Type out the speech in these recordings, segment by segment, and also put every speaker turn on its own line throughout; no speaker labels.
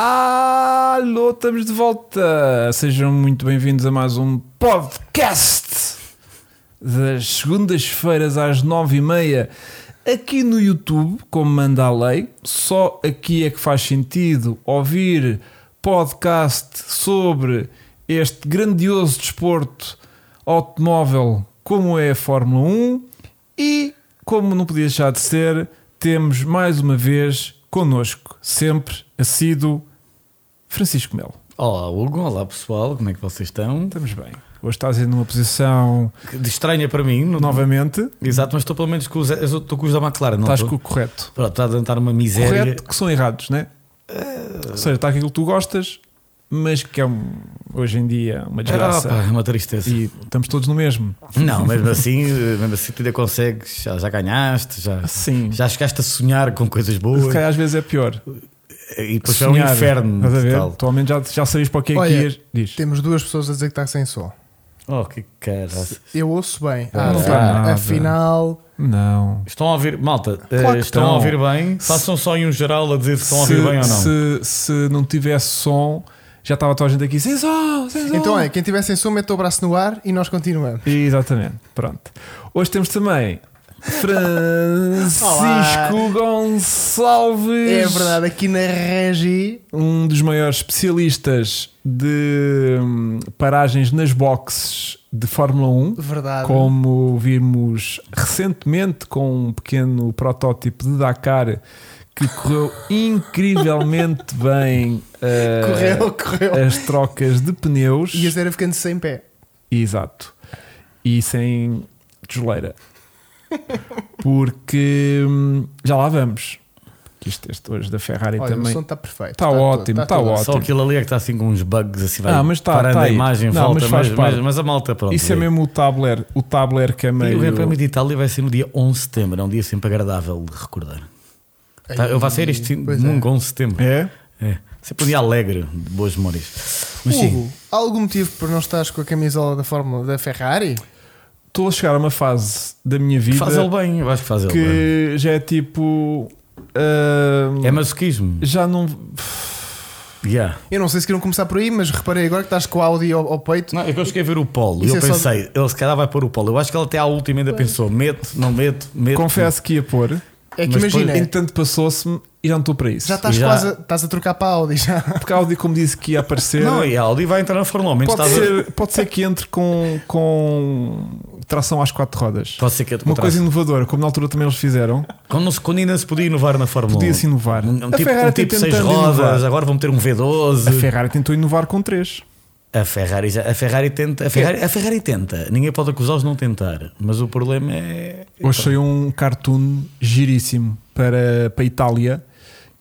Alô, estamos de volta! Sejam muito bem-vindos a mais um podcast das segundas-feiras às nove e meia aqui no YouTube, como manda a lei. Só aqui é que faz sentido ouvir podcast sobre este grandioso desporto automóvel como é a Fórmula 1 e, como não podia deixar de ser, temos mais uma vez connosco, sempre assíduo, Francisco Melo.
Olá Hugo, olá pessoal, como é que vocês estão?
Estamos bem. Hoje estás aí numa posição
De estranha para mim, não-
novamente.
Exato, mas estou pelo menos com os, eu estou com os da McLaren, não
estás
estou?
com o correto.
Pronto, está a tentar uma
É,
miséria.
Correto que são errados, né?
Ah.
Ou seja, está aquilo que tu gostas, mas que é um- hoje em dia uma
Ah,
desgraça.
pá, é uma tristeza.
e estamos todos no mesmo.
Não, mesmo assim, eh, mesmo assim tu ainda consegues, já, já ganhaste, já,
Sim.
já chegaste a sonhar com coisas
Se
boas
calhar às vezes é pior.
e depois é um
Sonhar,
inferno.
estás a ver?
total.
Atualmente já, já sabias para o que é que
Olha,
ias. Diz.
Temos duas pessoas a dizer que está sem som.
Oh, que caraças.
Eu ouço bem.
É
Ah,
Ah,
não
sim.
faz nada.
afinal,
Não.
Estão a ouvir, malta, eh,
Claro que
estão
estão.
a ouvir bem?
Se-
Façam só em um geral a dizer se estão a ouvir
se,
bem ou não.
Se, se não tivesse som, já estava toda a gente aqui sem som, sem som.
então é, quem tiver sem som, mete o braço no ar e nós continuamos.
Exatamente, pronto. Hoje temos também Francisco
Olá.
Gonçalves.
É verdade, aqui na Regi.
Um dos maiores especialistas de hum, paragens nas boxes de Fórmula 1.
Verdade.
Como vimos recentemente com um pequeno protótipo de Dakar que correu incrivelmente bem eh,
É.
Correu, correu.
as trocas de pneus.
E a zero ficando sem pé.
Exato. E sem tijoleira. Porque hum, já lá vamos. Que isto este hoje da Ferrari
Olha, o
também.
som está perfeito.
Tá
todo,
ótimo, tá
tudo.
ótimo.
Só aquilo ali é que está assim com uns bugs assim, vai
Ah, mas tá-
parando
tá
a
aí.
imagem,
Não,
falta,
mas
mas,
faz
mas-
parte.
mas a malta pronto.
Isso é
vê.
mesmo o tabler, o tabler que é
E
meio.
o Grande Prémio de Itália vai ser no dia 11 de setembro, é um dia sempre agradável de recordar. Tá, eu vai ser este
Pois é.
domingo 11 de setembro.
É?
É. Sempre um dia alegre, de boas memórias. Mas sim,
é. Hugo, há algum motivo por não estares com a camisola da Fórmula da Ferrari?
Estou a chegar a uma fase da minha vida
faz ele bem, eu acho que faz ele bem.
que já é tipo. hum,
É masoquismo.
já não.
Yeah.
Eu não sei se queriam começar por aí, mas reparei agora que estás com a Audi ao, ao peito.
Não, é que eu cheguei a ver o Polo e
Isso
eu
é só-
pensei, ele se calhar vai pôr o Polo. Eu acho que ele até à última ainda pensou: meto, não meto, meto.
Confesso que ia pôr.
É que
Mas
imagina,
depois-
Entanto, passou-se-me e já não estou para isso.
já tá. estás
Já-
quase a, estás a trocar para a Audi já.
Porque a Audi, como disse que ia aparecer.
Não, é. e a Audi vai entrar na Fórmula 1, menos
Pode
estás a-
ser, pode ser que entre com, com tração às quatro rodas.
Pode ser que
Uma
contraste.
coisa inovadora, como na altura também eles fizeram.
Quando, não se- quando ainda se podia inovar na Fórmula 1.
Podia-se inovar.
Um, um
A
tipo,
Ferrari
um tipo
tem
6
tentado
rodas,
inovar.
agora vão ter um
A
V12.
Ferrari tentou inovar com três.
A Ferrari, já- a Ferrari tenta.
É.
A Ferrari, a Ferrari tenta. Ninguém pode acusá-los de não tentar. Mas o problema é.
Hoje saiu um cartoon giríssimo para, para a Itália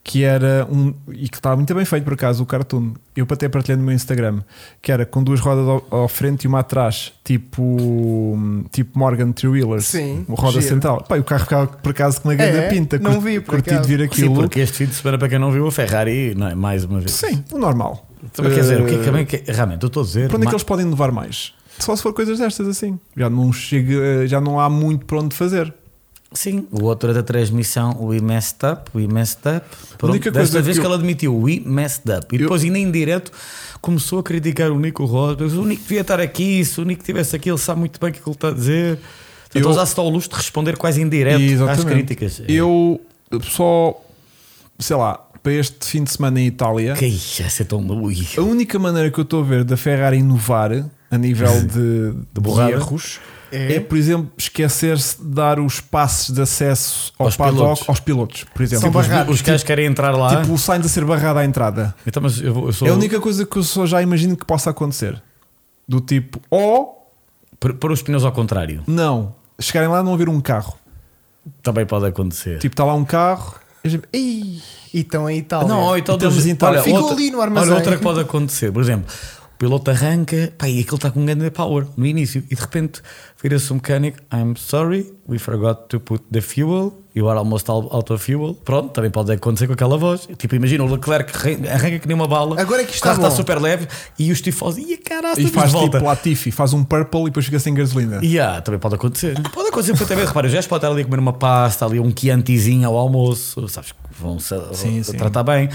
que era um. e que estava muito bem feito por acaso o cartoon. Eu até partilhei no meu Instagram, que era com duas rodas ao, ao frente e uma atrás, tipo. tipo Morgan Two Wheelers.
Sim,
Uma roda
giro.
central. Pá, e o carro ficava por acaso com uma grande
É,
pinta.
não
Curti-
vi, por
curti de
acaso.
ver
Sim,
aquilo.
porque este fim de semana, para quem não viu, a Ferrari, não é? Mais uma vez.
Sim, o normal.
Também quer dizer, o que é
Eh,
que também que- Realmente, eu estou a dizer.
Para onde é
ma-
que eles podem inovar mais? Só se for coisas destas assim. Já não chega, eh, já não há muito para onde fazer.
Sim, o outro é da transmissão, we messed up, we messed up. Pronto,
única
desta
coisa
vez
que
que,
eu-
ele admitiu, we messed up. E
Eu-
depois, ainda em direto, começou a criticar o Nico Rosberg. O Nico devia estar aqui, se o Nico tivesse aqui, ele sabe muito bem o que é que ele está a dizer. Então,
Eu-
já se dá o luxo de responder quase em direto às críticas. é.
Eu só, sei lá, para este fim de semana em Itália,
Que isso, essa é tão. Ui.
a única maneira que eu estou a ver da Ferrari inovar a nível de, de
borrada.
erros é.
É.
por exemplo, esquecer-se de dar os passes de acesso ao
Aos
paddock
pilotos. Ah.
aos pilotos, por exemplo.
São
Tipo,
Os,
barrados.
os caras querem entrar lá.
tipo o Sainz a ser barrado à entrada.
então, mas eu, vou- eu sou.
É a única coisa que eu só já imagino que possa acontecer. Do tipo, ou
Pôr pôr os pneus ao contrário
não, chegarem lá e não haver um carro.
também pode acontecer.
Tipo, está lá um carro. e a gente-
Ih, e estão em é Itália.
Não, ou então,
Estamos
dos-
em tal-
olha,
Ficou
outra,
ali no armazém.
olha, outra que pode acontecer, por exemplo, o piloto arranca pá, e aquilo está com um grande power no início e de repente vira-se um mecânico: I'm sorry, we forgot to put the fuel, you are almost al- out of fuel. Pronto, também pode acontecer com aquela voz. Tipo, imagina o Leclerc arran- arranca que nem uma bala,
Agora é que
o
está
carro está
bom.
super leve e os tifosos, e caralho,
E
estamos
faz
de volta.
tipo Latifi, faz um purple e depois fica sem gasolina.
Yeah, também pode acontecer. Pode acontecer perfeitamente. Repara, o gajo pode estar ali a comer uma pasta, ali um chiantizinho ao almoço, sabes? vão se a-
Sim,
a-
sim.
tratar bem.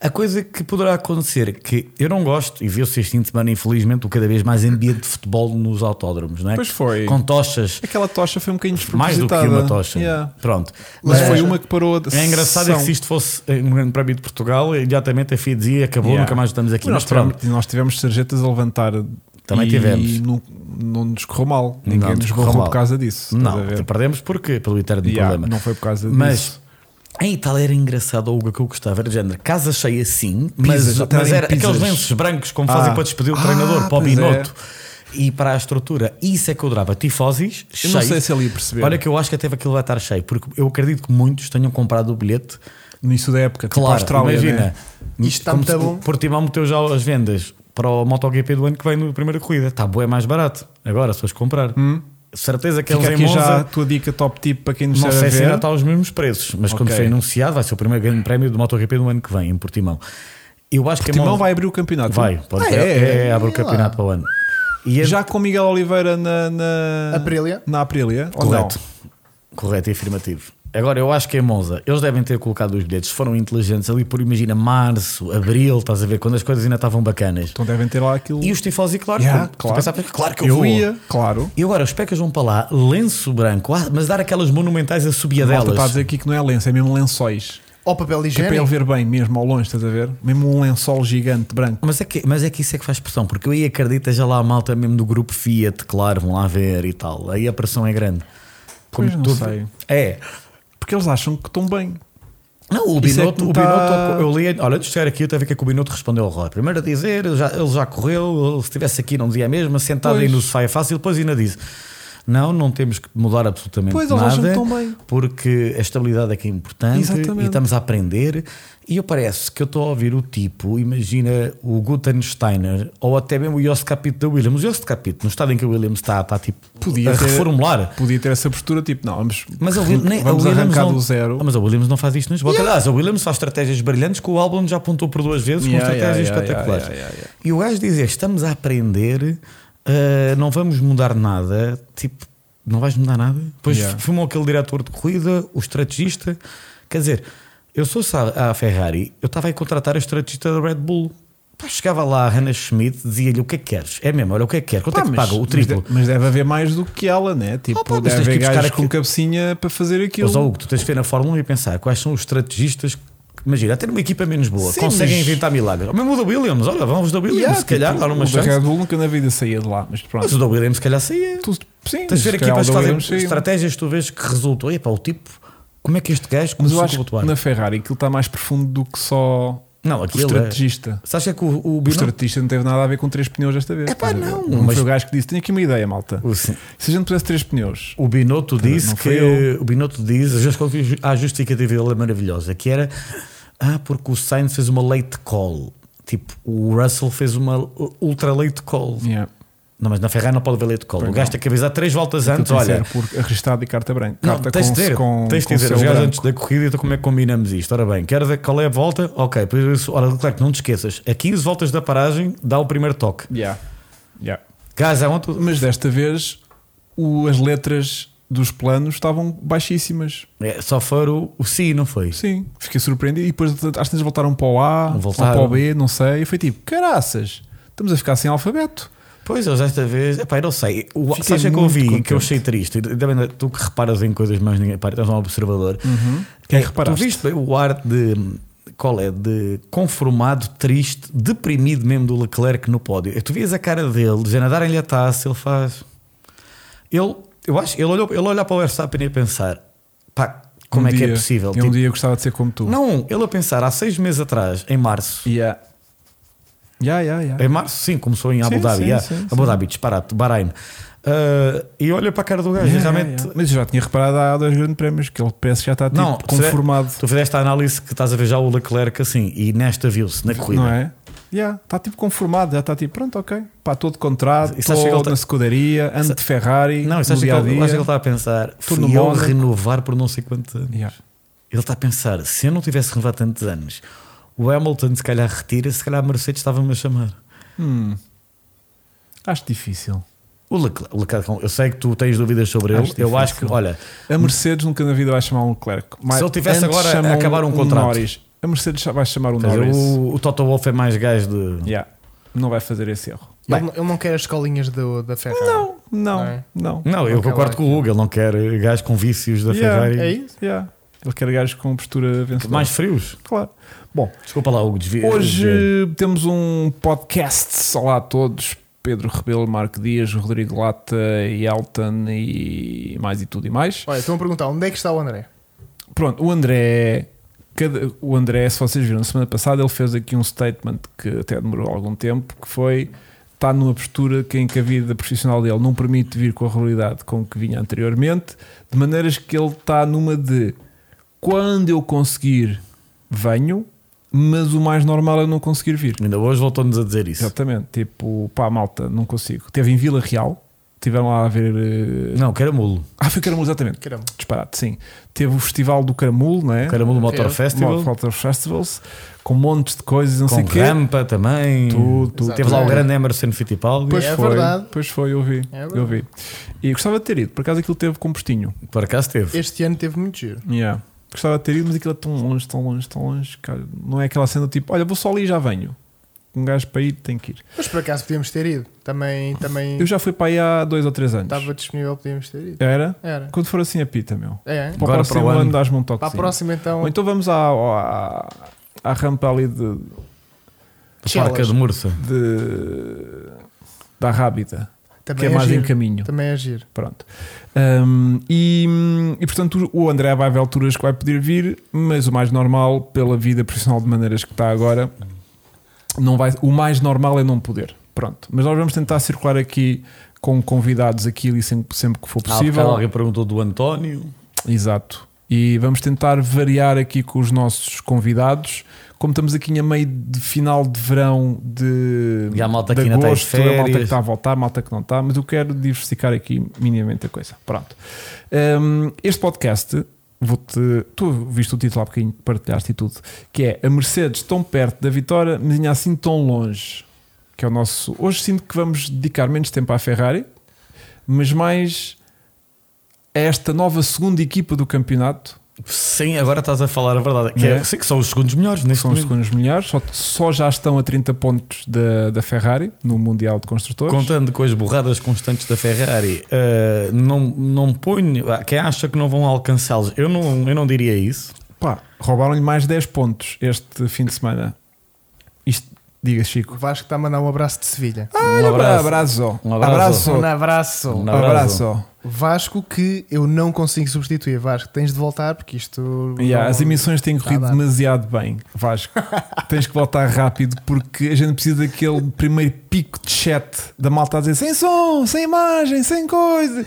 A coisa que poderá acontecer, é que eu não gosto, e viu-se este fim de semana, infelizmente, o cada vez mais ambiente de futebol nos autódromos, não é?
Pois foi.
Com tochas,
Aquela tocha foi um bocadinho
mais do que
despropositada.
uma tocha.
Yeah.
Pronto.
Mas
Mas-
foi uma que parou a
É engraçado é que se isto fosse um grande prémio de Portugal, imediatamente a FIA dizia acabou,
Yeah.
nunca mais estamos aqui.
nós,
Mas pronto,
tivemos, nós tivemos sarjetas a levantar.
Também
e
tivemos.
nu- não nos correu mal. Ninguém
Não
nos
nos correu
borrou
mal.
por causa disso. estás a
não,
ver?
perdemos porque pelo eterno
Yeah,
problema.
não foi por causa
Mas-
disso.
Em Itália era engraçado o que eu gostava, era de género, casa cheia sim,
Pizzas,
mas,
já
mas
terem
era
pizzas.
aqueles lenços brancos como fazem
Ah.
para despedir o
Ah,
treinador, para o
pois
Binotto. E para a estrutura, isso é que eu adorava. Tifosis,
Eu
cheios.
não sei se ele ia perceber.
Olha que eu acho que até aquilo vai estar cheio, porque eu acredito que muitos tenham comprado o bilhete.
Nisso da época, tipo a
Claro,
Austrália.
imagina.
né?
Isto está
Como
muito
se
bom.
o Portimão meteu já as vendas para o MotoGP do ano que vem na primeira corrida. Está boa, é mais barato. Agora, se fores comprar. Certeza que
Hum. Fica
eles em
aqui
Monza...
já a tua dica top tip para quem nos
Não
estiver
sei
a
se
ver.
ainda está aos mesmos preços, mas quando
Ok.
foi anunciado, vai ser o primeiro grande prémio do MotoGP do ano que vem, em Portimão. Eu acho que a
Timão
Monza-
vai abrir o campeonato.
Vai, pode
Ah,
ser.
é,
é,
é.
é, abre o campeonato para o ano. E é-
Já com Miguel Oliveira na, na
Aprilia.
Na Aprilia. ou
correto.
não?
Correto e afirmativo. Agora, eu acho que em Monza, eles devem ter colocado os bilhetes, foram inteligentes ali por, imagina, março, abril, estás a ver, quando as coisas ainda estavam bacanas.
Então devem ter lá aquilo.
E os tifosi, claro,
Yeah,
como- tu pensavas, claro que eu, vou.
ia, claro.
E agora, os pecas vão para lá, lenço branco, ah, mas dar aquelas monumentais
Malta
assobiadelas.
está a dizer aqui que não é lenço, é mesmo lençóis.
Ou papel
Que é para ele
higiênico.
ver bem, mesmo ao longe, estás a ver? Mesmo um lençol gigante branco.
Mas é, que, mas é que isso é que faz pressão, porque eu aí acredito, já lá a malta mesmo do grupo Fiat, claro, vão lá ver e tal. Aí a pressão é grande.
Pois não
tu-
sei.
É.
Porque eles acham que estão bem.
Não, o
Isso é
Binotto,
que me
o
tá-
Binotto, eu li, olha, antes de chegar aqui, eu até vi que o Binotto respondeu ao Roy. Primeiro a dizer, ele já, ele já correu, ele, se estivesse aqui não dizia mesmo, sentado
Pois.
aí no sofá é fácil, depois ainda diz. Não, não temos que mudar absolutamente
Pois, eles acham
nada,
que estão bem.
porque a estabilidade é que é importante
Exatamente.
e estamos a aprender. E eu parece que eu estou a ouvir o tipo, imagina o Gutensteiner ou até mesmo o Jost Capito da Williams. O Jost Capito, no estado em que o Williams está, está tipo
Podia
a
ter-
reformular.
Podia ter essa postura tipo, não, vamos,
Mas a Will- nem- a
vamos
Williams
arrancar
não,
do zero.
Ah, Mas a Williams não faz isto nas botas. Aliás, a Williams faz estratégias brilhantes que o álbum já apontou por duas vezes
Yeah,
com estratégias
yeah, yeah,
espetaculares.
yeah, yeah, yeah.
E o gajo dizer: estamos a aprender, ah, não vamos mudar nada. Tipo, não vais mudar nada. Depois
Yeah.
filmou aquele diretor de corrida, o estrategista. Quer dizer, eu sou a Ferrari, eu estava a contratar a estrategista da Red Bull. Pá, Chegava lá a Hannah Schmidt, dizia-lhe o que é que queres. É mesmo, olha o que é que queres. Quanto
Pá,
é que paga o
mas
triplo?
de- Mas deve haver mais do que ela, né? Tipo,
Oh, pá, mas
deve
tens que
haver
ir buscar
gajos com
aquilo.
cabecinha para fazer aquilo.
Mas ó, Hugo, tu tens de ver na Fórmula 1 e pensar quais são os estrategistas que, imagina, até numa equipa menos boa,
Sim,
conseguem
mas-
inventar milagres. Ou mesmo o da Williams, olha, vamos da Williams,
Yeah,
se calhar,
tipo,
dar uma
o da
chance.
Red Bull nunca na vida saía de lá, mas pronto.
Mas o da Williams, se calhar, saía.
Tu- sim,
tens de ver
se calhar
equipas
o
que
da
fazem
Williams saía.
estratégias que tu vês que resultam. Epá, o tipo, como é que este gajo
Mas
começou
eu
a
acho que
atuar?
na Ferrari aquilo está mais profundo do que só
Não,
o
aquilo
estrategista.
é... Sabes que é que o, o
O
Binotto-
estrategista não teve nada a ver com três pneus desta vez.
Epá,
estás a ver?
não,
Não
mas-
foi o gajo que disse: tenho aqui uma ideia, malta.
o- sim.
Se a gente pusesse três pneus,
O Binotto disse
não
que
fui eu.
o Binotto diz, às vezes quando vi a justificativa dele é maravilhosa, que era ah, porque o Sainz fez uma late call. Tipo, o Russell fez uma ultra late call.
yeah,
Não, mas na Ferrari não pode haver late call. O gajo tem que avisar três voltas antes,
tem que
olha.
ser por arrestado e carta branca.
Não,
carta
tens de
com,
dizer,
com,
tens de
com
dizer
selo
os gajos
branco.
antes da corrida, então como é que combinamos isto? Ora bem, quer qual é a volta? Ok, por isso, ora, claro que não te esqueças, a 15 voltas da paragem dá o primeiro toque.
Yeah, yeah.
Gajo, é ontem.
Mas desta vez o- as letras dos planos estavam baixíssimas.
É, só foram o sim, não foi?
Sim, fiquei surpreendido. E depois às vezes voltaram para o A,
Não
ou
voltaram.
para o B, não sei. E foi tipo: caraças, estamos a ficar sem alfabeto.
Pois, eu desta vez, epá, eu não sei. O,
Fiquei
sabes o que é que eu
muito
ouvi e que eu
contente.
achei triste? Ainda bem, tu que reparas em coisas, mas ninguém repara, és um observador.
Uhum. Quem
É, tu
reparaste?
viste bem o ar de. Qual é? De conformado, triste, deprimido mesmo do Leclerc no pódio. E Tu vias a cara dele, dizendo a darem-lhe a taça, ele faz. Ele, eu acho, ele olhou, ele olhou para o Verstappen e a pensar: pá, como
Um
é que é
dia- Eu
possível?
um
Tipo,
dia gostava de ser como tu. é.
Não, ele a pensar há seis meses atrás, em março,
Yeah. Yeah, yeah, yeah.
em março, sim, começou em Abu
Sim,
Dhabi.
sim,
yeah.
sim,
Abu Dhabi, disparate, Bahrein. Ah, e olha para a cara do gajo,
Yeah,
realmente.
yeah, yeah. Mas eu já tinha reparado há dois grandes prémios que ele parece que já está tipo,
Não, é
conformado.
Tu fizeste a análise que estás a ver já o Leclerc assim, e nesta viu-se na corrida.
Não é? Yeah, está tipo conformado, já está tipo, pronto, ok. Pá, estou de contrato,
E sabes que
estou
ele tá-
na secundaria, ando de Ferrari,
Não,
no
isso acho que
dia a
ele
dia.
acho que ele tá- está a pensar.
Tudo
Fui eu
Mónaco.
renovar por não sei quantos anos.
Yeah.
Ele está a pensar: se eu não tivesse renovado tantos anos, o Hamilton se calhar retira, se calhar a Mercedes estava-me a chamar.
Hum. Acho Hmm. difícil.
O Leclerc, o Leclerc, eu sei que tu tens dúvidas sobre ele.
Acho
eu
difícil.
acho que, olha,
A Mercedes nunca na vida vai chamar um Leclerc. Mas
Se ele tivesse
antes
agora a
chamam
acabar um contrato.
Norris. A Mercedes vai chamar um
quer dizer,
Norris.
o, o Toto Wolff é mais gajo de.
Yeah. Não vai fazer esse erro.
Ele, não- ele não quer as colinhas do, da Ferrari.
Não, não,
Não é?
não.
Não, eu
Não quer
concordo
lá
com o Hugo, ele não quer gajos com vícios da
Yeah,
Ferrari.
É isso?
Yeah. Ele quer gajos com postura vencedora.
Mais frios.
claro. Bom,
Desculpa lá, Hugo, eh, desvia. desviei.
hoje temos um podcast. Olá a todos. Pedro Rebelo, Marco Dias, Rodrigo Lata e Elton e mais e tudo e mais.
Olha, estão a perguntar onde é que está o André?
Pronto, o André. cada- o André, se vocês viram, na semana passada ele fez aqui um statement que até demorou algum tempo, que foi está numa postura que em que a vida profissional dele não permite vir com a realidade com que vinha anteriormente, de maneiras que ele está numa de quando eu conseguir venho, mas o mais normal é eu não conseguir vir.
Ainda hoje voltou-nos a dizer isso.
Exatamente, tipo, pá, malta, não consigo. Teve em Vila Real, tiveram lá a ver. eh,
Não, caramulo.
Ah, foi Caramulo, exatamente.
Caramba.
Disparate, sim. Teve o Festival do Caramulo, não é?
Caramulo Motor
É.
Festival.
Motor Festivals, com montes de coisas, não
com
sei o quê.
rampa também.
Tudo, tudo.
Exato.
Teve lá o
É.
grande Emerson Fittipaldi.
Pois- É
foi,
verdade.
Pois foi, eu vi.
É verdade.
eu vi. E gostava de ter ido, por acaso aquilo teve com postinho.
Por acaso teve.
Este ano teve muito giro.
Yeah. Gostava de ter ido, mas aquilo é tão longe, tão longe, tão longe. cara. Não é aquela cena do tipo, olha, vou só ali e já venho. Um gajo para ir tem que ir.
Mas por acaso podíamos ter ido. Também, também
Eu já fui para aí há dois ou três anos.
estava disponível, podíamos ter ido.
Era?
Era.
Quando for assim a pita, meu.
É.
Para o
Agora
próximo
para o ano.
ano dás-me um toque.
Para a próxima então.
Ou então vamos à, à, à rampa ali de,
Chelas.
Parca de Mursa.
de- da Rábida,
Também
que é, mais
giro.
em caminho.
Também é giro.
Pronto. Hum, e, e, portanto o André vai haver alturas que vai poder vir, mas o mais normal, pela vida profissional de maneiras que está agora, não vai, o mais normal é não poder. Pronto. Mas nós vamos tentar circular aqui com convidados aqui ali sempre, sempre que for
Ah, porque
possível.
alguém perguntou do António.
Exato. E vamos tentar variar aqui com os nossos convidados. Como estamos aqui a meio de final de verão de,
E a malta que
de
ainda está de
agosto, a malta que
férias.
está a voltar, a malta que não está, mas eu quero diversificar aqui minimamente a coisa. Pronto. Hum, este podcast, vou-te. Tu viste o título há bocadinho, partilhaste e tudo, que é A Mercedes tão perto da vitória, mas ainda assim tão longe. Que é o nosso. Hoje sinto que vamos dedicar menos tempo à Ferrari, mas mais a É esta nova segunda equipa do campeonato.
Sim, agora estás a falar a verdade. Que
É.
é, sim, que são os segundos melhores neste
São os
momento.
segundos melhores, só, só já estão a 30 pontos da, da Ferrari no Mundial de Construtores.
Contando com as borradas constantes da Ferrari, eh, não, não ponho. ah, Quem acha que não vão alcançá-los, eu não, eu não diria isso.
Pá, roubaram-lhe mais 10 pontos este fim de semana. Isto, diga
O
Chico.
Vasco está a mandar um abraço de Sevilha.
Olha,
abraço.
abraço.
Um
Ah,
abraço.
Um abraço.
Um
abraço.
Vasco que eu não consigo substituir. Vasco, tens de voltar porque isto.
Yeah,
não-
as emissões têm corrido
Tá a dar.
demasiado bem, Vasco. Tens que voltar rápido porque a gente precisa daquele primeiro pico de chat da malta a dizer sem som, sem imagem, sem coisa.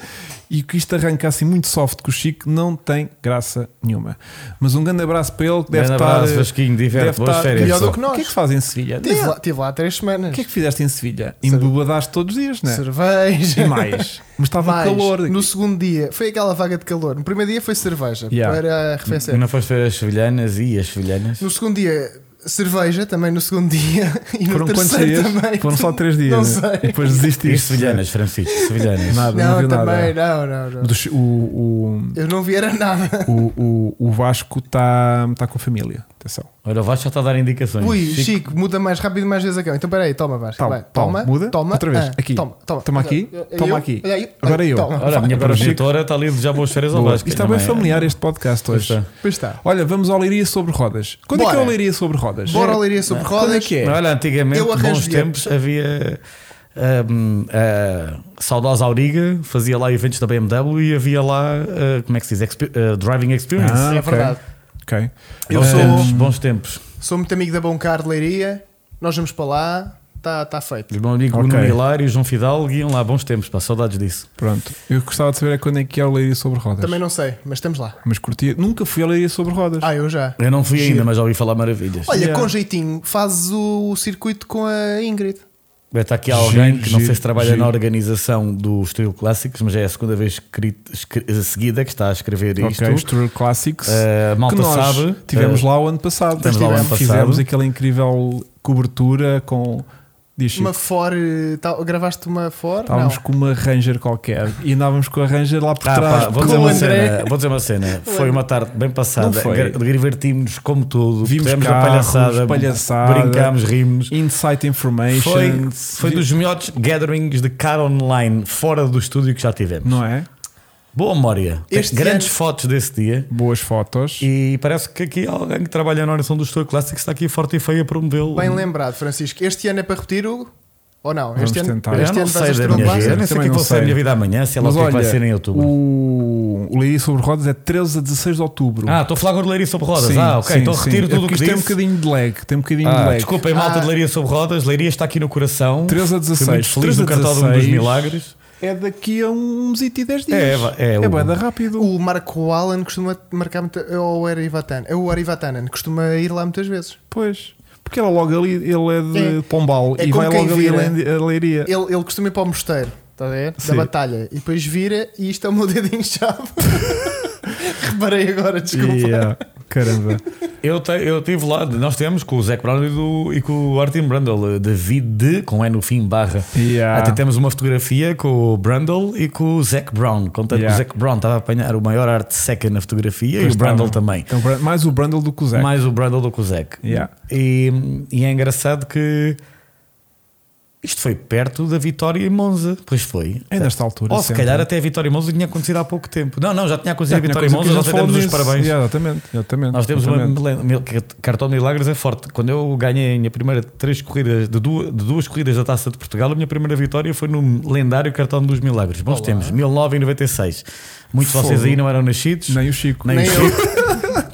E que isto arranca assim muito soft com o Chico não tem graça nenhuma. Mas um grande abraço para ele que deve
Grande
estar. eh,
abraço, Vasquinho, diverso,
deve
boas
estar-
férias.
Melhor
só.
do que
O
nós.
que é que se faz em Sevilha?
Estive
Diga-
lá, tive lá há três semanas.
O que é que fizeste em Sevilha? Embobadaste todos os dias, né?
Cerveja.
E mais. Mas estava
Mais.
calor.
No segundo dia foi aquela vaga de calor. No primeiro dia foi cerveja
Yeah. Hum.
para arrefecer.
Não foste ver as sevilhanas e as sevilhanas?
No segundo dia, cerveja também no segundo dia. E
Foram
no
quantos
terceiro
dias?
também.
Foram só três dias.
Não
né? E
sei.
depois
E as
desististe.
sevilhanas, Francisco, sevilhanas.
Nada, não,
Não,
viu nada.
também, não, não, não.
Do chi- o, o-
Eu não viera nada.
o, o, o Vasco está tá com a família. Atenção.
Olha, o Vasco já está a dar indicações.
Ui, Chico, muda mais rápido mais vezes a cama. Então peraí, toma, Vasco.
Toma,
vai. toma,
toma, muda.
toma.
Outra vez,
Ah,
aqui.
Toma, toma.
Toma aqui,
Olha, olha
toma
eu,
aqui.
olha aí,
Agora
olha,
eu.
Toma.
Olha, a minha
Agora o Chico-
projetora está ali de já boas férias ao
Boa.
Vasco. é?
Isto está bem
também.
familiar este podcast hoje.
Está.
Pois está.
Olha, vamos ao Leiria sobre rodas. Quando é que é o
Bora.
Leiria sobre rodas?
Bora ao Leiria sobre
Quando é
rodas.
que é?
Olha, antigamente,
Eu
bons
arranjo-lhe-
tempos, havia hum, a saudosa Auriga, fazia lá eventos da BMW e havia lá, ah, como é que se diz, Expe- ah, Driving Experience.
Ah, um-
é
ok.
verdade.
Ok.
eu
bons
sou- um
tempos, bons tempos.
Sou muito amigo da Bom Car de Leiria. Nós vamos para lá. Está tá feito.
O meu amigo
Ok.
Nuno Hilário, João Fidalgo, iam lá, bons tempos, pá, saudades disso.
Pronto. Eu gostava de saber é quando é que é o Leiria sobre rodas.
Também não sei, mas estamos lá.
Mas curtia. Nunca fui ao Leiria sobre rodas.
Ah, eu já.
Eu não fui
Giro.
ainda, mas já ouvi falar maravilhas.
Olha,
Yeah.
com jeitinho, fazes o circuito com a Ingrid.
Está aqui alguém
Giro,
que não sei
giro,
se trabalha
giro.
na organização do Estilo Clássicos, mas é a segunda vez escri- escri- seguida que está a escrever isto.
ok. Tour Classics.
Eh, a malta
que nós
sabe.
Tivemos
eh,
lá o ano passado.
Tivemos lá o ano
Fizemos
passado.
aquela incrível cobertura com Diz Chico.
Uma Ford. eh, tal- gravaste uma Ford?
Estávamos
Não.
com uma Ranger qualquer e andávamos com a Ranger lá por
Ah,
trás.
pá, vou,
com
dizer
o
uma
André.
cena, vou dizer uma cena. Foi uma tarde bem
Não
passada.
foi.
Gra- Divertimos-nos como tudo.
Vimos
Fizemos a
carros,
palhaçada,
palhaçada.
Brincámos, rimos.
Insight Information.
Foi, foi dos melhores gatherings de cara online fora do estúdio que já tivemos.
Não é?
Boa memória. Tem
Este
Grandes
ano-
fotos desse dia.
Boas fotos.
E parece que aqui alguém que trabalha na oração do Estúdio Clássico está aqui forte e feio a promovê-lo.
Bem lembrado, Francisco. Este ano é para repetir, Hugo? Ou não?
Vamos
Este ano,
tentar.
Ah, Eu
Este
não
ano
sei
vais
da minha vida. Eu nem sei o que é
Também
que
não
vou ser da
sei.
minha vida amanhã, sei lá o
Mas
que é que vai
olha,
ser em outubro.
O, o Leiria sobre Rodas é 13 a 16 de outubro.
Ah, estou a falar agora de Leiria sobre Rodas.
Sim,
ah, ok,
sim,
então
sim.
retiro
É
tudo o
porque
que
isto tem um
disse.
bocadinho de lag. Tem um bocadinho de
Ah,
lag.
desculpem, malta de Leiria sobre Rodas. Leiria está aqui no coração.
13 a
Fui
16.
muito feliz
13 a
no cartódromo dos
16.
Milagres.
É daqui a uns e dez dias.
É, é, é,
é
o-
bué da rápido.
O Marco Allen costuma marcar muito. Ou o Arivatanen. É o Arivatanen, costuma ir lá muitas vezes.
Pois. Porque ela logo ali, ele é de
É.
Pombal
É
e
como
vai
quem
logo ali
vira.
a Le- a Leiria.
Ele, ele costuma ir para o mosteiro, está a ver?
Sim.
Da batalha. E depois vira e isto é o meu dedo inchado. Reparei agora, desculpa.
Yeah. Caramba.
Eu, te, eu estive lá, nós tivemos com o Zac Brown e, do- e com o Artin Brundle, eh, David de, com E no fim, barra.
Yeah.
Até temos uma fotografia com o Brundle e com o Zac Brown. Contando
Yeah.
que o Zac Brown estava a apanhar o maior arte seca na fotografia e
Pois
o Brundle
estava.
também.
É o Bran- mais o Brandel do que o Zé.
Mais o Brundle do que o Zac.
Yeah.
E, e é engraçado que isto foi perto da vitória em Monza. Pois foi.
É nesta altura.
Ou se
sempre.
calhar até a vitória em Monza tinha acontecido há pouco tempo. Não, não, já tinha
Já
acontecido a
tinha
vitória em
coisa que
Monza,
a
já
gente falou
temos os
disso.
parabéns.
Yeah, exatamente, exatamente.
Nós temos uma
exatamente.
mil- mil- cartão de milagres é forte. Quando eu ganhei a minha primeira três corridas de duas, de duas corridas da Taça de Portugal, a minha primeira vitória foi no lendário cartão dos milagres. Bons tempos, 1996. Muitos de vocês
Fogo.
aí não eram nascidos,
Nem o Chico.
nem
Nem
eu.
eu.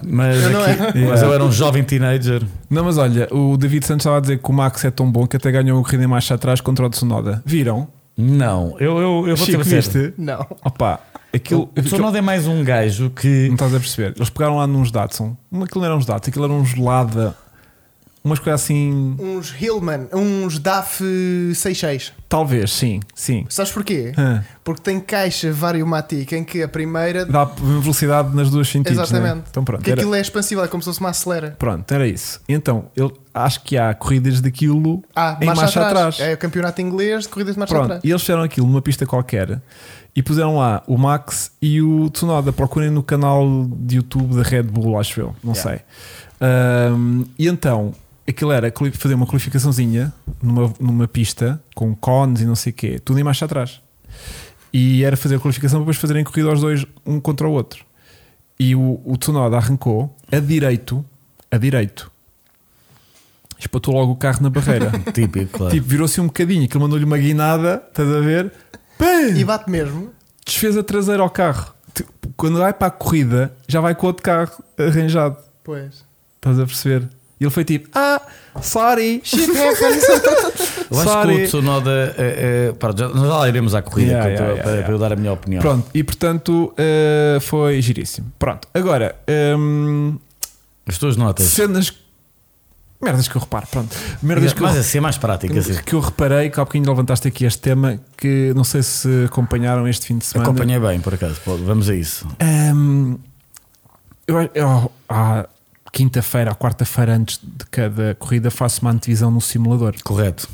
mas,
Eu não
aqui-
era.
mas eu era um jovem teenager.
Não, mas olha, o David Santos estava a dizer que o Max é tão bom que até ganhou o corrida em marcha atrás contra o Tsunoda. Viram?
Não, eu, eu, eu vou
Chico,
ter que
viste?
Não.
Opa, aquilo.
O Tsunoda é mais um gajo que
Não estás a perceber? Eles pegaram lá nos Datsun. Aquilo não eram uns Datsun, aquilo era uns Lada. Umas coisas assim.
Uns Hillman, uns DAF 66.
Talvez, sim, sim.
Sabes porquê?
Ah,
Porque tem caixa variomatic em que a primeira.
dá velocidade nas duas sentidos. né?
Exatamente.
Então pronto.
Porque
Era,
aquilo é expansível, é como se fosse uma acelera.
Pronto, era isso. Então, eu acho que há corridas daquilo
Ah,
em
marcha, atrás.
atrás.
É o campeonato inglês de corridas de marcha
Pronto,
atrás.
e eles fizeram aquilo numa pista qualquer e puseram lá o Max e o Tsunoda. Procurem no canal de YouTube da Red Bull, acho eu, não
Yeah.
sei. Ahm, e então, aquilo era quali- fazer uma qualificaçãozinha numa, numa pista com cones e não sei o quê, tudo em marcha atrás. E era fazer a qualificação para depois fazerem corrida aos dois, um contra o outro. E o, o Tsunoda arrancou a direito, a direito, espatou logo o carro na barreira.
típico, claro.
Tipo, virou-se um bocadinho, aquilo mandou-lhe uma guinada, estás a ver?
E
Pam!
bate mesmo.
Desfez a traseira ao carro. Tipo, quando vai para a corrida, já vai com outro carro arranjado.
Pois.
Estás a perceber? E ele foi tipo, ah, sorry, shit happens.
Eu acho que
Sorry.
o Tsunoda. eh, eh, pronto, já, nós já iremos à corrida
Yeah,
que eu tô-
yeah, yeah,
para,
yeah.
para eu dar a minha opinião.
Pronto, e portanto eh, foi giríssimo. Pronto, agora, hum,
As tuas notas.
cenas. Merdas que eu reparo, pronto. Merdas que eu,
Mas assim é mais prático. Assim.
que eu reparei, que há bocadinho levantaste aqui este tema, que não sei se acompanharam este fim de semana.
Acompanhei bem, por acaso. Pô, Vamos a isso.
Ahm, eu, acho- eu, à quinta-feira, à quarta-feira, antes de cada corrida, faço uma antevisão no simulador.
Correto.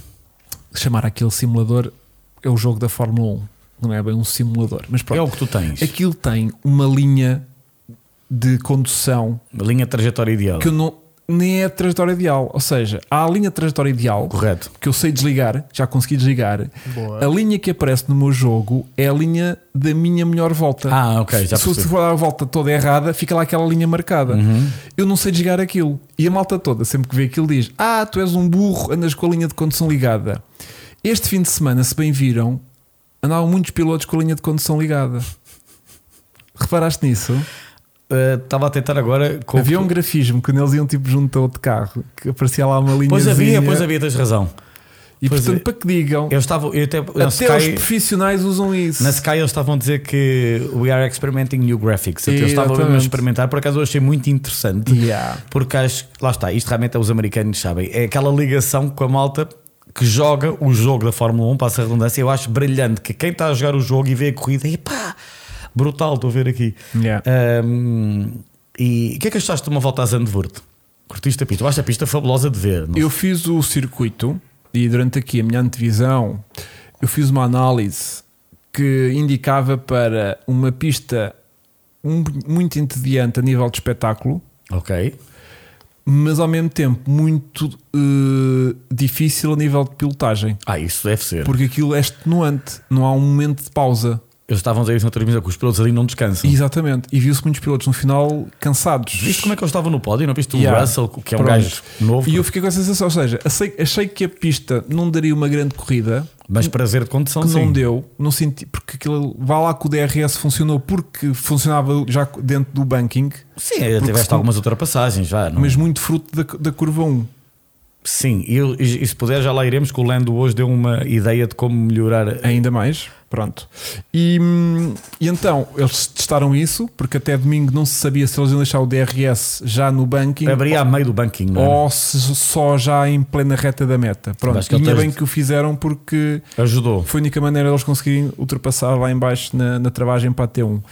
Chamar aquele simulador é o jogo da Fórmula 1, não é bem um simulador. Mas
É
pronto,
o que tu tens.
aquilo tem uma linha de condução
A linha de trajetória ideal.
que eu não, nem é a trajetória ideal. Ou seja, há a linha de trajetória ideal
Correto.
que eu sei desligar, já consegui desligar.
Boa.
A linha que aparece no meu jogo é a linha da minha melhor volta.
Ah, ok, já
Se eu
percebi. Uhum.
for dar a volta toda errada, fica lá aquela linha marcada. Eu não sei desligar aquilo. E a malta toda, sempre que vê aquilo, diz: Ah, tu és um burro, andas com a linha de condução ligada. Este fim de semana, se bem viram, andavam muitos pilotos com a linha de condução ligada. Reparaste nisso?
Eh, Estava a tentar agora. Com o
havia
que
um
tu-
grafismo quando eles iam tipo junto a outro carro que aparecia lá uma linha.
Pois havia, pois havia, tens razão.
E
Pois
portanto,
é.
para que digam,
Eu estava. Eu até, na,
até os
Sky,
profissionais usam isso.
na Sky eles estavam a dizer que we are experimenting new graphics. Eu estava mesmo a
Exatamente.
experimentar, por acaso eu achei muito interessante.
Yeah.
Porque acho lá está, isto realmente é os americanos sabem, é aquela ligação com a malta que joga o jogo da Fórmula 1, passa a redundância, eu acho brilhante que quem está a jogar o jogo e vê a corrida, e pá, brutal, estou a ver aqui.
Yeah.
Ahm, e o que é que achaste de uma volta a Zandvoort? Curtiste a pista? Eu acho a pista fabulosa de ver. não é?
Eu fiz o circuito e durante aqui a minha antevisão, eu fiz uma análise que indicava para uma pista um- muito entediante a nível de espetáculo,
Ok.
mas ao mesmo tempo muito eh, difícil a nível de pilotagem.
Ah, isso deve ser.
Porque aquilo é extenuante, não há um momento de pausa.
Eles estavam a dizer isso na televisão que os pilotos ali não descansam.
Exatamente. E viu-se muitos pilotos no final cansados.
Viste como é que eles estavam no pódio? Não viste o
Yeah.
Russell, que é um
Pronto.
gajo novo,
E eu fiquei com essa sensação, ou seja, achei, achei que a pista não daria uma grande corrida,
mas prazer de condução
que
sim.
não deu, não senti, porque aquilo, vá lá que o DRS funcionou porque funcionava já dentro do banking,
Sim, tiveste
se-
algumas ultrapassagens já. Não?
mas muito fruto da, da curva 1.
Sim, e, eu- e se puder já lá iremos que o Lando hoje deu uma ideia de como melhorar.
Ainda mais, pronto. E, hum, e então, eles testaram isso, porque até domingo não se sabia se eles iam deixar o DRS já no banking
Abria a meio do banquinho, não é? era?
ou se só já em plena reta da meta. Pronto,
acho que
e ainda
eles-
bem que o fizeram porque
Ajudou.
Foi a única maneira deles conseguirem ultrapassar lá em baixo na, na travagem para a T1.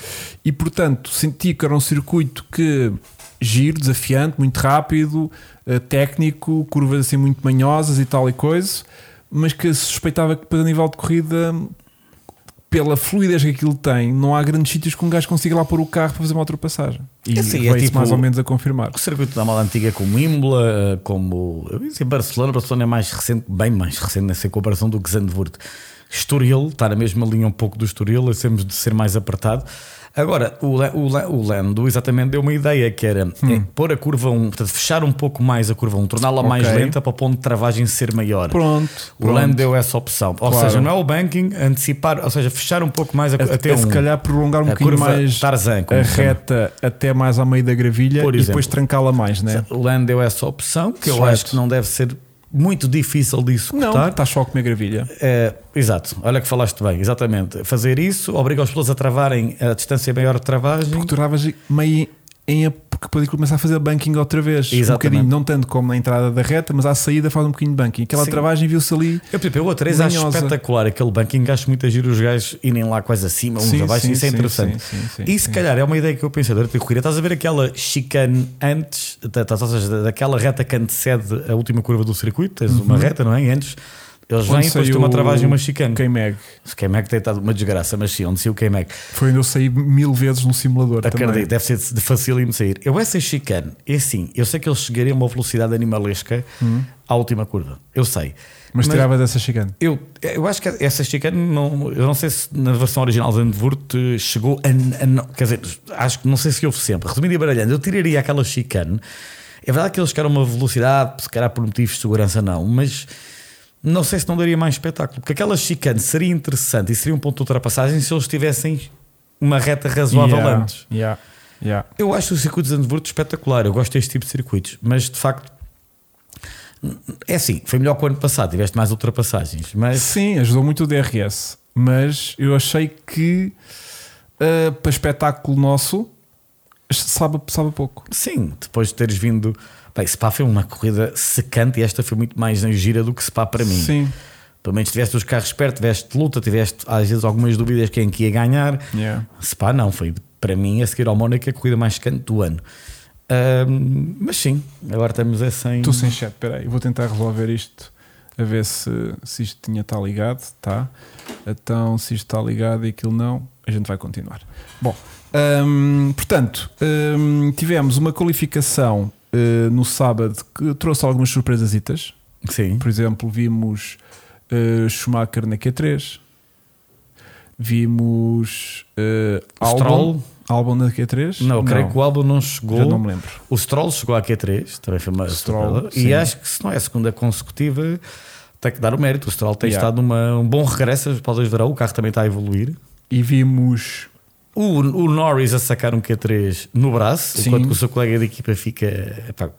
E portanto, senti que era um circuito que giro, desafiante, muito rápido, eh, técnico, curvas assim muito manhosas e tal e coisa, mas que suspeitava que para nível de corrida, pela fluidez que aquilo tem, não há grandes sítios que um gajo consiga lá pôr o carro para fazer uma ultrapassagem. E
Assim, é
foi isso
tipo-
mais ou menos a confirmar.
O circuito da moda antiga é como Imola, eh, como eu ia dizer Barcelona, Barcelona é mais recente, bem mais recente nessa comparação do que Zandvoort. Estoril, está na mesma linha um pouco do Estoril, é sempre de ser mais apertado. Agora, o, Le- o, Le- o Lando exatamente deu uma ideia que era
Hum.
é, pôr a curva 1, portanto, fechar um pouco mais a curva 1, torná-la mais
Ok.
lenta para o ponto de travagem ser maior.
Pronto,
O Lando deu essa opção. Ou
Claro.
seja, não é o banking, antecipar, ou seja, fechar um pouco mais a,
É-
até
é
um.
se calhar prolongar um
A
bocadinho
curva tá
mais
Tarzan, como
a
se chama.
reta até mais ao meio da gravilha
Por
e depois
exemplo.
trancá-la mais, né?
O Lando deu essa opção, que eu
Certo.
acho que não deve ser muito difícil de
Não,
executar.
estás Tá, só a comer gravilha.
É, exato, olha que falaste bem, exatamente. Fazer isso obriga os pilotos a travarem a distância maior de travagem.
Porque tu estavas meio em. a- Porque depois começa a fazer banking outra vez.
Exatamente.
Um bocadinho, não tanto como na entrada da reta, mas à saída faz um bocadinho de banking. Aquela
Sim.
travagem viu-se ali.
Eu, por exemplo, eu a 3 acho
Manhosa.
espetacular aquele banquinho, acho muito a giro os gajos irem lá quase acima, uns
Sim,
abaixo,
sim,
isso é
sim,
interessante.
sim, sim, sim,
e se
sim.
calhar é uma ideia que eu pensei durante a corrida, estás a ver aquela chicane antes, da- da- ou seja, da- daquela reta que antecede a última curva do circuito, tens
Uhum.
uma reta, não é? E antes eles vêm e depois tem uma travagem e uma chicane.
Quem Mag.
Se K-Mac tem estado uma desgraça, mas sim, onde saiu o K-Mac.
Foi onde eu saí mil vezes num simulador. também.
Acredito, deve ser de facílimo sair. Eu, essa chicane, é assim, eu sei que eles chegariam a uma velocidade animalesca à última curva. Eu sei.
Uhum. Mas, tirava dessa chegando.
Eu, eu acho que essa chicane, não, eu não sei se na versão original de Andvurt chegou a, n- a não- Quer dizer, acho que não sei se houve sempre. Resumindo e baralhando, eu tiraria aquela chicane. É verdade que eles querem uma velocidade, se calhar por motivos de segurança, não, mas não sei se não daria mais espetáculo. Porque aquela chicane seria interessante e seria um ponto de ultrapassagem se eles tivessem uma reta razoável antes.
Yeah. Yeah.
Eu acho o circuito de Zandvoort espetacular, eu gosto deste tipo de circuitos, mas de facto é assim, foi melhor que o ano passado, tiveste mais ultrapassagens, mas
Sim, ajudou muito o DRS. Mas eu achei que ah, para espetáculo nosso sabe, sabe pouco.
sim, depois de teres vindo. Bem, Spa foi uma corrida secante e esta foi muito mais na gira do que Spa para mim.
Sim.
Pelo menos tiveste os carros perto, tiveste luta, tiveste às vezes algumas dúvidas quem é que ia ganhar.
Yeah.
Spa não, foi para mim a seguir ao Mónaco a corrida mais secante do ano. Ahm, mas sim, agora estamos é sem.
Estou sem chat, peraí, eu vou tentar resolver isto a ver se, se isto tinha está ligado, tá? Então, se isto está ligado e aquilo não, a gente vai continuar. Bom, hum, portanto, hum, tivemos uma qualificação eh, no sábado que trouxe algumas surpresasitas.
Sim.
Por exemplo, vimos eh, Schumacher na Q3, vimos eh, Albon,
Stroll?
Albon na Q3.
Não, creio que o álbum não chegou.
já não me lembro.
O Stroll chegou à Q3, também foi uma
Stroll,
surpresa.
sim.
E acho que se não é a segunda consecutiva, tem que dar o mérito. O Stroll tem
Yeah.
estado numa- um bom regresso, talvez verão, o carro também está a evoluir.
E vimos
O, o Norris a sacar um Q3 no braço,
Sim.
enquanto que o seu colega de equipa fica. epá,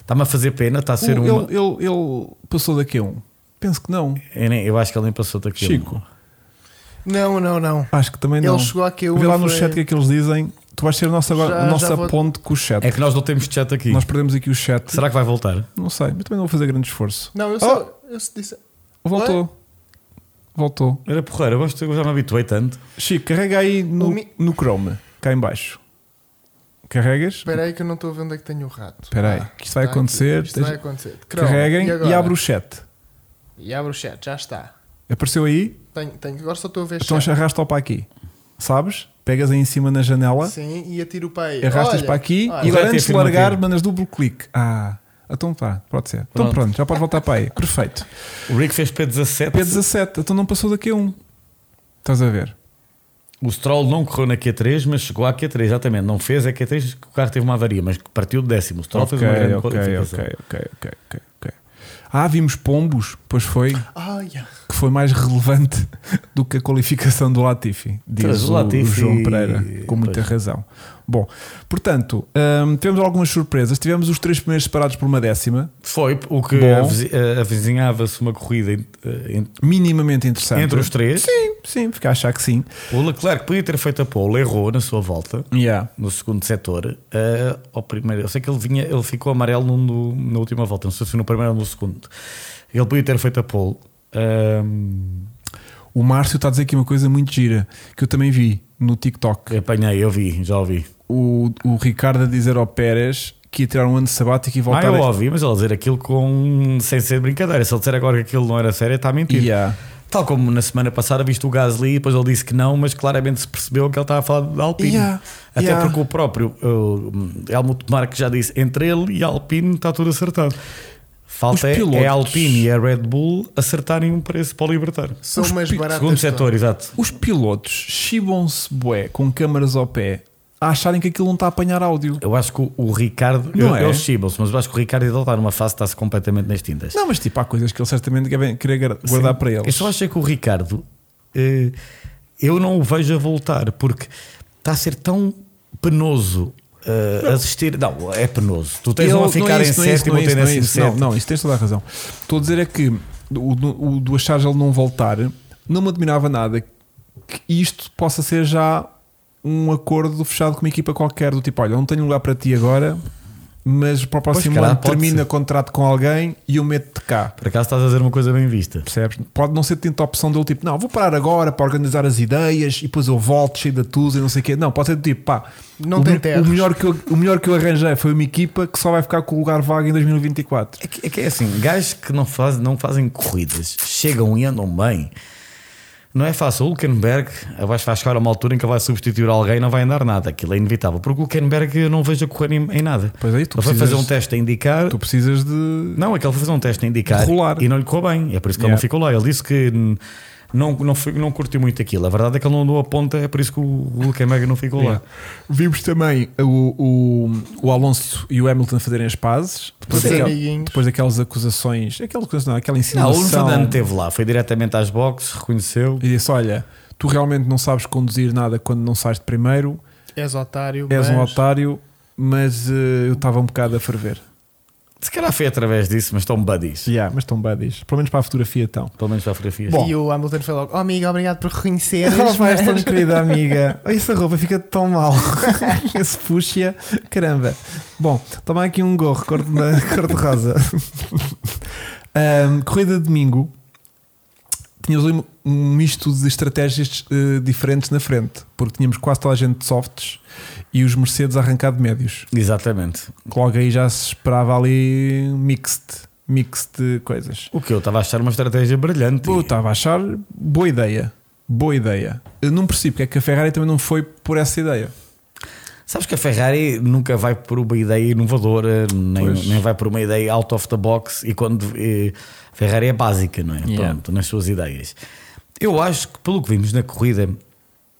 Está-me a fazer pena, está a ser
O-
um.
ele, ele- ele passou da Q1. Penso que não.
Eu, nem- eu acho que ele nem passou daquilo.
Chico,
Não, não, não.
acho que também
Ele
não.
chegou à Q1.
Vê lá no
foi-
chat o que é que eles dizem. Tu vais ser a nossa, agora, a
Já-
nossa
já vou-
ponte com o chat.
É que nós não temos chat aqui.
Nós perdemos aqui o chat.
Será que vai voltar?
Não sei, mas também não vou fazer grande esforço.
Não, eu só.
Oh!
Eu se disse.
Voltou. Voltou.
Era porreira, eu gosto- eu já me habituei tanto.
Chico, carrega aí no,
O mi-
no Chrome, cá em baixo. Carregas?
Espera aí que eu não estou a ver onde é que tenho o rato. Ah,
Espera aí, que isto vai
Está aqui.
acontecer.
Isto vai acontecer. Croma,
Carreguem e,
agora?
abre o chat.
E abre o chat, já está.
Apareceu aí,
Tenho, tenho, agora só estou a ver
então
chat.
arrasta-o para aqui. Sabes? Pegas aí em cima na janela,
Sim, e atiro para aí.
arrastas
Olha,
para aqui e
olha.
Correto
agora
e
antes de
é afirmativo.
largar, mandas duplo clique. Ah, então pá, pode ser. Então
Pronto.
pronto, já pode voltar para aí. Perfeito.
O Rick fez P17.
P17, então não passou daqui a um. Estás a ver?
O Stroll não correu na Q3, mas chegou à Q3, exatamente. Não fez a Q3, que o carro teve uma avaria, mas partiu do décimo. O Stroll
Ok,
Então fez uma grande
ok,
qualificação.
ok, ok, ok, ok, ok. Ah, vimos pombos, pois foi,
Ah, yeah.
que foi mais relevante do que a qualificação do Latifi, diz
Pois, o
o, o
Latifi-
João Pereira, com muita
pois.
razão. Bom, portanto, hum, tivemos algumas surpresas, tivemos os três primeiros separados por uma décima,
Foi o que
Bom.
avizi- eh, avizinhava-se uma corrida en- eh, en-
minimamente interessante.
entre os três.
Sim, sim, fica a achar que sim.
O Leclerc podia ter feito a pole, errou na sua volta,
Yeah.
no segundo setor. eh, ao primeiro, eu sei que ele, vinha, ele ficou amarelo num do- na última volta, não sei se foi no primeiro ou no segundo. Ele podia ter feito a pole. ehm,
O Márcio está a dizer aqui uma coisa muito gira, que eu também vi no TikTok.
apanhei, eu vi, já ouvi.
o, o Ricardo a dizer ao Pérez que ia tirar um ano sabático e
Ah,
voltar
eu
a...
ouvi, mas ele dizer aquilo com... sem ser brincadeira. Se ele disser agora que aquilo não era sério, está a mentir.
Yeah.
Tal como na semana passada viste o Gasly e depois ele disse que não, mas claramente se percebeu que ele estava a falar de Alpine.
Yeah,
Até
yeah.
porque o próprio uh, Helmut Mark já disse, entre ele e a Alpine está tudo acertado.
Os
Falta é,
pilotos-
é a Alpine e a Red Bull acertarem um preço para o libertar.
São
Os
umas
pi-
baratas.
Segundo
todas.
setor, exato.
Os pilotos chibam-se bué com câmaras ao pé a acharem que aquilo não está a apanhar áudio.
Eu acho que o, o Ricardo.
Não
eu-
é?
Eles chibam-se, mas eu acho que o Ricardo ele está numa fase que está-se completamente nas tintas.
Não, mas tipo, há coisas que ele certamente quer querer gar- guardar para
Eu
eles.
só acho é que o Ricardo, eh, eu não o vejo a voltar, porque está a ser tão penoso eh, assistir. Não, é penoso. Tu tens
Ele-
um a ficar
não é
em
isso, não é isso,
sétimo,
não
ou
é
tens
isso, não é
em
isso. Não,
sétimo.
não, isso tens toda a razão. Estou a dizer é que o, do- o do achar ele não voltar não me admirava nada que isto possa ser já um acordo fechado com uma equipa qualquer do tipo, olha, não tenho lugar para ti agora, mas para o próximo
calhar
ano
pode
termina
ser.
contrato com alguém e eu meto-te cá.
Por acaso estás a dizer uma coisa bem vista.
Percebes? Pode não ser tanto a opção dele tipo, não, vou parar agora para organizar as ideias e depois eu volto cheio de tusa e não sei o quê. Não, pode ser do tipo, pá,
Não
o,
tem
me- o,
terras.
melhor que eu, o melhor que eu arranjei foi uma equipa que só vai ficar com o lugar vago em 2024.
É que é, que é assim, gajos que não, faz, não fazem corridas, chegam e andam bem. Não é fácil. O Hülkenberg vai vai chegar a uma altura em que ele vai substituir alguém e não vai andar nada. Aquilo é inevitável. Porque o Hülkenberg eu não vejo a correr em, em nada.
Pois aí, tu
ele foi
precisas-
fazer um teste a indicar.
Tu precisas de.
Não, é que ele fez um teste a indicar
De rolar.
e não lhe correu bem. É por isso que ele
Yeah.
não ficou lá. Ele disse que hum, não, não, foi, não curtiu muito aquilo. A verdade é que ele não andou a ponta, é por isso que o Hülkenberg não ficou lá.
Vimos também o, o, o Alonso e o Hamilton fazerem as pazes depois,
Sim.
daquel-
Amiguinhos.
depois daquelas acusações, aquela, coisa não, aquela
Não, o
insinuação.
Fernando esteve lá, foi diretamente às boxes, reconheceu.
e disse: Olha, tu realmente não sabes conduzir nada quando não sais de primeiro,
És otário.
és um
mas-
otário, mas eh, eu estava um bocado a ferver.
Se calhar foi através disso, mas estão buddies.
Yeah, mas estão buddies, pelo menos para a fotografia estão.
Pelo menos para a fotografia.
Bom.
E o Hamilton foi logo: Oh, amigo, obrigado por reconhecer.
Rapaz, tão querida amiga. É Olha Essa roupa fica tão mal. Esse fuxia, caramba. Bom, toma aqui um gorro cor de, cor de rosa. Ahm, corrida de domingo. Tínhamos ali um misto de estratégias eh, diferentes na frente, porque tínhamos quase toda a gente de softs e os Mercedes a arrancar de médios.
Exatamente.
Que Logo aí já se esperava ali mixed, mixed coisas.
O que eu estava a achar uma estratégia brilhante.
Eu estava a achar boa ideia. Boa ideia. Eu não percebo porque é que a Ferrari também não foi por essa ideia.
Sabes que a Ferrari nunca vai por uma ideia inovadora, nem,
Pois.
nem vai por uma ideia out of the box. E quando. eh, a Ferrari é básica, não é?
Yeah.
Pronto, nas suas ideias. Eu acho que, pelo que vimos na corrida,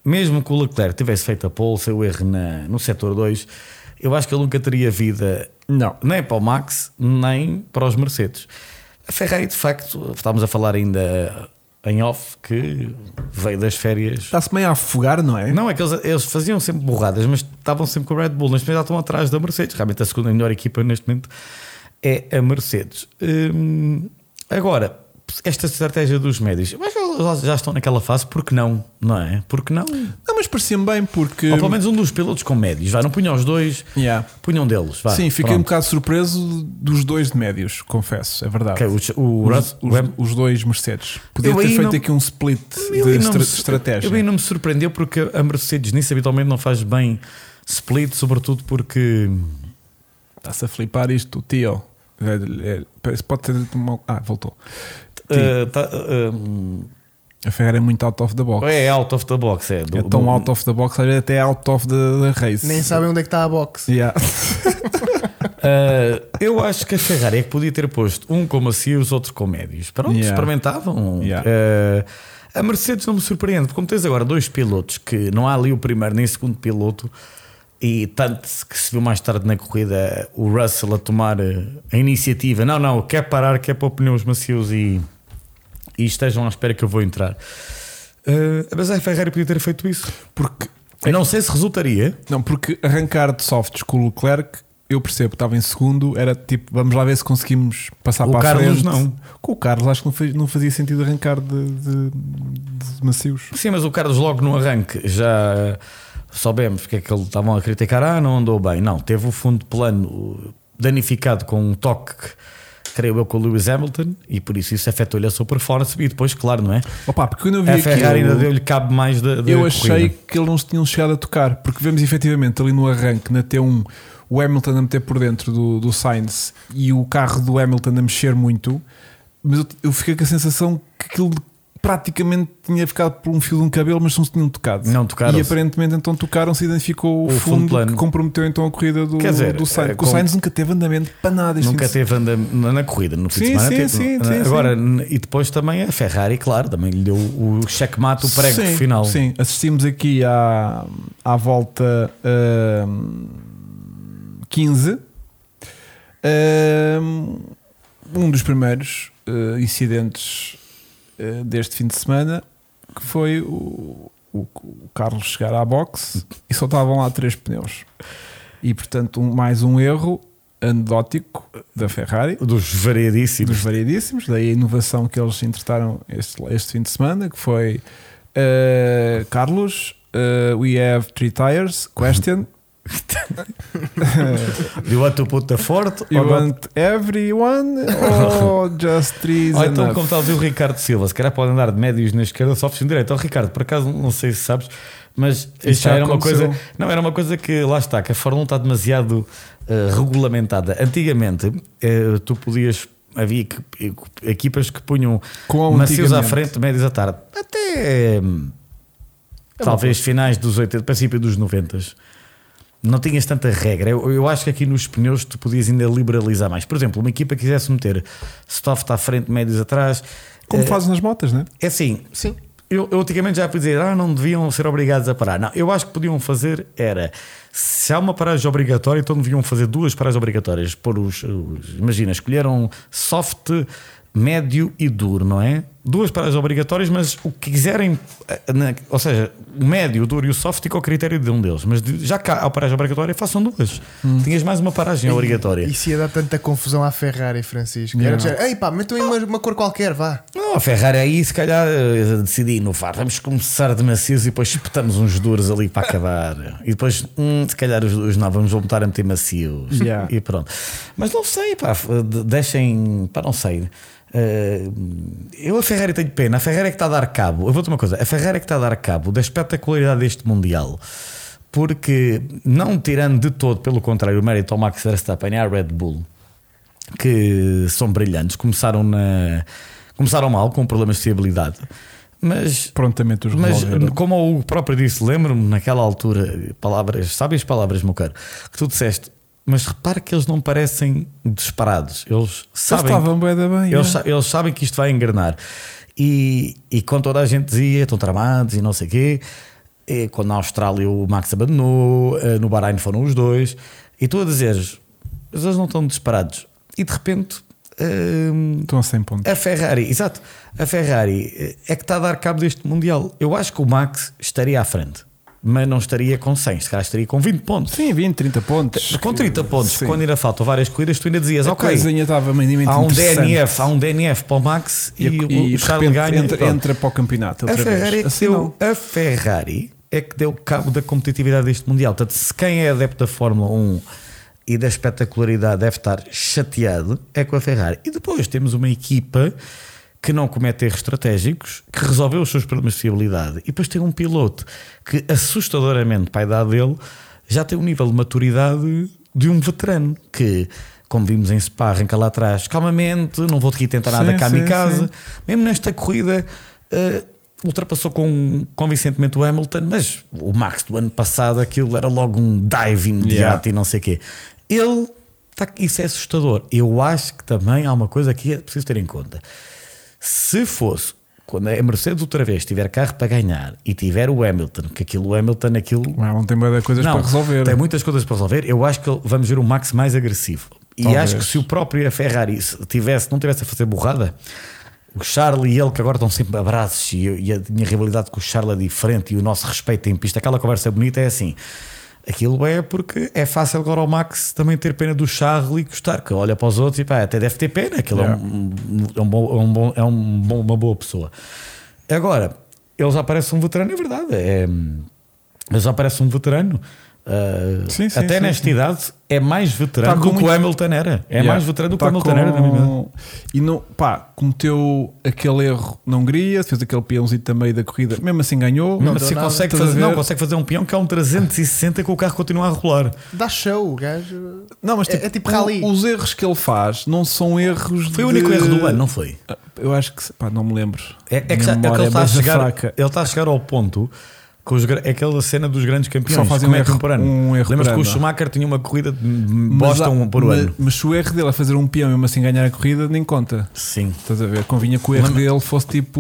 mesmo que o Leclerc tivesse feito a pole, seu erro na, no setor 2, eu acho que ele nunca teria vida
Não.
nem para o Max, nem para os Mercedes. A Ferrari, de facto, estávamos a falar ainda em off que veio das férias
Está-se meio a afogar, não é?
não, é que eles, eles faziam sempre borradas, mas estavam sempre com o Red Bull. Neste momento já estão atrás da Mercedes. Realmente a segunda melhor equipa neste momento é a Mercedes. Hum, agora, esta estratégia dos médios, eu acho que eles já estão naquela fase, porque não? Não é? Porque não?
Não, mas parecia-me bem porque.
Ou pelo menos um dos pilotos com médios, vá, não punham os dois,
Yeah.
punham deles. Vá,
Sim, fiquei um
pronto.
bocado surpreso dos dois de médios, confesso, é verdade.
Ok, o- o
Os,
Rus-
os-
Ram-
os dois Mercedes. Podia
Eu
ter
aí
feito
não-
aqui um split
Eu
de
aí não
estra-
me-
estratégia.
Eu aí não me surpreendeu porque a Mercedes nisso habitualmente não faz bem split, sobretudo porque.
é, Está-se a flipar isto, o tio. É- é- parece- Pode ter. uma- Ah, voltou.
eh, tá, eh, hum,
A Ferrari é muito out of the box.
é out of the box. É, do-
É tão
do-
out of the box, olha, até out of the, the race.
Nem sabem onde é que está a box.
Yeah.
Ah, eu acho que a Ferrari é que podia ter posto um como assim e os outros com médios. Pronto,
Yeah.
experimentavam.
Yeah.
Ah, a Mercedes não me surpreende, porque como tens agora dois pilotos que não há ali o primeiro nem o segundo piloto, e tanto se- que se viu mais tarde na corrida o Russell a tomar eh, a iniciativa: não, não, quer parar, quer pôr pneus macios e, e estejam à espera que eu vou entrar. Ah, mas a Ferrari podia ter feito isso.
Porque,
Eu não sei se resultaria.
não, porque arrancar de softs com o Leclerc, eu percebo, estava em segundo, era tipo, vamos lá ver se conseguimos passar
O
para a
Carlos
frente.
não.
Com o Carlos, acho que não fazia, não fazia sentido arrancar de, de- de macios.
Sim, mas o Carlos logo no arranque já soubemos porque é que ele estavam a criticar, ah, não andou bem. Não, teve o fundo de plano danificado com um toque, creio eu, com o Lewis Hamilton e por isso isso afetou-lhe a sua performance e depois, claro, não é?
Opa, porque quando eu vi
A Ferrari
aquilo-
ainda deu-lhe cabo mais da da
Eu achei
corrida.
que eles não se tinham chegado a tocar, porque vemos efetivamente ali no arranque, na T1, o Hamilton a meter por dentro do, do Sainz e o carro do Hamilton a mexer muito, mas eu, eu fiquei com a sensação que aquilo praticamente tinha ficado por um fio de um cabelo, mas não se tinham tocado.
Não tocaram-se.
E aparentemente então tocaram-se e identificou o,
O fundo
fundo,
plano.
que comprometeu então a corrida do,
Quer dizer,
do Sainz.
é,
Porque o
com-
Sainz nunca teve andamento para nada. este
Nunca
fim de
teve anda na, na corrida, no fim de
Sim,
semana
sim,
teve. é?
sim, sim,
Agora, e depois também a Ferrari, claro, também lhe deu o checkmate, o prego
Sim,
final.
Sim, assistimos aqui à, à volta hum, ahm, 15. ahm, um dos primeiros eh, incidentes eh, deste fim de semana que foi o, o- o Carlos chegar à boxe e só estavam lá três pneus. E portanto, um- mais um erro anedótico da Ferrari
Dos variedíssimos.
dos variedíssimos, daí a inovação que eles entretaram este, este fim de semana, que foi eh, Carlos, eh, we have three tires, question.
Oh, Do what to put the forte
You
or what
want everyone or just three is
Ou então, como
enough?
está a dizer o Ricardo Silva, se calhar pode andar de médios na esquerda, softs na direita. Ó Oh, Ricardo, por acaso não sei se sabes, mas
Isso
isto já
já
era uma
aconteceu.
coisa. Não, era uma coisa que lá está, que a Fórmula 1 está demasiado eh, regulamentada. Antigamente, eh, tu podias. Havia equi- equipas que punham
Quão
macios à
antigamente?
frente, médios à tarde. Até. hum, talvez finais dos 80, princípio dos 90. Não tinhas tanta regra. Eu, eu acho que aqui nos pneus tu podias ainda liberalizar mais. Por exemplo, uma equipa que quisesse meter soft à frente, médios atrás.
Como
eh,
fazes nas motas, né?
É assim,
Sim.
eu, eu antigamente já podia dizer, ah, não deviam ser obrigados a parar. Não, eu acho que podiam fazer era, se há uma paragem obrigatória, então deviam fazer duas paragens obrigatórias. Por os, os- imagina, escolheram soft, médio e duro, não é? Duas paragens obrigatórias, mas o que quiserem, eh, na- ou seja, o médio, o duro e o soft fica ao critério de um deles. Mas de- já cá há a paragem obrigatória, façam duas. Tinhas mais uma paragem obrigatória.
Isso ia dar tanta confusão à Ferrari, Francisco. Era
Yeah.
dizer, ei pá, metam aí uma, uma cor qualquer, vá.
Não, a Ferrari aí se calhar eh, decidi inovar. Vamos começar de macios e depois espetamos uns duros ali para acabar. E depois, hum, se calhar os, os não, vamos voltar a meter macios.
Yeah.
E pronto. Mas não sei, pá, f- de- deixem, pá, não sei. Eh, eu a Ferrari tenho pena. A Ferrari é que está a dar cabo. Eu vou-te uma coisa: a Ferrari é que está a dar cabo da espetacularidade deste Mundial. Porque, não tirando de todo, pelo contrário, o mérito ao Max Verstappen e à Red Bull, que são brilhantes, começaram, na, começaram mal, com problemas de fiabilidade, mas
Prontamente os né?
mas hum, eh,
resolveram.
como o próprio disse, lembro-me naquela altura, palavras, sábias palavras, meu caro, que tu disseste, mas repare que eles não parecem disparados, eles
Eles
sabem.
estavam bem, da bem.
Eles,
é.
sa- eles sabem que isto vai engrenar. E, e quando toda a gente dizia, estão tramados e não sei o quê, e quando na Austrália o Max abandonou, eh, no Bahrein foram os dois, e tu a dizeres, mas eles não estão disparados. E de repente, hum,
Estão a 100 pontos.
a Ferrari, exato, a Ferrari eh, é que está a dar cabo deste Mundial. Eu acho que o Max estaria à frente, mas não estaria com 100, se calhar estaria com 20 pontos.
Sim, 20, 30 pontos.
Com 30 pontos,
Sim.
quando ainda faltam várias corridas, tu ainda dizias,
A
ok,
coisinha estava minimamente
há um
interessante.
DNF, há um DNF para o Max e,
E,
o,
e
o
de
Charles
repente
ganha.
entra,
Pronto.
entra para o campeonato
a
outra
Ferrari, é
vez.
que
Assim não.
deu, a Ferrari é que deu cabo da competitividade deste Mundial. Portanto, se quem é adepto da Fórmula 1 e da espetacularidade deve estar chateado, é com a Ferrari. E depois temos uma equipa que não comete erros estratégicos, que resolveu os seus problemas de fiabilidade. E depois tem um piloto que, assustadoramente, para a idade dele, já tem um nível de maturidade de um veterano que como vimos em Spa, arranca lá atrás calmamente, não vou aqui tentar nada
Sim,
cá
sim,
em casa.
sim.
Mesmo nesta corrida, eh, ultrapassou com, convincentemente o Hamilton, mas o Max do ano passado aquilo era logo um dive imediato
Yeah.
e não sei o quê. Ele, tá- isso é assustador. Eu acho que também há uma coisa que é preciso ter em conta. Se fosse quando a Mercedes outra vez tiver carro para ganhar e tiver o Hamilton, que aquilo, o Hamilton, aquilo
Mas não tem bué de coisas para resolver.
tem muitas coisas para resolver. Eu acho que vamos ver o Max mais agressivo. E
Talvez.
acho que se o próprio Ferrari se tivesse, não tivesse a fazer borrada, o Charles e ele, que agora estão sempre abraços, e, eu- e a minha rivalidade com o Charles é diferente, e o nosso respeito em pista, aquela conversa bonita é assim. Aquilo é porque é fácil agora ao Max também ter pena do Charles e gostar, que olha para os outros e pá, até deve ter pena, aquilo é, um, é, um bom, é, um bom, é um bom- uma boa pessoa. Agora, ele já parece um veterano, é verdade, é, ele já parece um veterano. Ah,
Sim, sim,
até
sim,
nesta idade é mais veterano
Tá
do
com
que o
muito-
Hamilton era. É
Yeah.
mais veterano do que
Tá
o Hamilton era. na minha opinião.
E não, pá, cometeu aquele erro na Hungria, fez aquele peãozinho também da corrida, mesmo assim ganhou.
Não,
deu
se
nada,
consegue
estás a
fazer,
ver?
não, consegue fazer um peão que é um 360 que o carro continua a rolar.
Dá show, o gajo.
Não, mas
É-
tipo,
é tipo rally.
o- os erros que ele faz não são erros.
Foi o
de- Ah,
único erro do ano, não foi?
Eu acho que pá, não me lembro.
É, é que,
Minha
já- é que
memória
ele, está a
bué
chegar,
fraca.
ele está a chegar ao ponto com os, gra- é aquela cena dos grandes campeões.
Só fazem
como
um
é
erro-
contemporâneo.
um erro
Lembras
por
que o
ano.
Schumacher tinha uma corrida de
Mas
bosta
há-
um por
mas,
ano.
Mas se o erro dele é fazer um peão e mesmo assim ganhar a corrida, nem conta.
Sim.
Estás a ver? Convinha que o erro dele fosse tipo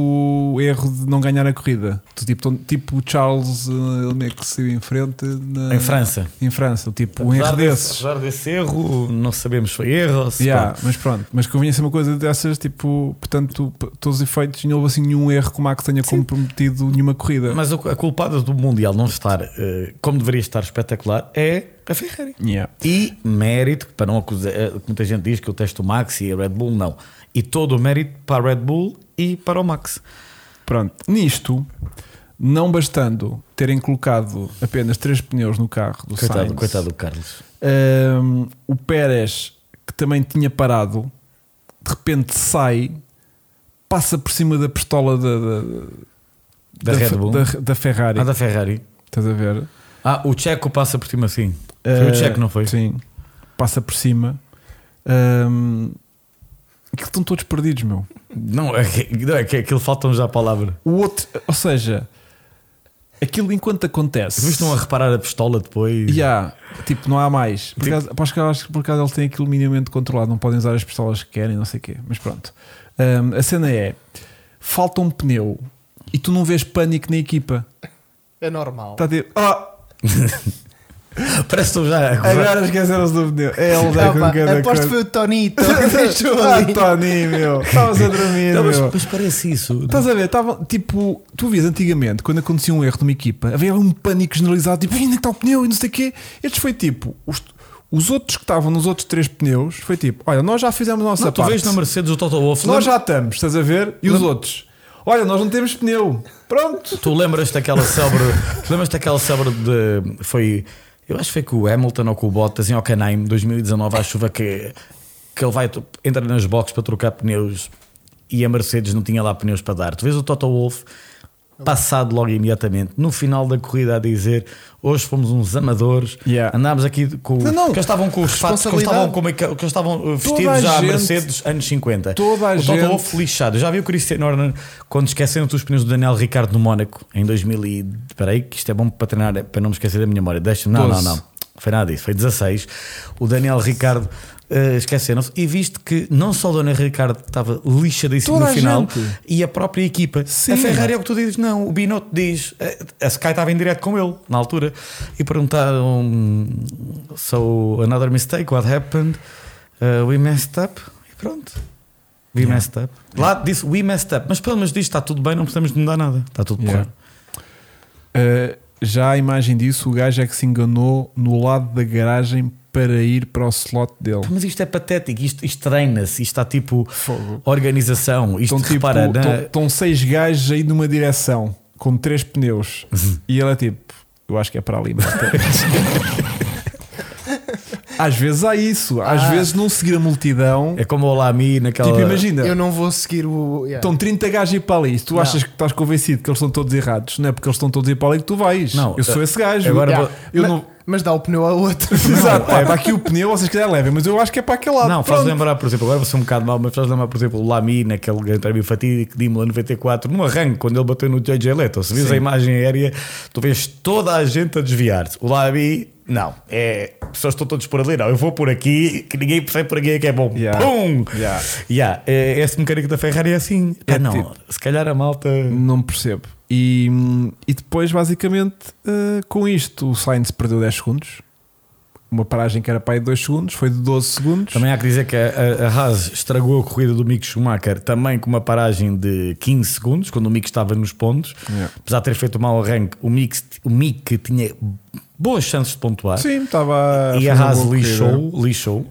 o erro de não ganhar a corrida. Tu, Tipo, tão- tipo o Charles, eh, ele meio que saiu em frente na-
Em França.
Em França, tipo Eh, um erro desses.
Apesar desse erro, não sabemos se foi erro ou se
Yeah, mas pronto, mas convinha ser uma coisa dessas, tipo, portanto, p- todos os efeitos, não houve assim nenhum erro que o Max tenha comprometido nenhuma corrida.
Mas a a culpada do Mundial não estar eh, como deveria estar espetacular é a Ferrari.
Yeah.
E mérito, para não acusar, eh, muita gente diz que eu testo o Max e a Red Bull, não. E todo o mérito para a Red Bull e para o Max.
Pronto, nisto, não bastando terem colocado apenas três pneus no carro do
Coitado,
Sainz,
coitado do Carlos.
hum, o Pérez, que também tinha parado, de repente sai, passa por cima da pistola da, da-
Da Red
Fe-
Bull?
da, da Ferrari.
Ah, da Ferrari.
Estás a ver?
Ah, o Checo passa por cima assim. Foi
Eh,
o Checo, não foi?
Sim, passa por cima. Hum, aquilo estão todos perdidos, meu.
Não, é que, não, é que aquilo faltam já a palavra.
O outro, ou seja, aquilo enquanto acontece.
Vocês estão Tipo, a reparar a pistola depois.
E há, tipo, não há mais. Por
Tipo-
acaso, acho que- acho que por acaso eles têm aquilo minimamente controlado, não podem usar as pistolas que querem, não sei o quê. Mas pronto. Hum, a cena é: falta um pneu e tu não vês pânico na equipa.
É normal.
Está tipo, oh,
Parece que estão já a acusar.
agora esqueceram-se do pneu. É ele dá
Ah,
com
pá,
cada
aposto
coisa.
que foi o Tonito que deixou ali.
Ah, Tony, meu, estavas a dormir.
Não, mas,
meu. Então,
mas parece isso.
Estás a ver? Tava, tipo, tu vias antigamente, quando acontecia um erro numa equipa, havia um pânico generalizado, tipo, ainda está o pneu e não sei o quê. Estes foi tipo, os, os outros que estavam nos outros três pneus, foi tipo, olha, nós já fizemos a nossa
Não, tu
parte.
vês na Mercedes o Toto Wolff.
Nós já estamos, estás a ver? E os outros? Olha, nós não temos pneu. Pronto.
Tu lembras daquela sobre. tu lembras daquela sobre de. Foi. Eu acho que foi com o Hamilton ou com o Bottas em Hockenheim 2019 à chuva que, que ele vai entra nas boxes para trocar pneus e a Mercedes não tinha lá pneus para dar. Tu vês o Toto Wolff passado logo imediatamente, no final da corrida a dizer hoje fomos uns amadores,
Yeah.
andámos aqui com
Não, não.
que eles estavam com os fatos, que eles estavam,
Responsabilidade.
como é que, que eles estavam uh,
a
vestidos já a
gente-
Mercedes anos 50.
toda a
o Toto
gente-
Wolff lixado. Eu Já vi o Cristiano Horner quando esqueceram os pneus do Daniel Ricardo no Mónaco em 2000 e... Espera aí que isto é bom para treinar, para não me esquecer da minha memória. Deixa Não, não,
12.
não. Foi nada disso. Foi 16. O Daniel Ricardo eh, esqueceram-se e viste que não só o Daniel Ricardo estava lixadíssimo
Toda
no
a
final
gente.
e a própria equipa.
Sim.
A Ferrari é o que tu dizes. Não, o Binotto diz. eh, A Sky estava em direto com ele na altura e perguntaram So another mistake, what happened? Uh, we messed up e pronto. We messed up. Lá disse we messed up, mas pelo menos diz está tudo bem, não precisamos de mudar nada. Está tudo
Yeah.
porra.
Uh, já a imagem disso, o gajo é que se enganou no lado da garagem para ir para o slot dele.
Mas isto é patético, isto, isto treina-se, isto está tipo
Fogo.
organização, isto
Estão tipo,
repara, na-
tão- tão seis gajos aí numa direção com três pneus
Uhum.
e ele é tipo, eu acho que é para ali. malta." às vezes há isso, às
Ah.
vezes não seguir a multidão.
é como o Lami naquela.
tipo, imagina,
Eu não vou seguir o. yeah.
Então,
estão 30 Então, gajos a ir para ali. Se tu
Não.
achas que estás convencido que eles estão todos errados, não é porque eles estão todos a ir para ali que tu vais.
Não,
eu sou
eh,
esse gajo.
agora
Yeah.
vou-
eu
Mas-
não.
mas dá o pneu ao outro.
Exato, pá, para aqui o pneu, vocês quiserem levem, mas eu acho que é para aquele lado.
é- Não, faz
Pronto.
lembrar, por exemplo, agora vou ser um bocado mal, mas faz lembrar, por exemplo, o Lami naquele grande prémio fatídico de Imola 94, no arranque, quando ele bateu no JJ Leto. Se vês a imagem aérea, tu vês toda a gente a desviar-se. O Lami, não, é. Só estão todos por ali, não. Eu vou por aqui, que ninguém percebe por aqui é que é bom.
Yeah.
Pum!
Yeah.
Yeah, é, esse mecânico da Ferrari é assim.
É
ah, não,
tipo-
se calhar a malta.
Não percebo. E, e depois, basicamente, eh, com isto, o Sainz perdeu 10 segundos. Uma paragem que era para aí 2 segundos, foi de 12 segundos.
Também há que dizer que a, a- a Haas estragou a corrida do Mick Schumacher também com uma paragem de 15 segundos, quando o Mick estava nos pontos.
Yeah.
Apesar de ter feito um mau arranque, o Mick, o Mick tinha boas chances de pontuar.
Sim, estava.
é E
fazer
a
uma
Haas
boa corrida.
lixou, lixou.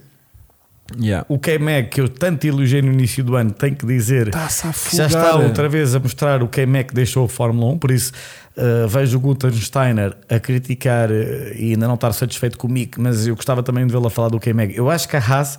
Yeah.
O K-Mag, que eu tanto elogiei no início do ano, tenho que dizer
Está-se a
que já
afogar.
está outra vez a mostrar o K-Mag que é deixou a Fórmula 1. Por isso, eh, vejo o Gunther Steiner a criticar eh, e ainda não estar satisfeito com o Mick, mas eu gostava também de vê-la falar do K-Mag. Eu acho que a Haas.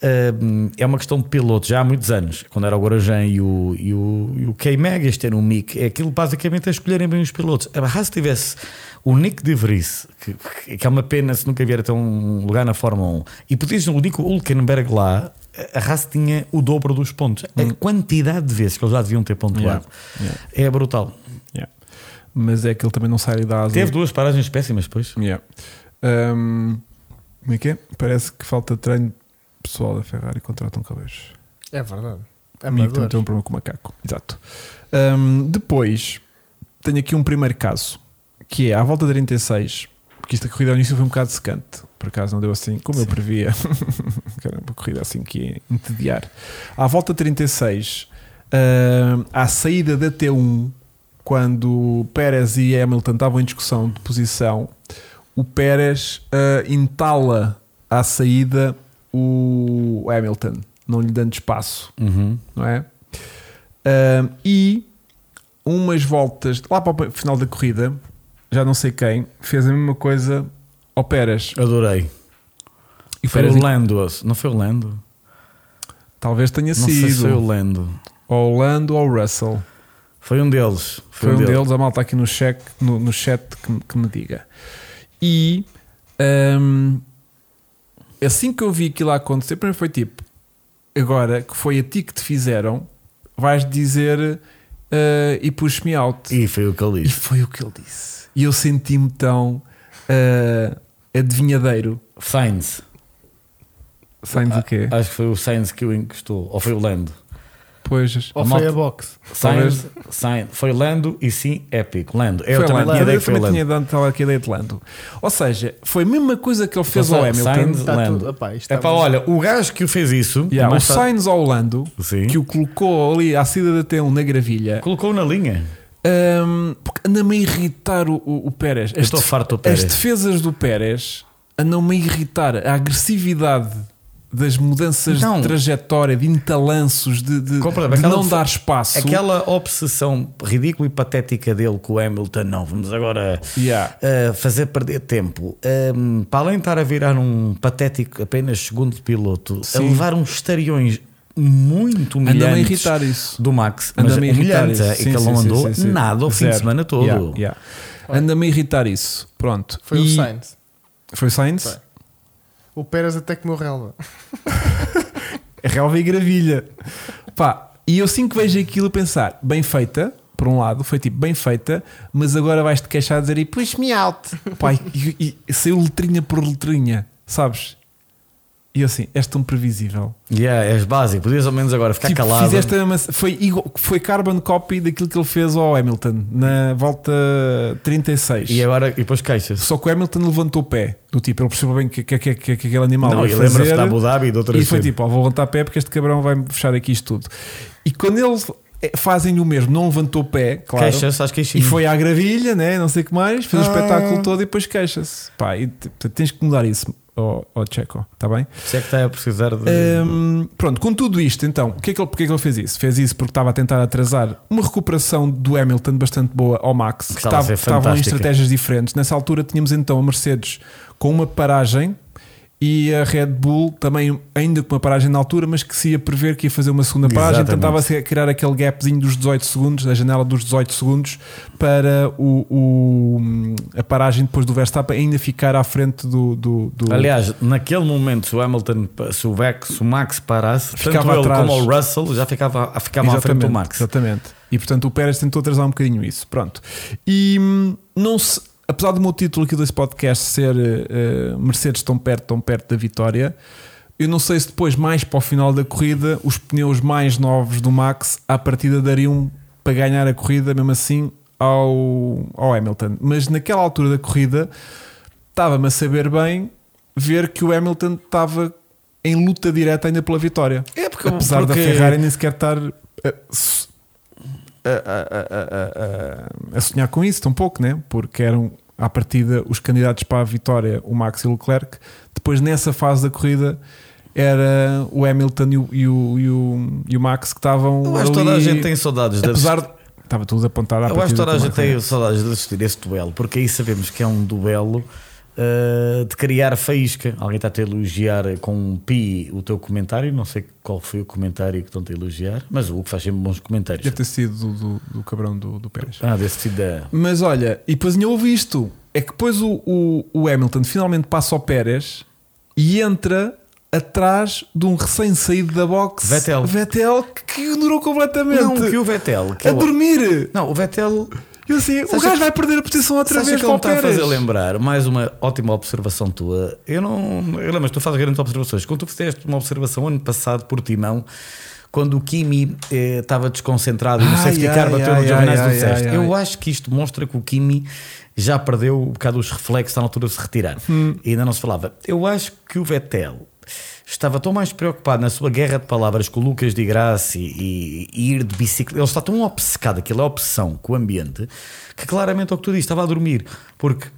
eh, É uma questão de piloto já há muitos anos, quando era o Guarajan e o, e o, e o K-Mag, este era o Mick. É aquilo basicamente a escolherem bem os pilotos. A Haas tivesse o Nick de Vries, que, que- que é uma pena se nunca vier a ter um lugar na Fórmula 1, e podias o Nico Hulkenberg lá, a Haas tinha o dobro dos pontos. A quantidade de vezes que eles já deviam ter pontuado
Yeah.
é brutal.
Yeah. Mas é que ele também não sai da asa.
Teve duas paragens péssimas depois.
Yeah. Ahm, como é que é? Parece que falta treino pessoal da Ferrari contratam um cabelos.
É verdade.
Amigo também
Amador.
tem
então.
um problema com o macaco. Exato. Ahm, depois, tenho aqui um primeiro caso, que é à volta de 36, porque esta corrida ao início foi um bocado secante, por acaso não deu assim, como eu previa. Caramba, uma corrida assim que ia entediar. À volta de 36, ahm, à saída da T1, quando Pérez e Hamilton estavam em discussão de posição, o Pérez ah, entala à saída o Hamilton, não lhe dando espaço
Uhum.
não é? Ahm, e umas voltas lá para o final da corrida, já não sei quem, fez a mesma coisa ao Pérez.
Adorei.
E
Foi assim-
Pérez
o Lando, não foi o Lando?
talvez tenha
Não sei se foi o
sido
Lando.
ou o Lando ou o Russell.
Foi um deles.
Foi, um deles, a malta aqui no, check, no, no chat que, me- que me diga. E ahm, assim que eu vi aquilo a acontecer, primeiro foi tipo: agora que foi a ti que te fizeram, vais dizer ah, e push-me out.
E foi o que ele
E
disse.
foi o que ele disse. E eu senti-me tão ah, adivinhadeiro.
Sainz.
Sainz o quê?
Acho que foi o Sainz que o encostou. Ou foi o Lando.
ah, Pois.
Ou
A
foi
malta-
a box?
Sainz, Sainz. Foi Lando e sim, épico. Lando. Eu
Foi
também
Lando.
tinha ideia
Eu
que foi o
também
Lando.
tinha dado tal aqui da Atlanta. Ou seja, foi a mesma coisa que ele fez
Ou
ao
seja,
Hamilton.
Sainz-
Está
Lando.
tudo. Epá, isto
É
está
pá, olha, o gajo que o fez isso.
Yeah, o
mais tarde-
Sainz ao Lando,
Sim.
que o colocou ali à saída da T1 na gravilha,
Colocou na linha.
Ahm, porque anda-me a irritar o, o, o Pérez. As
estou
def-
farto do Pérez.
As defesas do Pérez andam-me a irritar. A agressividade das mudanças
Não.
Então-
de trajetória, de entalanços, de, de,
Compra-
de
aquela
não
fe-
dar espaço.
Aquela obsessão ridícula e patética dele com o Hamilton, não, vamos agora
Yeah.
uh, fazer perder tempo. Um, para além de estar a virar um patético apenas segundo piloto,
Sim.
a levar uns estariões muito humilhantes
Anda-me a irritar isso.
do Max, mas
Anda-me a irritar
humilhantes,
isso.
é, e
Sim,
que ele
sim,
não
sim,
andou
sim, sim.
nada o fim de
Zero.
semana todo.
Yeah, yeah. Anda-me a irritar isso. Pronto.
Foi
E-
o Sainz.
Foi o Sainz?
Foi. O Pérez até que morreu.
É relva e gravilha. Pá, e eu assim que vejo aquilo a pensar, bem feita, por um lado, foi tipo bem feita, mas agora vais-te queixar a dizer e push-me out. Pá, e, e- e saiu letrinha por letrinha, sabes? E eu assim, és tão previsível.
Yeah, és básico, podias ao menos agora ficar
Tipo,
calado.
fizeste a mesma- foi, igual- foi carbon copy daquilo que ele fez ao Hamilton na volta 36.
E é agora e depois queixas.
Só que o Hamilton levantou o pé, do tipo, ele percebeu bem o que, que, que, que, que aquele animal
Não,
vai
e lembra-se
fazer.
da Abu Dhabi e de outras
E foi
cenas.
tipo, ó, vou levantar pé porque este cabrão vai-me fechar aqui isto tudo. E quando eles eh, fazem o mesmo, não levantou o pé, claro.
Queixas, acho que é
E foi à gravilha, né? não sei o que mais, fez o
Ah.
espetáculo todo e depois queixa-se. Pá, e, t- tens que mudar isso, ó ó Checo, está bem?
Se é que está a precisar de.
Hum, pronto, com tudo isto, então, o que é que ele, porque é que ele fez isso? Fez isso porque estava a tentar atrasar uma recuperação do Hamilton bastante boa ao Max, que
estava a ser
estavam em
fantástica.
estratégias diferentes. Nessa altura tínhamos então a Mercedes com uma paragem e a Red Bull também, ainda com uma paragem na altura, mas que se ia prever que ia fazer uma segunda paragem,
Exatamente.
tentava-se a criar aquele gapzinho dos 18 segundos, da janela dos 18 segundos, para o, o- a paragem depois do Verstappen ainda ficar à frente do. do, do-
Aliás, naquele momento, se o Hamilton, se o, Vex, se o Max parasse,
Ficava
tanto ele
atrás.
como o Russell já ficava, ficava à frente
Exatamente,
do Max.
Exatamente. E portanto o Pérez tentou atrasar um bocadinho isso. Pronto. E hum, não se. Apesar do meu título aqui desse podcast ser eh, eh, Mercedes tão perto, tão perto da vitória, eu não sei se depois, mais para o final da corrida, os pneus mais novos do Max à partida dariam para ganhar a corrida, mesmo assim, ao, ao Hamilton. Mas naquela altura da corrida, estava-me a saber bem ver que o Hamilton estava em luta direta ainda pela vitória.
É porque-
Apesar
porque-
da Ferrari nem sequer estar a, s- a- a- a- a- a- a sonhar com isso, tão pouco, né? Porque eram à partida os candidatos para a vitória, o Max e o Leclerc. Depois, nessa fase da corrida, era o Hamilton e o, e o, e o- e o Max que estavam.
Eu acho que
ali,
toda a gente tem saudades de
Apesar de. Estava tudo apontado à
Eu acho que
partida
toda a
para o
gente
Max, né?
tem saudades de assistir esse duelo, porque aí sabemos que é um duelo uh, de criar faísca. Alguém está a te elogiar com um pi o teu comentário, não sei qual foi o comentário que estão a elogiar, mas o que faz sempre bons comentários.
Deve ter sido do, do- do cabrão do, do Pérez.
Ah, desse tipo de.
Mas olha, e depois ainda houve isto: é que depois o, o, o Hamilton finalmente passa ao Pérez e entra atrás de um recém-saído da boxe
Vettel.
Vettel que ignorou completamente.
Não, que o Vettel. Que
a
eu-
dormir!
Não, o Vettel.
Eu assim, o
Sabes
gajo
que-
vai perder a posição outra
Sabes o
vez
que
para o
ele me está a
Pérez.
fazer lembrar? Mais uma ótima observação tua. Eu não. Eu lembro, tu fazes grandes observações. Quando tu fizeste uma observação ano passado por Timão, quando o Kimi eh, estava desconcentrado e no
Ai,
safety
ai,
car bateu
ai,
no Giovinazzi,
ai,
tu
ai,
disseste.
ai,
Eu
ai.
acho que isto mostra que o Kimi já perdeu um bocado os reflexos, está na altura de se retirar.
Hum.
E ainda não se falava. Eu acho que o Vettel. Estava tão mais preocupado na sua guerra de palavras com o Lucas de Graça e, e ir de bicicleta. Ele está tão obcecado, aquilo é obsessão com o ambiente, que claramente é o que tu dizes, estava a dormir. Porque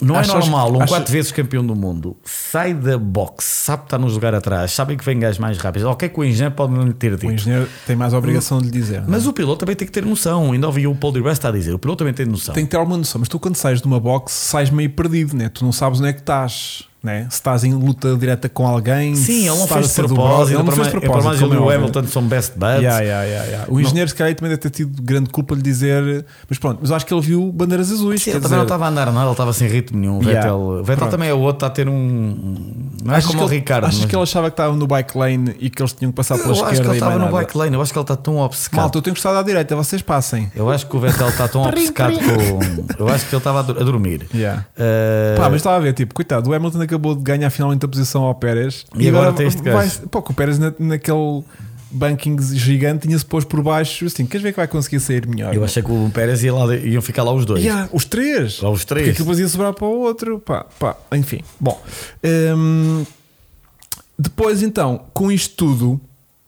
não
Achas
é normal
que-
um
achas-
quatro vezes campeão do mundo sai da box, sabe que está nos lugar atrás, sabe que vem gajos mais rápidos. Ok, que o engenheiro pode não lhe ter
O
dito.
engenheiro tem mais a obrigação de lhe dizer. não é?
Mas o piloto também tem que ter noção. Ainda ouvi o Paul de Resta a dizer: o piloto também tem noção.
Tem que ter alguma noção, mas tu quando sais de uma box sais meio perdido, né? tu não sabes onde é que estás, né? se estás em luta direta com alguém,
Sim, ele
se
não
estás
fez
a
de
ser do
propósito.
brother, ele não fez
é, para
de
mais- para mais
propósito.
ele e
como
o
é óbvio.
Hamilton são best buds.
Yeah, yeah, yeah, yeah. O engenheiro, se calhar, também deve ter tido grande culpa de lhe dizer, mas pronto, mas acho que ele viu bandeiras azuis.
Sim,
quer
ele também não
dizer,
estava a andar nada, ele estava sem ritmo nenhum. O
Yeah.
Vettel, o Vettel
Pronto.
também é o outro, está a ter um. Não é
achas
como
que
o
ele-
Ricardo.
Achas
mas-
que ele achava que estava no bike lane e que eles tinham que passar pela
eu acho que
esquerda
ele
e
estava
mais
no
nada.
bike lane, eu acho que ele está tão obcecado.
Malta, eu tenho gostado à direita, é vocês passem.
Eu acho que o Vettel está tão obcecado com. Eu acho que ele estava a dur- a dormir.
Yeah.
Eh,
Pá, mas estava a ver, tipo, coitado, o Hamilton acabou de ganhar finalmente a posição ao Pérez
E agora tem este
vai-
gajo.
Pô, que o Pérez na- naquele banking gigante tinha-se pôs por baixo, assim, queres ver que vai conseguir sair melhor?
eu achei que o Pérez ia lá, iam ficar lá os dois.
Yeah, os três.
Lá os três.
Porque aquilo depois ia sobrar para o outro. Pá, pá, enfim. Bom, hum, depois então, com isto tudo,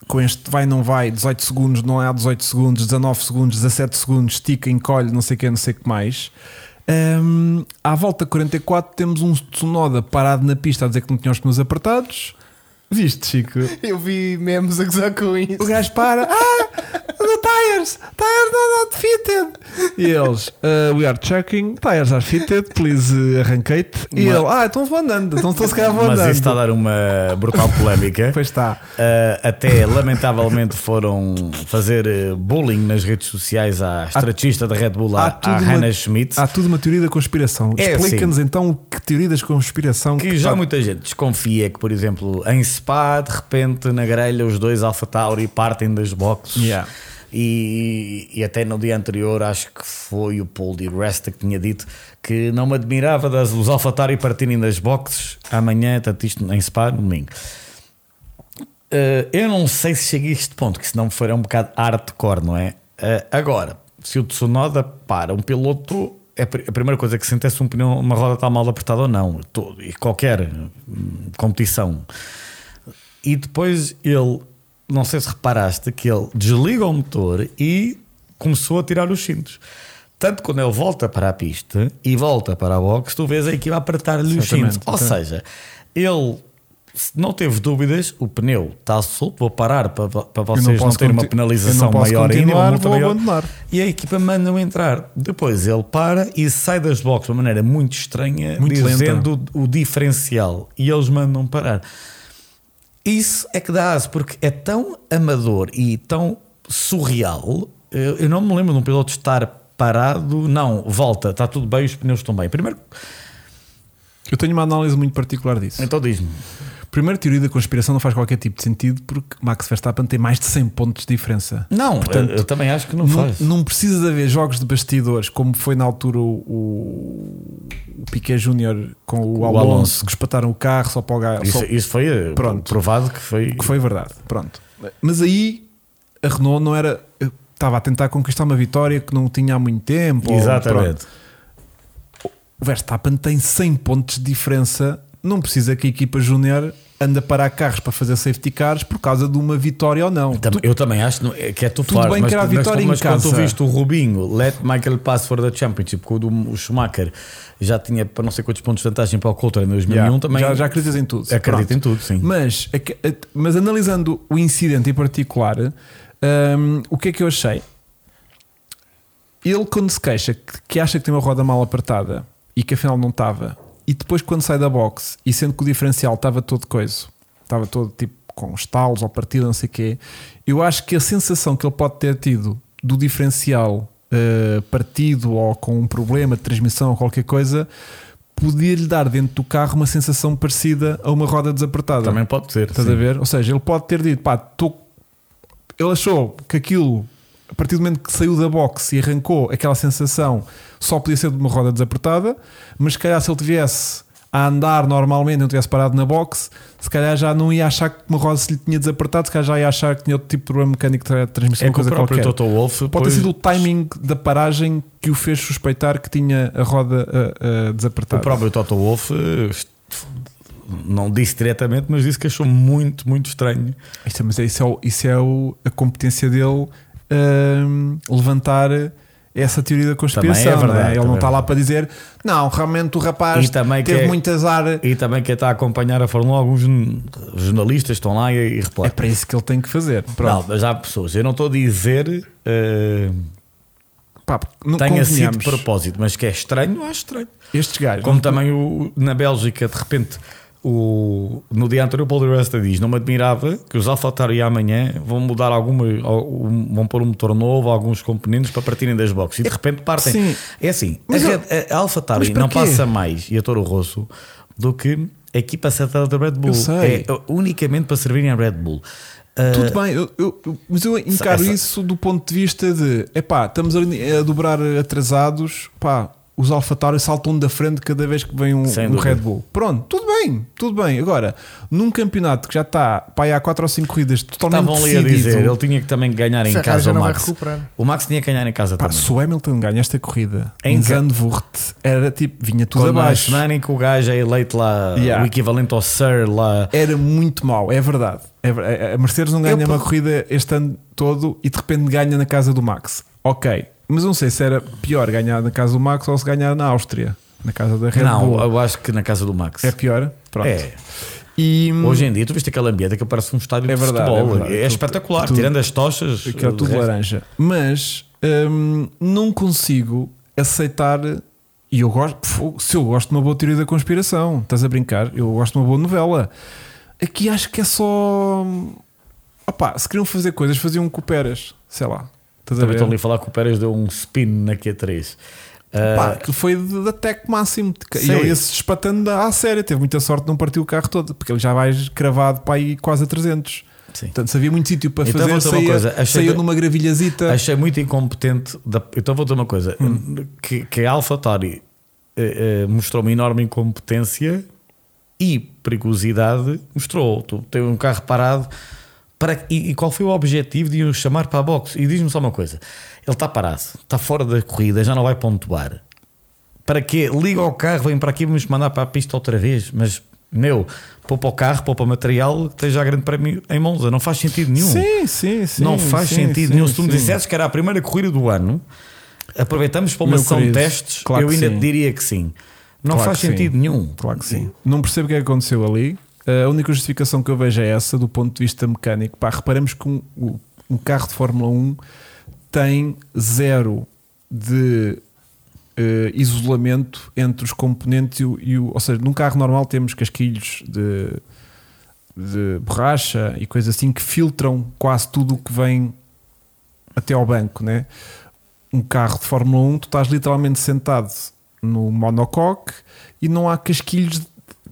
com este vai, não vai, 18 segundos, não há 18 segundos, 19 segundos, 17 segundos, estica, encolhe, não sei o que, não sei o que mais. hum, à volta 44 temos um Tsunoda parado na pista a dizer que não tinha os pneus apertados. Viste, Chico?
Eu vi memes a gozar com
O
isso.
gajo para. Ah! The tires! Tires are not fitted! E eles, "Uh, we are checking, tires are fitted, please uh, arrancate. E
Mas-
ele, ah, então vou andando, então estou se calhar vou
Mas isso
andando.
está a dar uma brutal polémica.
Pois está.
Eh, até lamentavelmente foram fazer eh, bullying nas redes sociais à estrategista da Red Bull, à, à Hannah Schmidt.
há tudo uma teoria da conspiração.
É,
Explica-nos então que teoria da conspiração
Que já
está-
muita gente desconfia que, por exemplo, em Spa, de repente na grelha, os dois Alpha Tauri partem das boxes.
Yeah.
E, e até no dia anterior, acho que foi o Paul de Resta que tinha dito que não me admirava das, os Alpha Tauri partirem das boxes amanhã, tanto isto em Spa, no domingo. Eh, eu não sei se cheguei a este ponto, que senão for um bocado hardcore, não é? Eh, agora, se o Tsunoda para um piloto, é a pri- a primeira coisa que se sente é se um pneu, uma roda está mal apertada ou não, to- e qualquer hum, competição. E depois ele, não sei se reparaste, que ele desliga o motor e começou a tirar os cintos. Tanto quando ele volta para a pista e volta para a box, tu vês a equipa a apertar-lhe os
Exatamente,
cintos. Ou seja, ele Se não teve dúvidas, o pneu está solto. Vou parar para, para
não
vocês não,
posso
terem uma
conti- eu
penalização
não posso
maior ainda.
continuar,
uma multa
vou
maior.
abandonar.
E a equipa manda-o entrar. Depois ele para e sai das boxes de uma maneira muito estranha,
Muito lenta.
dizendo o, o diferencial. E eles mandam parar. Isso é que dá asa, porque é tão amador e tão surreal. Eu, eu não me lembro de um piloto estar parado. Não, volta, está tudo bem, os pneus estão bem. Primeiro,
Eu tenho uma análise muito particular disso.
então diz-me.
Primeiro, a teoria da conspiração não faz qualquer tipo de sentido porque Max Verstappen tem mais de 100 pontos de diferença.
Não,
Portanto,
eu, eu também acho que não,
Não,
faz.
não precisa de haver jogos de bastidores como foi na altura o, o- o Piquet Júnior com o, Alonso,
Alonso.
que espataram o carro só para o gajo.
Isso,
só-
isso foi eh,
Pronto.
provado que foi.
Que foi verdade. Pronto. Mas aí a Renault não era. Estava a tentar conquistar uma vitória que não tinha há muito tempo. ou- pronto.
Exatamente.
O Verstappen tem 100 pontos de diferença. Não precisa que a equipa Júnior ande a parar carros para fazer safety cars por causa de uma vitória ou não.
Tam- eu também acho não- é que é tu
Tudo bem
mas,
que era a
mas-
vitória em
mas quando tu
casa.
viste o Rubinho, let Michael pass for the championship, quando o o Schumacher já tinha para não sei quantos pontos de vantagem para o Coulter em 2001,
Yeah.
também
já, já acreditas em tudo.
acredito em
Pronto.
tudo, sim.
Mas, a que- a- mas analisando o incidente em particular, hum, o que é que eu achei? Ele, quando se queixa que, que acha que tem uma roda mal apertada e que afinal não estava, e depois quando sai da box e sendo que o diferencial estava todo coiso, estava todo tipo com estalos ou partida, não sei o quê, eu acho que a sensação que ele pode ter tido do diferencial eh, partido ou com um problema de transmissão ou qualquer coisa. Podia-lhe dar dentro do carro uma sensação parecida a uma roda desapertada.
também pode ser.
Estás
sim.
a ver? Ou seja, ele pode ter dito, pá, tô... ele achou que aquilo, a partir do momento que saiu da box e arrancou aquela sensação, só podia ser de uma roda desapertada, mas se calhar se ele tivesse a andar normalmente, não tivesse parado na box, se calhar já não ia achar que uma roda se lhe tinha desapertado, se calhar já ia achar que tinha outro tipo de problema mecânico de transmissão,
É
uma
que o
coisa
próprio
qualquer.
Toto Wolff
Pode ter
depois-
sido o timing da paragem que o fez suspeitar que tinha a roda ah, ah,
O
desapertada.
próprio Toto Wolff eh, est- não disse diretamente, mas disse que achou muito, muito estranho.
Isto, mas isso é, o- isso é o- a competência dele hum, levantar essa teoria da conspiração.
Também é verdade,
não é? Ele
também
não
é
está
verdade.
lá para dizer não, realmente o rapaz
E também que
teve
é-
muito azar.
E também quem está a acompanhar a Fórmula 1, alguns jorn- jornalistas estão lá e, e
É
reportam.
para isso que ele tem que fazer.
não,
Pronto.
mas há pessoas, eu não estou a dizer eh,
Pá, não
tenha sido
Então, convenhamos. é?
de propósito, mas que é estranho, acho estranho.
Estes gajos.
Como também o- na Bélgica, de repente, o, no dia anterior, o Paul de Resta diz: Não me admirava que os Alfa Tauri amanhã vão mudar alguma, al- um- vão pôr um motor novo, alguns componentes para partirem das boxes. E de repente partem.
Sim.
É assim,
Mas
a,
eu-
Red- a Alfa
Mas
Tauri
para
não
quê?
passa mais, e a Toro Rosso, do que a equipa acertada da Red Bull.
sei.
É unicamente para servirem à Red Bull. Ah,
Tudo bem, eu- eu- eu- mas eu encaro
essa-
isso do ponto de vista de epá, estamos ali a dobrar atrasados, pá, os alfatários saltam da frente cada vez que vem um,
Sem
um
dúvida.
Red Bull. Pronto, tudo bem, tudo bem. Agora, num campeonato que já está pá, aí há 4 ou 5 corridas totalmente
Estavam ali a
decidido, é
dizer, ele tinha que também ganhar em
Ferrari
casa
já
o
não vai
Max.
recuperar.
O Max tinha que ganhar em casa
pá,
também.
se o Hamilton ganha esta corrida
Em
em
ca-
Zandvoort, era tipo, vinha tudo
Quando na
abaixo.
semana em que o gajo é eleito lá,
Yeah.
o equivalente ao Sir lá.
Era muito mau, é verdade. É ver- a- a Mercedes não ganha
Eu-
uma corrida este ano todo e de repente ganha na casa do Max. Ok, mas não sei se era pior ganhar na casa do Max ou se ganhar na Áustria, na casa da Red
Não,
Bull.
eu acho que na casa do Max.
É pior? Pronto.
É.
E hum,
Hoje em dia, tu viste aquele ambiente que parece um estádio
É
de
verdade, é
futebol. É,
verdade. Tudo-
espetacular,
tudo-
tirando as tochas.
aquilo é
o
tudo
resto-
laranja. Mas hum, não consigo aceitar. E eu gosto, pô, se eu gosto de uma boa teoria da conspiração, estás a brincar? Eu gosto de uma boa novela. Aqui acho que é só. Opá, se queriam fazer coisas, faziam cooperas, sei lá. Estás a
Também
ver?
estou ali a falar que o Pérez deu um spin na Q3. Ah,
Pá, aquilo foi de, de ataque máximo.
Sim.
E ele ia-se espatando à séria. Teve muita sorte de não partir o carro todo, porque ele já vai cravado para aí quase a 300.
sim.
Portanto, se havia muito sítio para
Então vou
fazer,
dizer uma
saía,
coisa, achei
saía
de-
numa gravilhazita.
Achei muito incompetente. da- Então vou dizer uma coisa: que, que a AlphaTauri eh, eh, mostrou uma enorme incompetência e perigosidade. Mostrou, tu tem um carro parado. Para, e, e qual foi o objetivo de o chamar para a boxe? E diz-me só uma coisa: ele está parado, está fora da corrida, já não vai pontuar. Para quê? Liga ao carro, vem para aqui, vamos mandar para a pista outra vez. Mas, meu, poupa o carro, poupa material, esteja a grande prémio em Monza. Não faz sentido nenhum.
Sim, sim, sim.
não faz
sim,
sentido
sim,
nenhum. Se tu me
sim.
dissesses que era a primeira corrida do ano, aproveitamos para uma
Meu
sessão de
querido,
testes,
claro
eu
que
ainda
sim.
te diria que sim. Não
Claro
faz
que sim.
sentido nenhum.
Claro que sim. Não percebo o que é que aconteceu ali. A única justificação que eu vejo é essa, do ponto de vista mecânico. Pá, reparamos que um, o- um carro de Fórmula 1 tem zero de eh, isolamento entre os componentes e o, e o- Ou seja, num carro normal temos casquilhos de, de borracha e coisas assim que filtram quase tudo o que vem até ao banco, né? Um carro de Fórmula 1, tu estás literalmente sentado no monocoque e não há casquilhos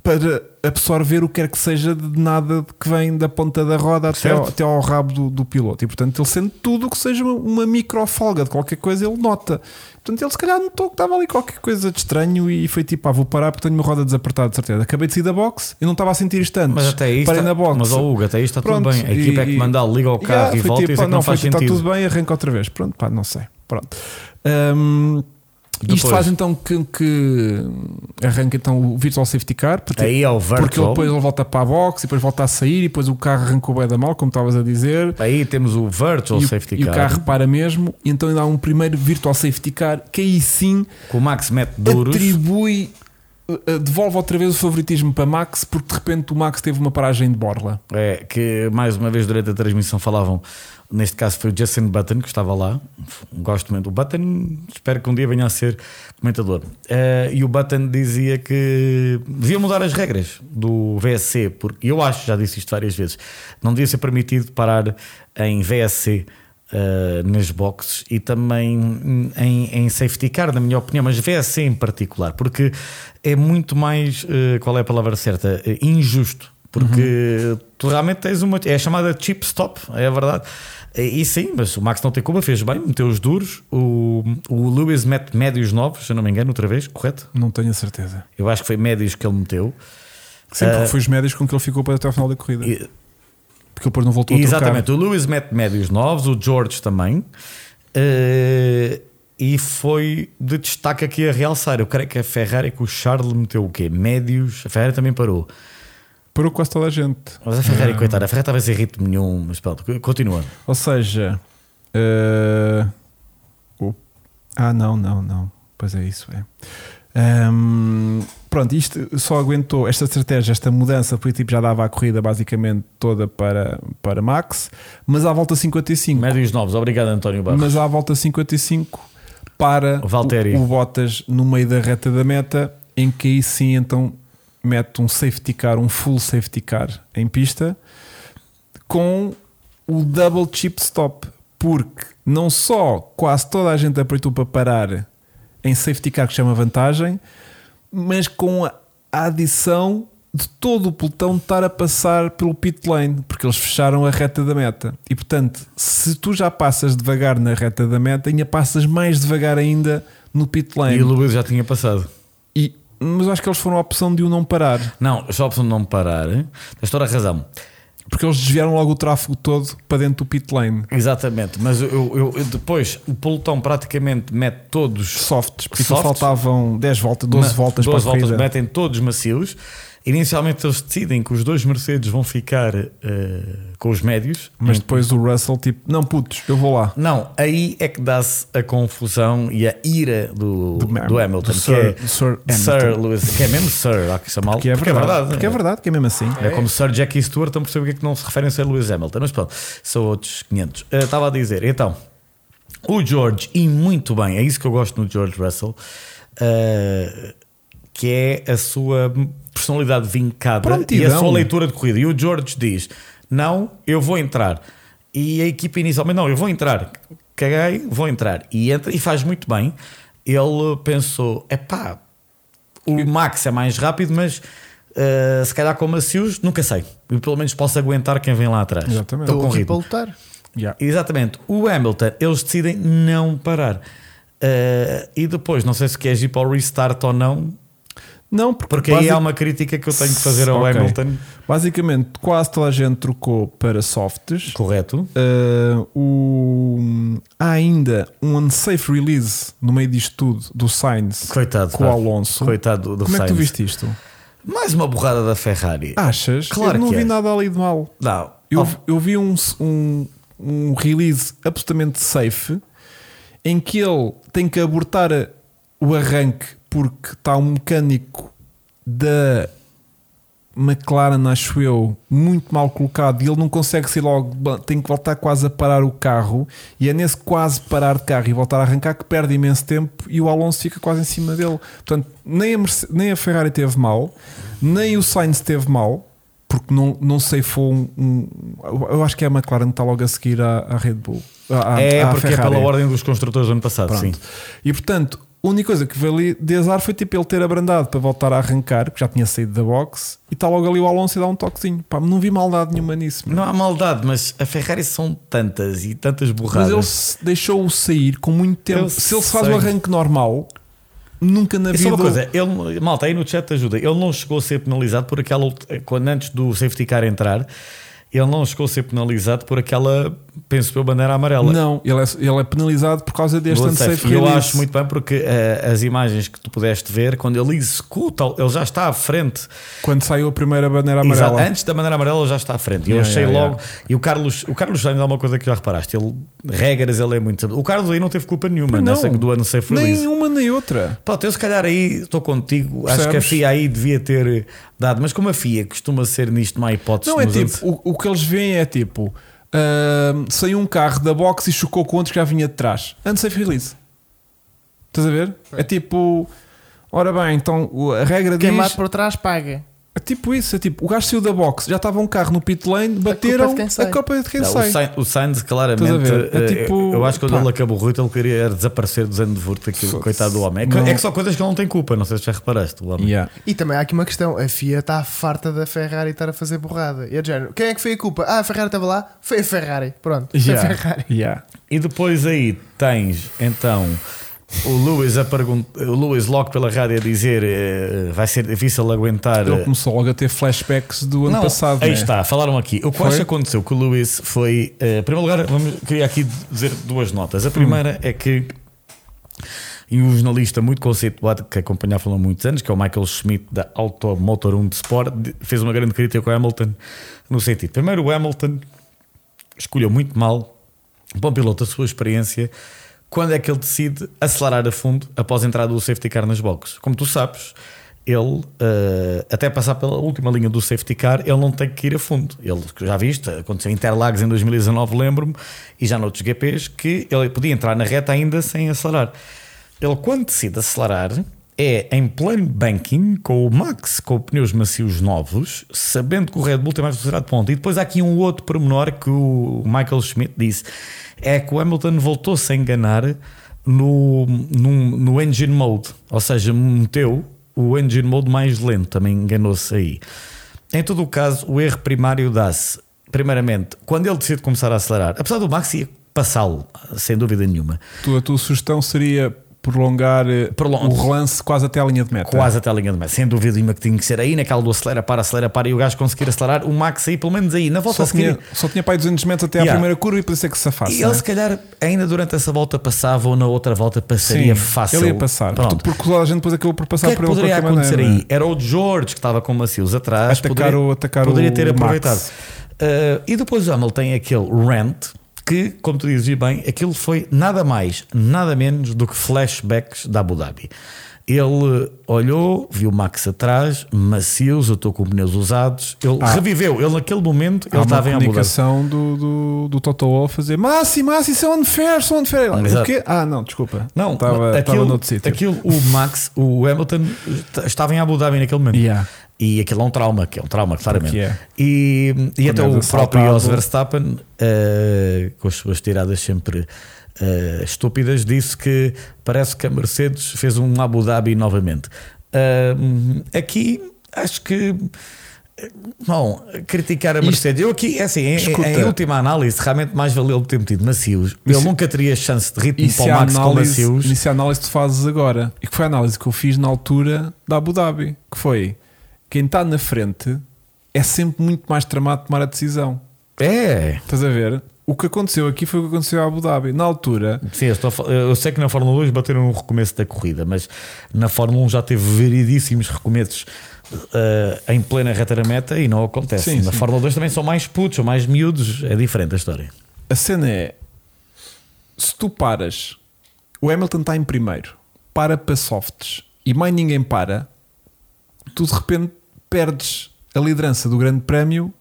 para absorver o que quer que seja de nada que vem da ponta da roda até ao,
Certo.
até ao rabo do, do piloto. E portanto, ele sente tudo o que seja uma, uma microfolga de qualquer coisa, ele nota. Portanto, ele se calhar notou que estava ali qualquer coisa de estranho e foi tipo: ah, vou parar porque tenho uma roda desapertada, de certeza. Acabei de sair da box e não estava a sentir isto antes.
Mas até isso.
Parei
tá-
na box.
Mas, ó, Hugo, até isto está
Pronto,
tudo bem. A
e-
equipa é que manda, liga ao carro
Yeah,
e
foi
volta.
tipo,
isso é
"Ah,
que não, faz
Está
sentido.
tudo bem, arranca outra vez. Pronto, pá, não sei. Pronto. Hum, isto
Depois.
faz então que, que arranca então o Virtual Safety Car porque,
Aí é o
porque ele
virtual.
depois ele volta para a box e depois volta a sair e depois o carro arrancou bem da mal, como estavas a dizer.
Aí temos o virtual
e, o-
safety
e o
car.
carro para mesmo, e então ainda há um primeiro Virtual Safety Car que aí sim
Que o Max mete duros.
atribui, eh, devolve outra vez o favoritismo para Max, porque de repente o Max teve uma paragem de borla.
É, que mais uma vez durante a transmissão falavam, neste caso foi o Justin Button que estava lá, gosto muito. O Button, espero que um dia venha a ser comentador. Eh, e o Button dizia que devia mudar as regras do VSC, porque eu acho, já disse isto várias vezes, não devia ser permitido parar em VSC. eh, nas boxes e também em, em safety car, na minha opinião, mas VSC em particular, porque é muito mais, eh, qual é a palavra certa? Eh, injusto porque tu realmente tens uma. É a chamada chip stop, é a verdade. E, e sim, mas o Max não tem culpa, fez bem, meteu os duros. O, o Lewis mete médios novos, se eu não me engano, outra vez, correto?
Não tenho a certeza.
Eu acho que foi médios que ele meteu.
Sempre
Ah.
foi os médios com que ele ficou para até ao final da corrida.
E-
Porque ele depois não voltou a trocar.
Exatamente, o Lewis mete médios novos, o George também. Eh, e foi de destaque aqui a realçar. Eu creio que a Ferrari que o Charles meteu o quê? Médios. A Ferrari também parou.
Parou quase toda a gente.
Mas a Ferrari,
Ah.
coitada, a Ferrari estava sem ritmo nenhum. Mas pronto, continua.
Ou seja, eh, o- ah, não, não, não. Pois é, isso é. Ahm, pronto, isto só aguentou esta estratégia, esta mudança. Foi tipo já dava a corrida basicamente toda para, para Max, mas à volta 55.
Médios novos, obrigado António Barros.
mas à volta 55 para
O Valtteri.
o, o Bottas no meio da reta da meta, em que aí sim então mete um safety car, um full safety car em pista com o double chip stop, porque não só quase toda a gente apertou para parar em safety car que chama vantagem, mas com a a adição de todo o pelotão estar a passar pelo pit lane, porque eles fecharam a reta da meta. E portanto, se tu já passas devagar na reta da meta, ainda passas mais devagar ainda no pit
E o
lane.
Luís já tinha passado.
E, mas eu acho que eles foram a opção de o não parar,
Não, só a opção de não parar. hein? Tens toda a razão.
porque eles desviaram logo o tráfego todo para dentro do pit lane.
Exatamente, mas eu, eu- eu- depois o pelotão praticamente mete todos
Softs, porque só
Softs?
faltavam 10 voltas, 12
ma-
voltas
12
para a
voltas
corrida.
metem todos macios. Inicialmente eles decidem que os dois Mercedes vão ficar eh, com os médios.
Mas depois o Russell, tipo, não putos, eu vou lá.
Não, aí é que dá-se a confusão e a ira do, do,
Mam-
Hamilton,
do Sir-
que é
Sir
Sir
Hamilton.
Lewis, que é mesmo Sir, há que chamá-lo,
Que é
porque
verdade, porque é
né?
verdade, que é mesmo assim.
É como Sir Jackie Stewart, então percebo porque é que não se referem a Sir Lewis Hamilton, mas pronto, são outros 500. Eh, Estava a dizer, então, o George, e muito bem, é isso que eu gosto no George Russell, eh, que é a sua personalidade vincada e a
Prontidão.
sua leitura de corrida. E o George diz: Não, eu vou entrar. E a equipe inicialmente, não, eu vou entrar. Caguei, vou entrar. E entra e faz muito bem. Ele pensou: é pá, o Max é mais rápido, mas eh, se calhar com macios, nunca sei. Eu pelo menos posso aguentar quem vem lá atrás.
Exatamente.
Estou com
Estou aqui para
ritmo.
lutar.
Yeah.
Exatamente. O Hamilton, eles decidem não parar. Eh, e depois, não sei se queres ir para o restart ou não,
Não, porque,
porque aí
basic-
há uma crítica que eu tenho que fazer ao
Ok.
Hamilton.
Basicamente, quase toda a gente trocou para softs.
Correto.
Uh, o- Há ainda um unsafe release no meio disto tudo do Sainz
Coitado,
com o
pá.
Alonso.
Coitado do
Como é que tu
Sainz.
viste isto?
Mais uma borrada da Ferrari.
Achas?
Claro
eu não
que
vi
é.
nada ali de mal.
Não.
Eu,
Oh,
eu vi um, um, um release absolutamente safe em que ele tem que abortar a- tá o arranque porque está um mecânico da McLaren, acho eu, muito mal colocado e ele não consegue sair logo, tem que voltar quase a parar o carro. E é nesse quase parar de carro e voltar a arrancar que perde imenso tempo e o Alonso fica quase em cima dele. Portanto, nem a, Merce- nem a Ferrari teve mal, nem o Sainz teve mal, porque não, não sei foi um, um- Eu acho que é a McLaren que está logo a seguir à, à Red Bull. à- à-
é
à
porque é
ah, Ferrari.
pela ordem dos construtores do ano passado, sim.
Pronto. E portanto, a única coisa que veio ali de azar foi tipo ele ter abrandado para voltar a arrancar, que já tinha saído da box, e está logo ali o Alonso e dá um toquezinho. Pá, não vi maldade nenhuma nisso. meu.
Não há maldade, mas a Ferrari são tantas e tantas
Mas
borradas.
ele se- deixou-o sair com muito tempo.
Eu
Se ele se faz o
sei.
arranque normal, nunca na
É
vida.
só uma coisa, ele, malta, aí no chat ajuda. Ele não chegou a ser penalizado por aquela. ult- Quando antes do safety car entrar, ele não chegou a ser penalizado por aquela, penso eu, bandeira amarela.
Não, ele é, ele é penalizado por causa
Do
deste
unsafe.
unsafe
E é eu
release.
acho muito bem porque eh, as imagens que tu pudeste ver, quando ele executa, ele já está à frente.
Quando saiu a primeira bandeira
Exato,
amarela.
Antes da bandeira amarela ele já está à frente. E eu
Yeah,
achei
yeah,
logo. E o Carlos, o Carlos Sainz é uma coisa que já reparaste. Ele, regras, ele é muito. O Carlos aí não teve culpa nenhuma,
Não.
nessa do ano sem feliz.
nem uma nem outra.
Pá, eu se calhar aí estou contigo. Acho que a
Percebes?
FIA aí devia ter eh, dado, mas como a FIA costuma ser nisto uma hipótese,
Não é
nos anos-
tipo, o, o que eles veem é tipo, ahm, saiu um carro da box e chocou com outro que já vinha de trás. Unsafe release. Estás a ver? É tipo, ora bem, então o- a regra
Quem
diz.
bate por trás paga.
É tipo isso, é tipo, o gajo saiu da box, já estava um carro no pit lane, bateram,
de quem sai.
a copa é de quem
Não,
sai.
o Sainz- O Sainz, claramente,
Estás a ver? É
eh,
tipo,
eu acho que quando
pá.
ele acabou ruim, ele queria era desaparecer do Zandvoort, aquilo,
Foda-se.
coitado do homem. É que,
Não.
é que só coisas que ele não tem culpa, não sei se já reparaste. O homem.
Yeah.
E também há aqui uma questão: a FIA está farta da Ferrari estar a fazer borrada. E a género, quem é que foi a culpa? Ah, a Ferrari estava lá? Foi a Ferrari. Pronto, foi a
Yeah.
é Ferrari.
Yeah.
E depois aí tens então o Lewis a perguntar, o Lewis logo pela rádio a dizer eh, vai ser difícil aguentar. eh,
Ele começou logo a ter flashbacks do ano
Não,
passado.
Aí
né?
está, falaram aqui. O que eu
Foi?
acho que aconteceu com o Lewis foi. eh, em primeiro lugar, vamos, queria aqui dizer duas notas. A primeira
Hum.
é que. E um jornalista muito conceituado que acompanhava há muitos anos, que é o Michael Schmidt da Automotor und Sport, de- fez uma grande crítica ao Hamilton no sentido. Primeiro, o Hamilton escolheu muito mal, bom piloto, a sua experiência, quando é que ele decide acelerar a fundo após a entrada do safety car nas boxes. Como tu sabes, ele, eh, até passar pela última linha do safety car, ele não tem que ir a fundo. Ele, já viste, aconteceu em Interlagos em 2019, lembro-me, e já noutros GPs, que ele podia entrar na reta ainda sem acelerar. Ele, quando decide acelerar, é em plano banking, com o Max, com pneus macios novos, sabendo que o Red Bull tem mais velocidade de ponta. E depois há aqui um outro pormenor que o Michael Schmidt disse: é que o Hamilton voltou-se a enganar no, num- no engine mode, ou seja, meteu o engine mode mais lento, também enganou-se aí. Em todo o caso, o erro primário dá-se, primeiramente, quando ele decide começar a acelerar, apesar do Max ia passá-lo, sem dúvida nenhuma.
Tu- a tua sugestão seria prolongar eh,
Prolonga.
o relance quase até à linha de meta.
Quase até a linha de meta. Sem dúvida nenhuma que tinha que ser aí naquela do acelera, para, acelera, para e o gajo conseguir acelerar. O Max aí, pelo menos aí, na volta
Só
a seguir.
tinha, só tinha para aí 200 metros até à
Yeah.
primeira curva e por isso é que se afaste.
E ele,
né?
se calhar, ainda durante essa volta passava ou na outra volta passaria fácil.
Ele ia passar.
Pronto.
Porque toda a gente depois acabou por
O
passar
que é que
por ele de
poderia
qualquer
acontecer
maneira. é?
aí? Era o George que estava com macios atrás,
Atacar
poderia,
o- atacar
poderia
o
ter
Max.
aproveitado. Ah, e depois o Hamilton tem aquele rant que, como tu dizes e bem, aquilo foi nada mais, nada menos do que flashbacks da Abu Dhabi. Ele olhou, viu o Max atrás, macios, eu estou com pneus usados. Ele
Ah.
reviveu, ele naquele momento,
Há
ele
uma
estava em Abu Dhabi.
comunicação do, do, do Toto Wolff a dizer Massi, Massi, isso é unfair, isso é unfair. Ele,
Exato.
O quê? Ah, não, desculpa.
Não,
estava, estava
aquilo,
noutro sítio.
aquilo, o Max, o Hamilton, est- estava em Abu Dhabi naquele momento.
Yeah.
E aquilo é um trauma, que é um trauma, claramente.
Porque é.
E, e até o
és
próprio
assaltado.
Jos Verstappen, eh, com as suas tiradas sempre eh, estúpidas, disse que parece que a Mercedes fez um Abu Dhabi novamente. Ah, aqui, acho que. eh, Bom, criticar a
Isto-
Mercedes. Eu aqui, é assim, em,
Escuta.
em última análise, realmente mais valeu ele ter metido macios. Ele
Isso-
nunca teria chance de ritmo
Isso
para
é,
o
a
Um Max com
análise,
macios.
isso é a análise que tu fazes agora. E que foi a análise que eu fiz na altura da Abu Dhabi. Que foi quem está na frente é sempre muito mais tramado de tomar a decisão.
É.
Estás a ver? O que aconteceu aqui foi o que aconteceu a Abu Dhabi. Na altura,
Sim, eu, estou a fal- eu sei que na Fórmula 2 bateram no recomeço da corrida, mas na Fórmula 1 já teve veridíssimos recomeços eh, em plena reta da meta e não acontece.
Sim,
na
sim.
Fórmula 2 também são mais putos, são mais miúdos, é diferente a história.
A cena é: se tu paras, o Hamilton está em primeiro, para para softs e mais ninguém para, tu de repente perdes a liderança do Grande Prémio,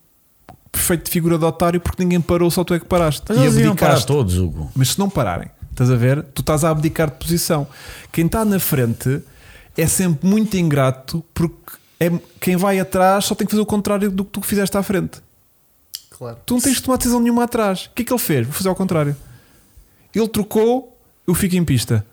perfeito de figura de otário, porque ninguém parou, só tu é que paraste.
Mas
e
eles iam parar
abdicaste.
todos, Hugo.
Mas se não pararem, estás a ver? Tu estás a abdicar de posição. Quem está na frente é sempre muito ingrato porque é, quem vai atrás só tem que fazer o contrário do que tu fizeste à frente.
Claro.
Tu não tens de tomar decisão nenhuma atrás. O que é que ele fez? Vou fazer ao contrário. Ele trocou, eu fico em pista.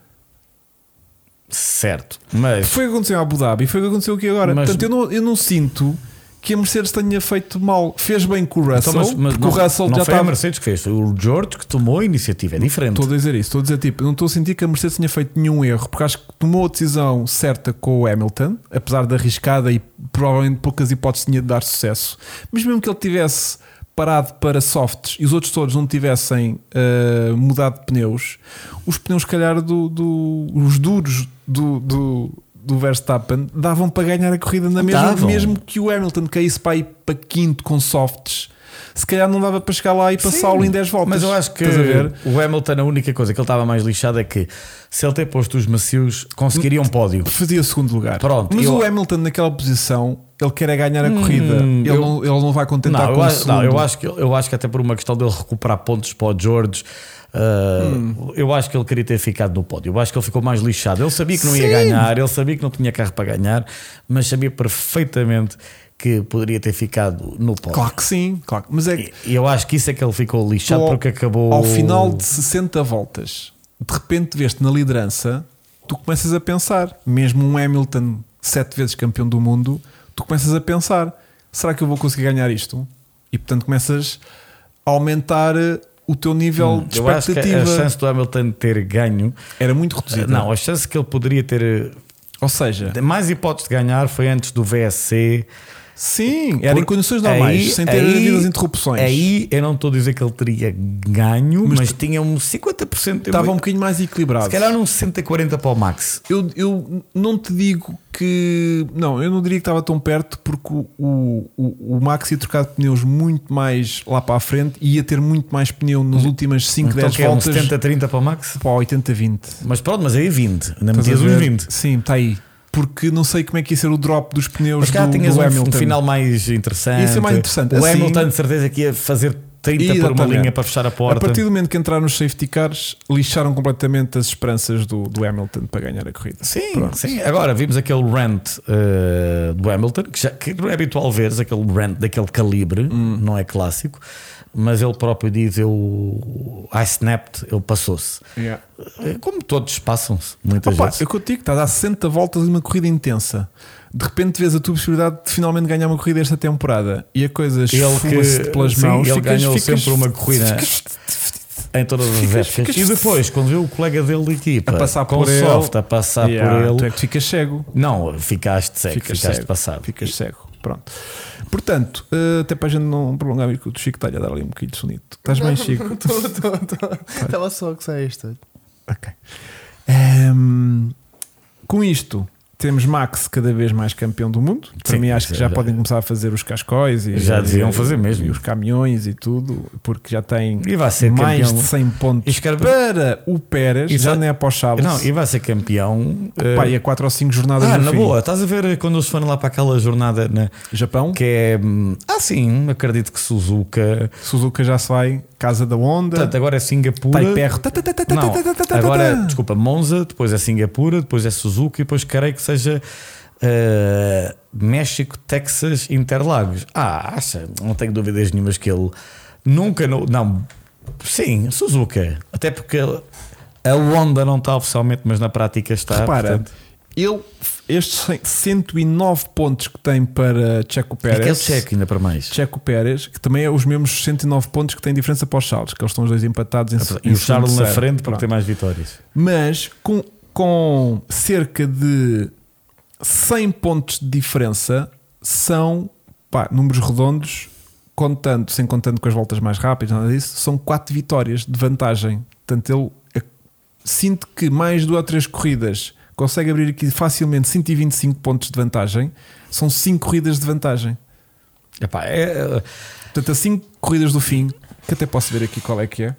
Certo. Mas
Foi o que aconteceu em Abu Dhabi, foi o que aconteceu aqui agora.
Mas-
Portanto, eu não, eu não sinto que a Mercedes tenha feito mal. Fez bem com o Russell,
Então, mas- mas
porque
não,
o Russell
não
já
foi a
estava.
Mercedes que fez, foi o George que tomou a iniciativa, é diferente.
Estou a dizer isso, estou a dizer tipo, não estou a sentir que a Mercedes tenha feito nenhum erro, porque acho que tomou a decisão certa com o Hamilton, apesar de arriscada e provavelmente poucas hipóteses tinha de dar sucesso. Mas mesmo que ele tivesse parado para softs e os outros todos não tivessem eh, mudado de pneus, os pneus, se calhar, do, do- os duros do. do do Verstappen davam para ganhar a corrida na mesma,
Davam.
mesmo que o Hamilton caísse para ir para quinto com softs, se calhar não dava para chegar lá e passá-lo em 10 voltas.
Mas eu acho que
Estás a ver?
o Hamilton, a única coisa que ele estava mais lixado é que se ele ter posto os macios, conseguiria um pódio.
fazia segundo lugar.
Pronto,
mas
eu-
o Hamilton naquela posição, ele quer é ganhar a corrida. Ele,
Hum, eu-
não, ele não vai contentar
Não,
com
eu,
o
acho-
segundo.
não, eu acho que, eu acho que até por uma questão dele recuperar pontos para o George, ah, eu acho que ele queria ter ficado no pódio. Eu acho que ele ficou mais lixado. Ele sabia que não ia
Sim.
ganhar, ele sabia que não tinha carro para ganhar, mas sabia perfeitamente que poderia ter ficado no pódio.
Claro que sim, claro. Mas é que
E- E eu acho que isso é que ele ficou
tu
lixado
ao-
porque acabou.
ao final de 60 voltas, de repente veste na liderança, tu começas a pensar, mesmo um Hamilton sete vezes campeão do mundo, tu começas a pensar, será que eu vou conseguir ganhar isto? E portanto começas a aumentar eh, o teu nível de
Hum, Eu acho que
expectativa.
a chance do Hamilton ter ganho.
Era muito reduzida.
Não, a chance que ele poderia ter.
Ou seja,
Mais hipótese de ganhar foi antes do VSC.
sim, era em
Porque
condições
aí-
normais, sem ter
aí-
havido as interrupções.
Aí eu não estou a dizer que ele teria ganho, mas,
Mas
tinha um 50% de
Estava um bocadinho mais equilibrado.
Se calhar um 60-40 para o Max.
Eu, eu não te digo que. Não, eu não diria que estava tão perto porque o, o, o Max ia trocar de pneus muito mais lá para a frente e ia ter muito mais pneu nas últimas 5,
Então
10
que é um
voltas
70-30 para o Max.
para 80, 20.
Mas pronto, mas aí 20. Na
Estás
medida
a
dos
ver?
20.
Sim, está aí. Porque não sei como é que ia ser o drop dos pneus
Mas cá
do,
tinhas
do
um,
Hamilton.
um final mais interessante.
Isso é mais interessante.
O
Assim-
Hamilton, de certeza, que ia fazer 30 por uma
Exatamente.
linha para fechar a
A
porta.
partir do momento que entraram nos safety cars, lixaram completamente as esperanças do, do Hamilton para ganhar a corrida.
Sim,
Pronto.
sim. Agora vimos aquele rant eh, do Hamilton, que, já, que não é habitual veres aquele rant daquele calibre,
Hum.
não é clássico, mas ele próprio diz: Eu I snapped, ele passou-se.
Yeah.
Eh, Como todos passam-se, muitas
Opa,
vezes.
eu contigo, estás a 60 voltas de uma corrida intensa. De repente vês a tua possibilidade de finalmente ganhar uma corrida esta temporada e a coisa esfuma-se pelas
sim,
mãos.
ele
ficas-
ganhou
ficas-
sempre uma corrida
ficas-
em todas as
ficas-
épocas.
ficas-
E depois, quando viu o colega dele de equipa
A passar
com
por ele.
soft, a passar
Yeah,
por
Tu
ele,
é que ficas cego.
não, ficaste cego,
Ficas
ficaste,
cego.
passado.
Ficas cego. Pronto. Portanto, eh, até para a gente não prolongar, porque o Chico está-lhe a dar ali um bocadinho de sonito. Estás bem, Chico?
Estava só que sei isto.
Ok. Ehm, com isto, temos Max cada vez mais campeão do mundo. Para
Sim,
mim, acho que
isso
já
é verdade.
podem começar a fazer os cascóis e
Já deviam
e-
fazer mesmo.
e os caminhões e tudo, porque já tem
E vai ser
mais
campeão.
de 100 pontos
E escreve-
para o Pérez.
E
já
vai-
nem é para o Charles.
Não, e vai ser campeão. eh,
Pá, e a 4 ou 5 jornadas
Ah,
do
na
fim.
boa, estás a ver quando eles foram lá para aquela jornada na-
Japão,
que é. hum, Ah, sim, acredito que Suzuka.
Suzuka já sai, Casa da Honda,
Portanto, agora é Singapura.
Taipei. Tá, tá, tá, tá, tá,
Não,
tá, tá, tá, tá,
agora, é,
tá.
desculpa, Monza, depois é Singapura, depois é Suzuka e depois creio que seja eh, México, Texas, Interlagos. Ah, acha, não tenho dúvidas nenhumas que ele nunca. Não, não sim, Suzuka. Até porque a Honda não está oficialmente, mas na prática está.
Repara,
tá, portanto.
ele, estes 100 109 pontos que tem para Checo
E
Pérez.
aquele cheque ainda para mais.
Checo Pérez, que também é os mesmos 109 pontos que tem diferença para os Charles, que eles estão os dois empatados em
E
em
o Charles na
terceiro.
frente para
Pronto.
ter mais vitórias.
Mas com, com cerca de 100 pontos de diferença, são pá, números redondos, contando, sem contando com as voltas mais rápidas, nada disso, são 4 vitórias de vantagem. Portanto, ele é- sinto que mais duas ou três corridas consegue abrir aqui facilmente 125 pontos de vantagem, são 5 corridas de vantagem.
Epá, é-
Portanto, a 5 corridas do fim, que até posso ver aqui qual é que é,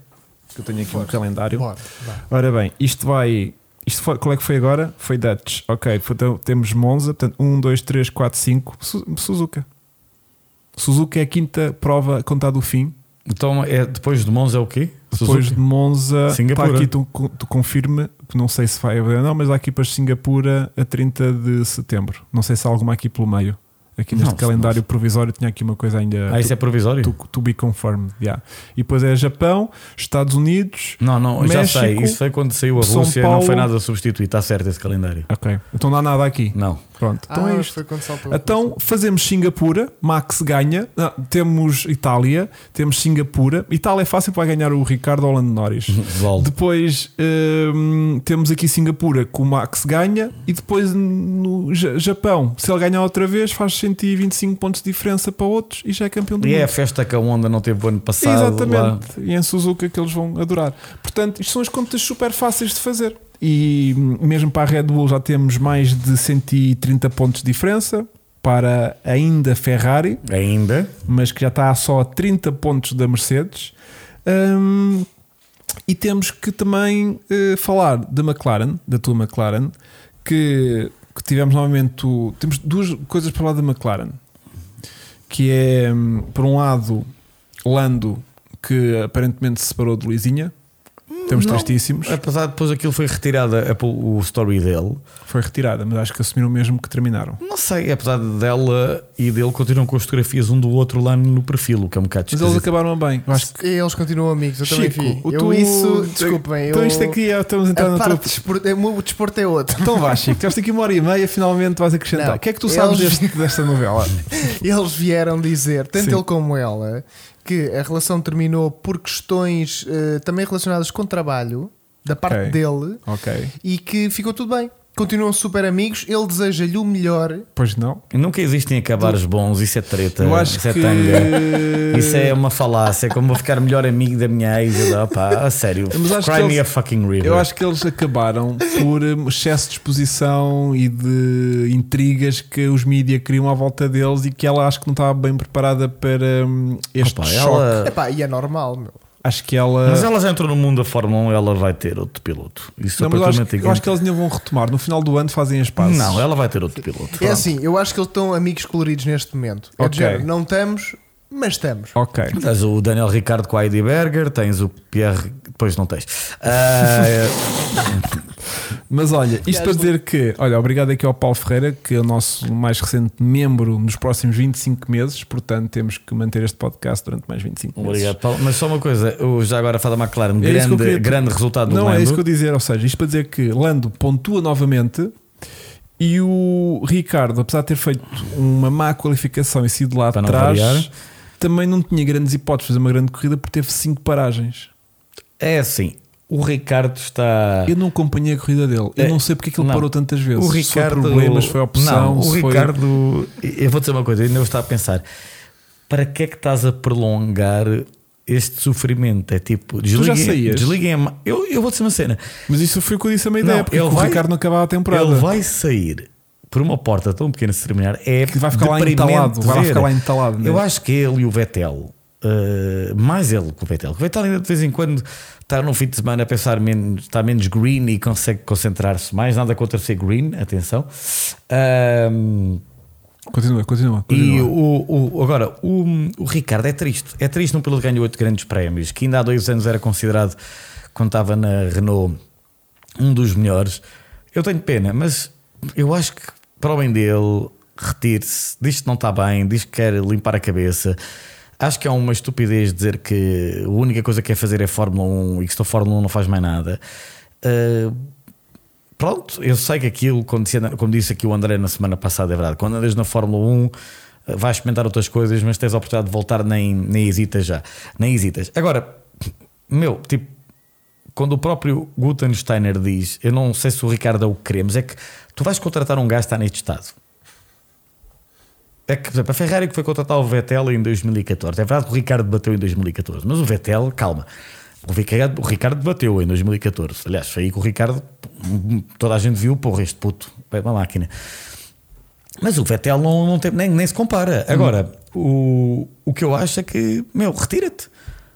que eu tenho aqui um calendário.
Bora, vá.
Ora bem, isto vai. Isto foi, qual é que foi agora? então um, Foi Dutch. Ok, portanto, temos Monza, portanto, 1, 2, 3, 4, 5, Su- Suzuka. Suzuka é a quinta prova contada do fim.
Então, é, depois de Monza é o quê?
Depois
Suzuki?
de Monza,
Singapura.
está aqui, tu, tu confirma, que não sei se vai haver ou não, mas há aqui para Singapura a 30 de setembro. Não sei se há alguma aqui pelo meio. Aqui neste
Não, se
calendário provisório tinha aqui uma coisa ainda.
Ah, isso é provisório?
to, to be confirmed, yeah. E depois é Japão, Estados Unidos.
Não, não, já sei.
México,
Isso foi quando saiu a
São
Rússia, não
Paulo.
foi nada a substituir. Está certo esse calendário.
Ok, então não há nada aqui.
Não.
Pronto, então
ah,
é
isto
isto.
foi quando saltou.
Então fazemos Singapura, Max ganha. Não, temos Itália, temos Singapura. Itália é fácil para ganhar o Ricardo ou o Lando Norris.
Uhum. Volto.
Depois hum, temos aqui Singapura que o Max ganha e depois no Ja- Japão, se ele ganhar outra vez, faz 125 pontos de diferença para outros e já é campeão do
E é a
mundo.
festa que a Honda não teve o ano passado. lá.
Exatamente. E em Suzuka que eles vão adorar. Portanto, isto são as contas super fáceis de fazer. E hum, mesmo para a Red Bull já temos mais de 130 pontos de diferença para ainda Ferrari
Ainda.
mas que já está só a 30 pontos da Mercedes. Hum, e temos que também eh, falar da McLaren, da tua McLaren, que, que tivemos novamente. o- temos duas coisas para falar da McLaren: que é, hum, por um lado, Lando, que aparentemente se separou de Luizinha. Estamos
Não.
tristíssimos.
É.
Apesar de depois aquilo foi retirado a- a- o story dele.
Foi retirada, mas acho que assumiram mesmo que terminaram.
Não sei, apesar dela e dele continuam com as fotografias um do outro lá no perfil, o que é um bocado
Mas eles
esquisito.
acabaram bem. Eu acho que.
E eles continuam amigos, eu também
Chico,
vi.
o
Eu
tu-
isso, desculpem.
Então
eu,
isto aqui é, estamos a entrar
a
na
parte
tua
de desporto, é, o meu desporto é outro.
Então vá, Chico, tens aqui uma hora e meia, finalmente vais acrescentar.
Não,
o que é que tu sabes
eles-
deste- desta novela?
Eles vieram dizer, tanto
Sim.
ele como ela, que a relação terminou por questões eh, também relacionadas com trabalho, da parte
Ok.
dele,
ok.
e que ficou tudo bem. Continuam super amigos, ele deseja-lhe o melhor.
Pois não.
Nunca existem acabares bons, isso é treta,
Eu acho
isso é
que.
tanga. Isso é uma falácia, como vou ficar melhor amigo da minha ex. eu dou, Opa, a sério,
Mas acho
cry
que
me
eles-
a fucking river.
Eu acho que eles acabaram por hum, excesso de exposição e de intrigas que os mídia criam à volta deles e que ela acho que não estava bem preparada para hum, este
Opa,
choque.
ela-
Epá, e é normal, meu.
Acho que ela.
Mas ela já entrou no mundo da Fórmula 1, ela vai ter outro piloto. Isso
Não,
é
mas eu acho,
praticamente
que- eu acho que eles ainda vão retomar. No final do ano fazem as pazes.
Não, ela vai ter outro piloto.
É
Pronto.
assim, eu acho que eles estão amigos coloridos neste momento. É
Ok.
de género, não estamos, mas estamos.
Ok.
Tens o Daniel Ricardo com a Heidi Berger, tens o Pierre. Depois não tens. Ah, é-
Mas olha, isto para dizer que, olha, obrigado aqui ao Paulo Ferreira, que é o nosso mais recente membro nos próximos 25 meses, portanto temos que manter este podcast durante mais 25 meses.
Obrigado, Paulo. Mas só uma coisa, eu já agora falo da McLaren,
É isso que eu
grande,
queria-
grande resultado do
Não
Lando.
é isso que eu dizer, ou seja, isto para dizer que Lando pontua novamente e o Ricardo, apesar de ter feito uma má qualificação e sido lá
Para não
atrás,
variar.
também não tinha grandes hipóteses de fazer uma grande corrida porque teve 5 paragens.
É assim, o Ricardo está.
Eu não acompanhei a corrida dele, eu
Ah. É,
não sei porque é que ele
não.
parou tantas vezes.
O
Se foi
Ricardo.
problemas, foi opção,
Não, o
se foi-
Ricardo. Eu vou dizer uma coisa, eu ainda está a pensar. Para que é que estás a prolongar este sofrimento? É tipo, desliguem.
saías?
desliguem a ma- eu, eu vou dizer uma cena.
Mas isso foi o que eu disse a minha
Não,
ideia, porque
ele
o
vai-
Ricardo não acabava a temporada.
Ele vai sair por uma porta tão pequena se terminar. É
Que vai ficar lá
deprimente
entalado, vai lá
ver.
ficar lá entalado, né?
Eu acho que ele e o Vettel. eh, mais ele que o Vettel. que O Vettel ainda de vez em quando está num fim de semana a pensar menos, está menos green e consegue concentrar-se mais. Nada contra ser green, atenção. Ahm,
Continua, continua.
e
continua.
o, o- agora, o, o Ricardo é triste. É triste não pelo ganho oito grandes prémios, que ainda há dois anos era considerado, quando estava na Renault, um dos melhores. Eu tenho pena, mas eu acho que para o bem dele, retire-se, diz que não está bem, diz que quer limpar a cabeça. Acho que é uma estupidez dizer que a única coisa que quer fazer é Fórmula 1 e que se a Fórmula 1 não faz mais nada. Ah, Pronto, eu sei que aquilo, como disse, como disse aqui o André na semana passada, é verdade. Quando andas na Fórmula 1, eh, vais experimentar outras coisas, mas tens a oportunidade de voltar, nem, nem hesitas já. Nem hesitas. Agora, meu, tipo, quando o próprio Gutensteiner diz, eu não sei se o Ricardo é o que queremos, é que tu vais contratar um gajo que está neste estado. É que, por exemplo, a Ferrari que foi contratar o Vettel em 2014. É verdade que o Ricardo bateu em 2014, mas o Vettel, calma. O Ricardo, o Ricardo bateu em 2014. Aliás, foi aí que o Ricardo, toda a gente viu, porra, este puto, é uma máquina. Mas o Vettel não, não tem, nem, nem se compara. Agora, o, o que eu acho é que, meu, retira-te.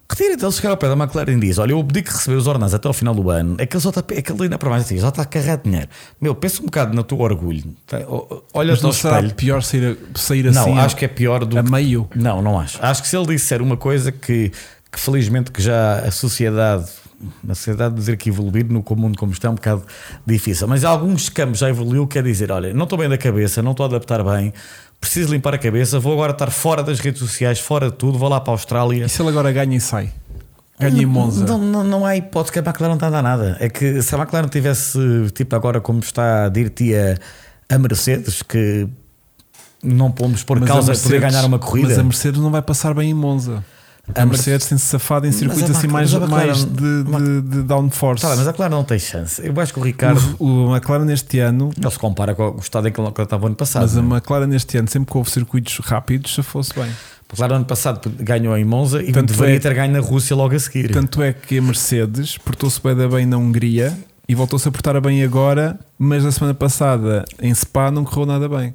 Retira-te, ele chegar ao pé da McLaren e diz: Olha, eu obedi que receber os ordenados até ao final do ano. Aquele, só tá, está, aquele ainda para mais assim, já está a carregar dinheiro. Meu, pensa um bocado no teu orgulho. Tá? O- Olhas
Mas
no
não será
espelho.
pior sair, a- sair assim?
Não, acho que é pior do
a
que.
meio.
Não, não acho. Acho que se ele disser uma coisa que, que felizmente que já a sociedade, na sociedade dizer que evoluir no mundo como está é um bocado difícil, mas em alguns campos já evoluiu, quer dizer, olha, não estou bem da cabeça, não estou a adaptar bem, preciso limpar a cabeça, vou agora estar fora das redes sociais, fora de tudo, vou lá para a Austrália.
E se ele agora ganha e sai? Ganha em Monza.
Não, não, não há hipótese que a McLaren não está a dar nada. É que se a McLaren tivesse, tipo, agora como está a dir-te a, a Mercedes, que não pomos por
Mas a
causa de poder
Mercedes-
ganhar uma corrida.
Mas a Mercedes não vai passar bem em Monza. A,
A
Mercedes tem-se safado em
Mas
circuitos
a
assim
Mac-
mais,
mas a McLaren-
mais de, de, de downforce.
Tá bem, mas a Clara não tem chance. Eu acho que o Ricardo
o, o McLaren este ano,
não se compara com o estado em que ele estava o ano passado.
mas a
né?
McLaren este ano, sempre que houve circuitos rápidos, se fosse bem.
A Clara, ano passado, ganhou em Monza e
Tanto
deveria
é-
ter ganho na Rússia logo a seguir.
Tanto é que a Mercedes portou-se bem, da bem na Hungria e voltou-se a portar a bem agora, mas na semana passada em Spa não correu nada bem.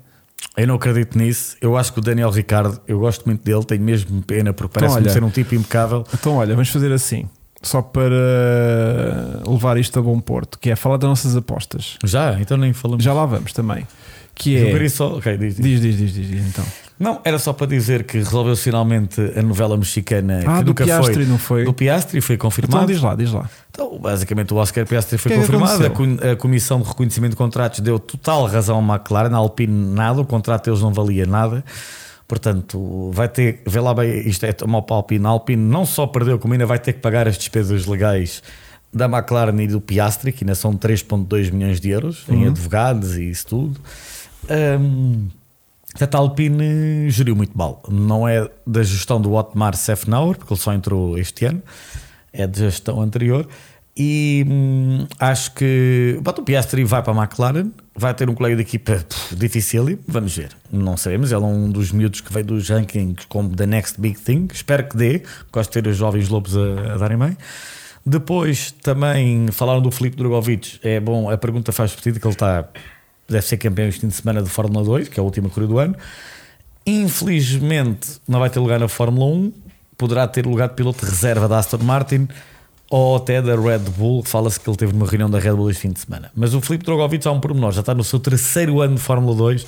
Eu não acredito nisso. Eu acho que o Daniel Ricardo, eu gosto muito dele, tenho mesmo pena porque
Então,
parece-me
olha,
ser um tipo impecável.
Então, olha, vamos fazer assim, só para levar isto a bom porto, que é falar das nossas apostas.
Já, então nem falamos.
Já lá vamos também. Que
Eu
é.
queria só. ok, diz, diz.
Diz, diz, diz, diz, diz, então.
Não, era só para dizer que resolveu-se finalmente a novela mexicana
Ah,
que
do
nunca
Piastri,
foi.
não foi?
Do Piastri foi
Então
confirmado.
diz lá, diz lá.
Então, basicamente, o Oscar Piastri foi
O que é que
confirmado. a co- a Comissão de Reconhecimento de Contratos deu total razão à McLaren, à Alpine nada, o contrato deles não valia nada. Portanto, vai ter, vê lá bem, isto é mal para a Alpine. A Alpine não só perdeu como ainda vai ter que pagar as despesas legais da McLaren e do Piastri, que ainda são 3,2 milhões de euros
Uhum.
em advogados e isso tudo. Hum, Portanto, a Alpine geriu muito mal. Não é da gestão do Otmar Sefnauer, porque ele só entrou este ano, é da gestão anterior. E hum, acho que bota o Piastri vai para a McLaren, vai ter um colega de equipa pff, difícil. Vamos ver, não sabemos. Ele é um dos miúdos que veio dos rankings como The Next Big Thing. Espero que dê. Gosto de ter os jovens lobos a, a darem bem. Depois também falaram do Filipe Drogovic. É bom, a pergunta faz sentido que ele está deve ser campeão este fim de semana de Fórmula 2, que é a última corrida do ano. Infelizmente, não vai ter lugar na Fórmula 1. Poderá ter lugar de piloto de reserva da Aston Martin ou até da Red Bull. Fala-se que ele teve uma reunião da Red Bull este fim de semana. Mas o Filipe Drogovic há um pormenor, já está no seu terceiro ano de Fórmula 2.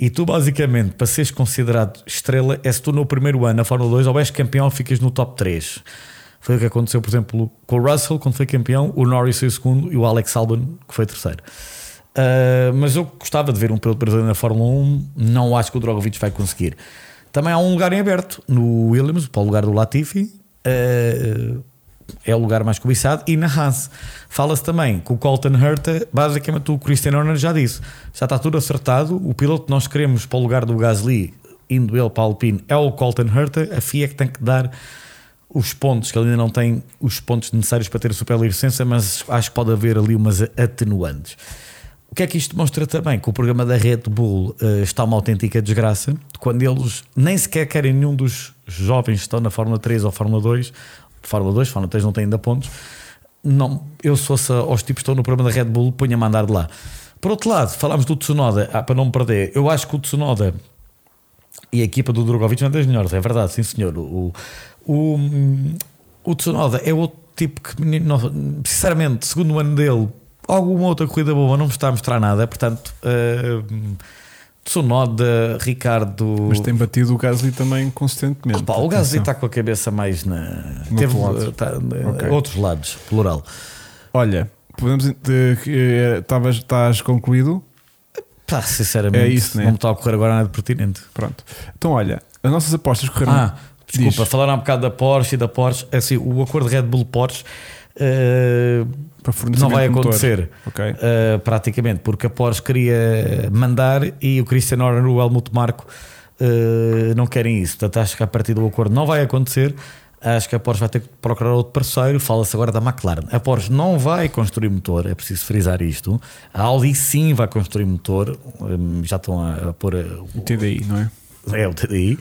E tu, basicamente, para seres considerado estrela, é se tu no primeiro ano na Fórmula 2 ou és campeão, ficas no top 3. Foi o que aconteceu, por exemplo, com o Russell, quando foi campeão, o Norris foi o segundo e o Alex Albon, que foi terceiro. Uh, mas eu gostava de ver um piloto brasileiro na Fórmula 1. Não acho que o Drogovic vai conseguir. Também há um lugar em aberto no Williams, para o lugar do Latifi. Uh, é o lugar mais cobiçado. E na Haas, fala-se também que o Colton Herta, basicamente o Christian Horner já disse, já está tudo acertado. O piloto que nós queremos para o lugar do Gasly, indo ele para a Alpine, é o Colton Herta. A FIA é que tem que dar os pontos, que ele ainda não tem os pontos necessários para ter a superlicença, mas acho que pode haver ali umas atenuantes. O que é que isto demonstra também? Que o programa da Red Bull eh, está uma autêntica desgraça, quando eles nem sequer querem nenhum dos jovens que estão na Fórmula 3 ou Fórmula 2, Fórmula 2, Fórmula 3 não tem ainda pontos, não, eu se fosse aos tipos que estão no programa da Red Bull, punha-me a andar de lá. Por outro lado, falámos do Tsunoda, ah, para não me perder, eu acho que o Tsunoda e a equipa do Drogovic não é das melhores, é verdade, sim senhor. O, o, o Tsunoda é outro tipo que, menino, não- sinceramente, segundo o ano dele, alguma outra corrida boa não me está a mostrar nada, portanto, eh, Tsunoda, Ricardo.
Mas tem batido o Gasly também consistentemente.
Opa, o Gasly
Atenção.
está com a cabeça mais na.
No
teve,
outro lado.
tá-
Ok.
Outros lados, plural.
tá- Olha, podemos. de- que, eh, estavas- Estás concluído?
Pá, sinceramente,
É isso, né?
não me está a ocorrer agora nada de pertinente.
Pronto. Então, olha, as nossas apostas correram.
Ah, desculpa,
Diz.
falaram há um bocado da Porsche e da Porsche. É Assim, o acordo Red Bull-Porsche eh,
Para fornecimento
não vai
de motor.
acontecer.
Ok.
Uh, praticamente, porque a Porsche queria mandar e o Christian Horner, o Helmut Marco, uh, não querem isso. Portanto, acho que a partir do acordo não vai acontecer. Acho que a Porsche vai ter que procurar outro parceiro. Fala-se agora da McLaren. A Porsche não vai construir motor, é preciso frisar isto. Hum, A Audi sim vai construir motor. Um, já estão a, a pôr uh,
TDI, não é?
é o TDI,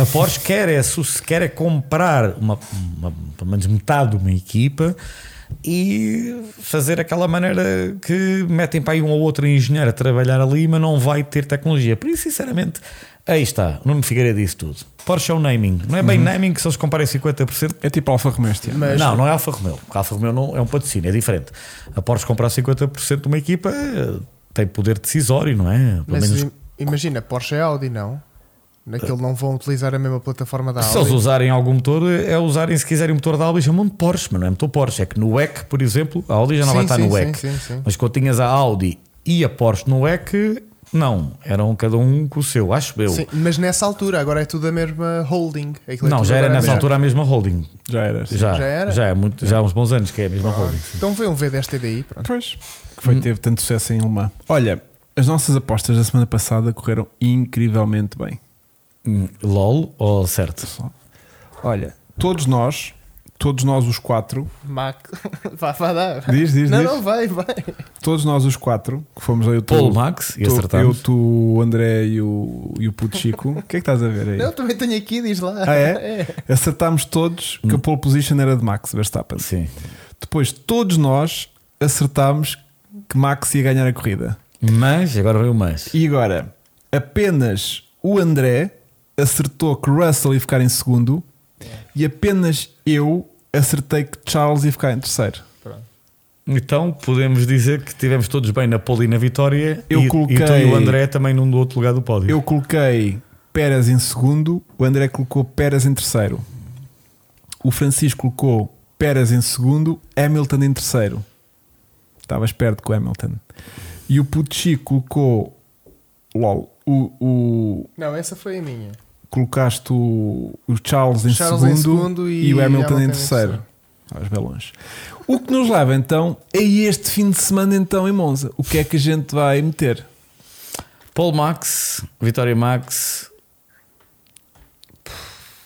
a Porsche quer é, su- quer é comprar uma, uma- pelo menos metade de uma equipa e fazer aquela maneira que metem para aí um ou outro engenheiro a trabalhar ali, mas não vai ter tecnologia. Por isso, sinceramente, aí está, o Nuno Figueira disse tudo. Porsche é o naming, não é bem naming que se eles comparem 50%.
É tipo Alfa Romeo este ano.
Uhum. Mas-
Não, não é Alfa Romeo. porque A Alfa Romeo não é um patrocínio, é diferente. A Porsche comprar 50% de uma equipa eh, tem poder decisório, não é? Pelo
Mas
menos
im- imagina, Porsche é Audi, não? Naquele não vão utilizar a mesma plataforma da
se eles
Audi.
usarem algum motor, é usarem, se quiserem, o motor da Audi, chamam de Porsche, mas não é motor Porsche. É que no WEC, por exemplo, a Audi já não
Sim,
vai estar
sim,
no
sim,
WEC.
sim, sim.
Mas quando tinhas a Audi e a Porsche no WEC, não. Eram cada um com o seu, acho eu.
Sim, mas nessa altura, agora é tudo a mesma holding. Aquilo é
Não,
tudo
já era
agora a
nessa
mesma-
altura a mesma holding.
Já era. assim. sim.
Já,
já era?
Já, é muito, já há uns bons anos que é a mesma holding.
Então vê um V10 TDI, pronto.
Pois. Que foi, teve tanto sucesso em Le Mans. Olha, as nossas apostas da semana passada correram incrivelmente bem.
Hum, LOL ou certo?
Olha, todos nós, todos nós os quatro,
Mac, vá, vá dar.
Diz, diz,
não,
diz.
não, vai, vai.
todos nós os quatro, que fomos eu, tu,
Paulo Max e
tu- eu,
acertamos.
tu, o André e o, e o Puto Chico, o que é que estás a ver aí?
Não, também tenho aqui, diz lá.
Ah, é? Acertámos todos que a pole position era de Max Verstappen.
Sim.
Depois, todos nós acertámos que Max ia ganhar a corrida.
Mas, agora veio o mas.
E agora, apenas o André acertou que Russell ia ficar em segundo e apenas eu acertei que Charles ia ficar em terceiro.
Então podemos dizer que tivemos todos bem na pole e na vitória.
Eu
e,
coloquei-
e tu e o André também num do outro lugar do pódio.
Eu coloquei Pérez em segundo, o André colocou Pérez em terceiro. O Francisco colocou Pérez em segundo, Hamilton em terceiro. Estavas perto com o Hamilton. E o Puto Chico colocou. LOL. O, o-
Não, essa foi a minha.
colocaste o, o Charles, em,
Charles
segundo
em segundo e
o Hamilton,
Hamilton
em
em
terceiro.
terceiro.
Estavas bem longe. O que nos leva então a este fim de semana então em Monza. O que é que a gente vai meter?
Paul Max, Vitória Max,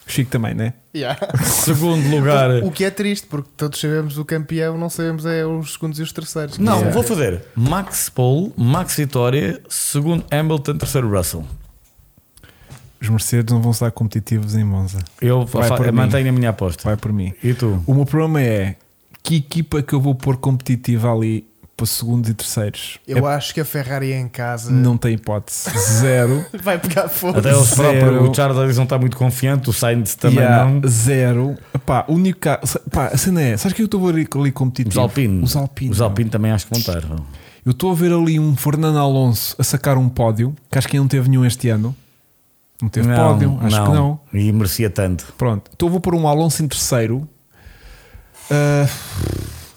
Chico também, né?
Yeah.
segundo lugar.
O que é triste, porque todos sabemos o campeão, não sabemos é os segundos e os terceiros.
Não,
Quer dizer,
vou fazer. Max Paul, Max Vitória, segundo Hamilton, terceiro Russell.
Os Mercedes não vão estar competitivos em Monza.
Eu
Vai
fa-
por mim.
mantenho a minha aposta.
Vai por mim.
E tu?
O meu problema é que equipa que eu vou pôr competitiva ali para segundos e terceiros
Eu acho que a Ferrari é em casa
É- não tem hipótese. Zero.
vai pegar fogo.
Até os
Zero.
próprios, o Charles Davis não está muito confiante, o Sainz também
e há
não.
Zero. Pá, o único ca- Pá, a cena é. Sabes que eu estou a ver ali competitivo?
Os Alpine.
Os Alpine.
Os Alpine também acho que vão estar.
Eu estou a ver ali um Fernando Alonso a sacar um pódio, que acho que não teve nenhum este ano. Não teve pódio, acho que não.
E merecia tanto.
Pronto. Então eu vou pôr um Alonso em terceiro. Ah,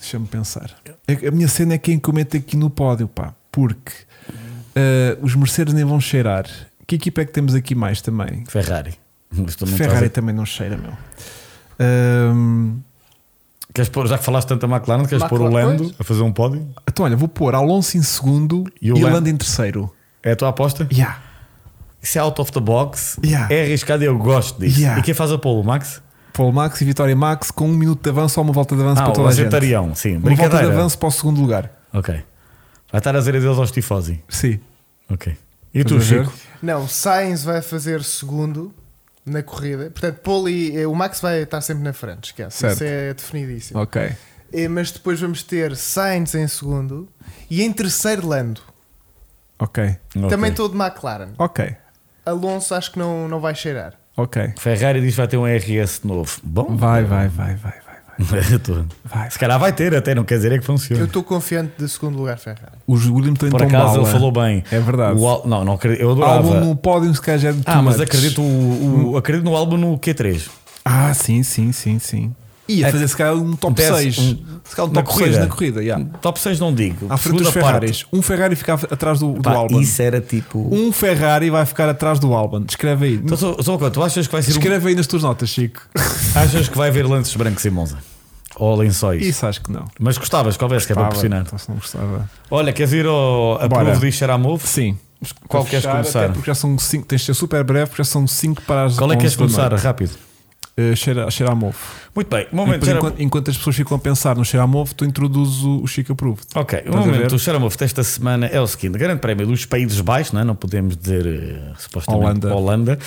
Deixa-me pensar. A a minha cena é quem comete aqui no pódio, pá. Porque ah, os Mercedes nem vão cheirar. Que equipa é que temos aqui mais também?
Ferrari. Mas tu não
Ferrari
estás
também não cheira, meu. Ah, Ahm,
a- Queres pôr, já que falaste tanto da McLaren, queres pôr o
McLaren,
Lando a fazer um pódio?
então, olha, vou pôr Alonso em segundo e,
E o Lan-
Lando em terceiro.
É a tua aposta?
Yeah.
Isso é out of the box,
Yeah.
é arriscado e eu gosto disso.
Yeah.
E quem faz a polo, Max?
Paulo Max e Vitória Max com um minuto de avanço ou uma volta de avanço
ah,
para
o
toda a gente.
vegetarião, sim.
Uma volta de
Brincadeira.
avanço para o segundo lugar.
Ok. Vai estar a dizer adeus aos tifosi.
Sim.
Ok. E tu,
Estás a ver?
Chico?
Não, Sainz vai fazer segundo na corrida. Portanto, Poli, eh, o Max vai estar sempre na frente, esquece.
Certo.
Isso é definidíssimo.
Ok.
Eh, Mas depois vamos ter Sainz em segundo e em terceiro Lando.
Ok.
Também
Ok.
estou de McLaren.
Ok.
Alonso acho que não, não vai cheirar.
Ok.
Ferrari diz que vai ter um RS novo. Bom,
Vai, vai, vai, vai, vai. vai.
Eu tô-
Vai.
Se calhar vai ter, até não quer dizer é que
Eu
funciona.
estou confiante de segundo lugar Ferrari.
Os Williams estão em
Por
tão
acaso
mal,
ele
é?
falou bem.
É verdade.
O al... Não, não acredito. Eu
O álbum
adorava.
no pódio se calhar já é de
Ah,
too
mas
much. Hum.
acredito, o, o- acredito no álbum no Q3.
Ah, sim, sim, sim, sim. Ia
É-
fazer se calhar um top
Dez-
6.
um-
se calhar um
na
top 6
corrida.
na corrida. yeah.
Top 6 não digo.
À frente dos
Segunda
Ferraris. Um Ferrari fica af- atrás do, do
Pá,
Albon.
Isso era tipo.
Um Ferrari vai ficar atrás do Albon. Escreve aí.
Então, só, só uma coisa, tu achas que vai ser um-
Escreve aí nas tuas notas, Chico.
Achas que vai haver lances brancos em Monza? Ou lençóis?
Isso acho que não.
Mas gostavas que houvesse, que é para
Gostava.
pressionar.
Então, se não gostava.
Olha, queres ir ao a
Bora.
prova de Xaramove?
Sim.
Qual
Para
queres
fechar,
começar?
Até porque já são 5, tens de ser super breve, porque já são 5 para as
Qual é que queres
11 da noite.
começar? Rápido.
eh, cheira, cheira a mofo.
Muito bem, um
E
momento
depois,
cheira...
enquanto, enquanto as pessoas ficam a pensar no cheira a mofo, tu introduzes o, o Chica Proof.
Ok, o
a
momento
ver?
do Xaramufo desta semana é o seguinte: Grande Prémio dos Países Baixos, não, é? não podemos dizer eh, supostamente Holanda,
Holanda.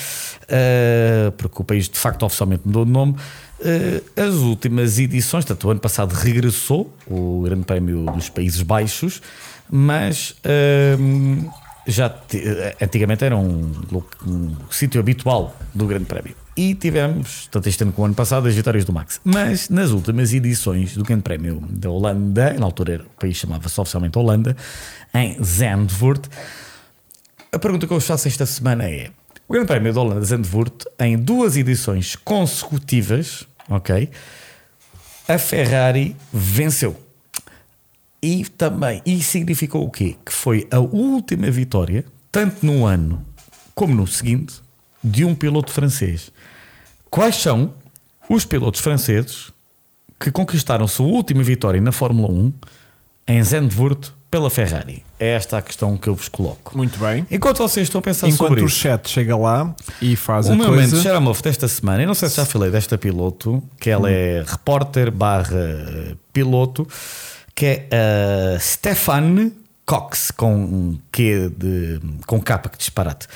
eh, porque o país de facto oficialmente mudou de nome. Eh, as últimas edições, portanto, o ano passado regressou o Grande Prémio dos Países Baixos, mas ehm, já ti- eh, antigamente era um, lo- um sítio habitual do Grande Prémio. E tivemos, tanto este ano como o ano passado, as vitórias do Max. Mas nas últimas edições do Grande Prémio da Holanda, na altura era- o país chamava-se oficialmente Holanda, em Zandvoort, a pergunta que eu vos faço esta semana é: o Grande Prémio da Holanda de Zandvoort, em duas edições consecutivas, ok, a Ferrari venceu. E também, e significou o quê? Que foi a última vitória, tanto no ano como no seguinte, de um piloto francês. Quais são os pilotos franceses que conquistaram sua última vitória na Fórmula 1 em Zandvoort pela Ferrari? É esta a questão que eu vos coloco.
Muito bem.
Enquanto vocês estão a pensar Então, sobre
Enquanto o
isso,
chat chega lá e faz
o
a
meu momento
coisa.
Xaramov desta semana, eu não sei se já falei desta piloto, que
Hum.
ela é repórter barra eh, piloto, que é a Stefan Cox, com um Q de. com capa que disparate.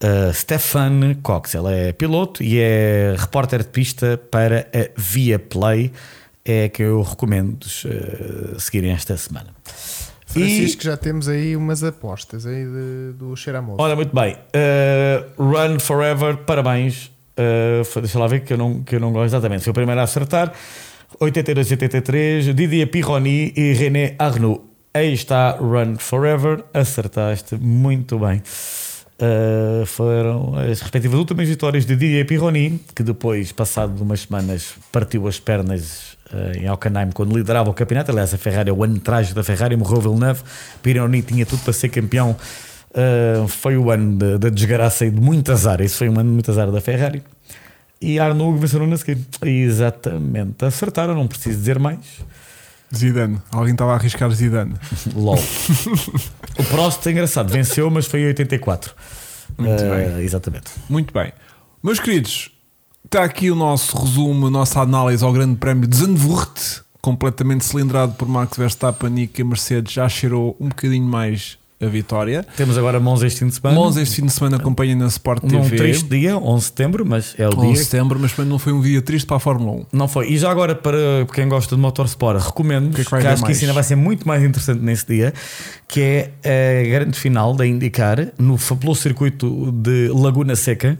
Eh, Stefan Cox, ela é piloto e é repórter de pista para a Via Play, é que eu recomendo eh, seguirem esta semana. E-
Francisco, já temos aí umas apostas aí de- do cheiro a mofo.
Ora, muito bem. Uh, Run Forever, parabéns. Uh, foi- deixa lá ver que eu, não, que eu não gosto exatamente. Foi o primeiro a acertar. 82, 83. Didier Pironi e René Arnoux. Aí está Run Forever. Acertaste muito bem. Uh, foram as respectivas últimas vitórias de Didier Pironi, que depois, passado umas semanas, partiu as pernas eh, em Hockenheim quando liderava o campeonato. Aliás, a Ferrari, é o ano trágico da Ferrari, morreu Villeneuve. Pironi tinha tudo para ser campeão. Eh, foi o ano da- da desgraça e de muito azar. Isso foi um ano de muito azar da Ferrari. E Arnoux venceram na seguir. Exatamente, acertaram, não preciso dizer mais.
Zidane. Alguém estava a arriscar Zidane.
LOL. o Prost, engraçado, venceu, mas foi em 84.
Muito
Eh,
bem.
Exatamente.
Muito bem. Meus queridos, está aqui o nosso resumo, a nossa análise ao Grande Prémio de Zandvoort, completamente cilindrado por Max Verstappen e que a Mercedes já cheirou um bocadinho mais a vitória.
Temos agora Monza este fim de semana.
Monza este fim de semana acompanha na Sport
Num
TV.
triste dia, 11 de setembro, mas é
11
o
de
dia.
setembro, mas também não foi um dia triste para a Fórmula 1.
Não foi. E já agora, para quem gosta de motorsport, recomendo
O que
que,
é que vai haver
acho que
mais?
isso ainda vai ser muito mais interessante nesse dia, que é a grande final da IndyCar no fabuloso circuito de Laguna Seca.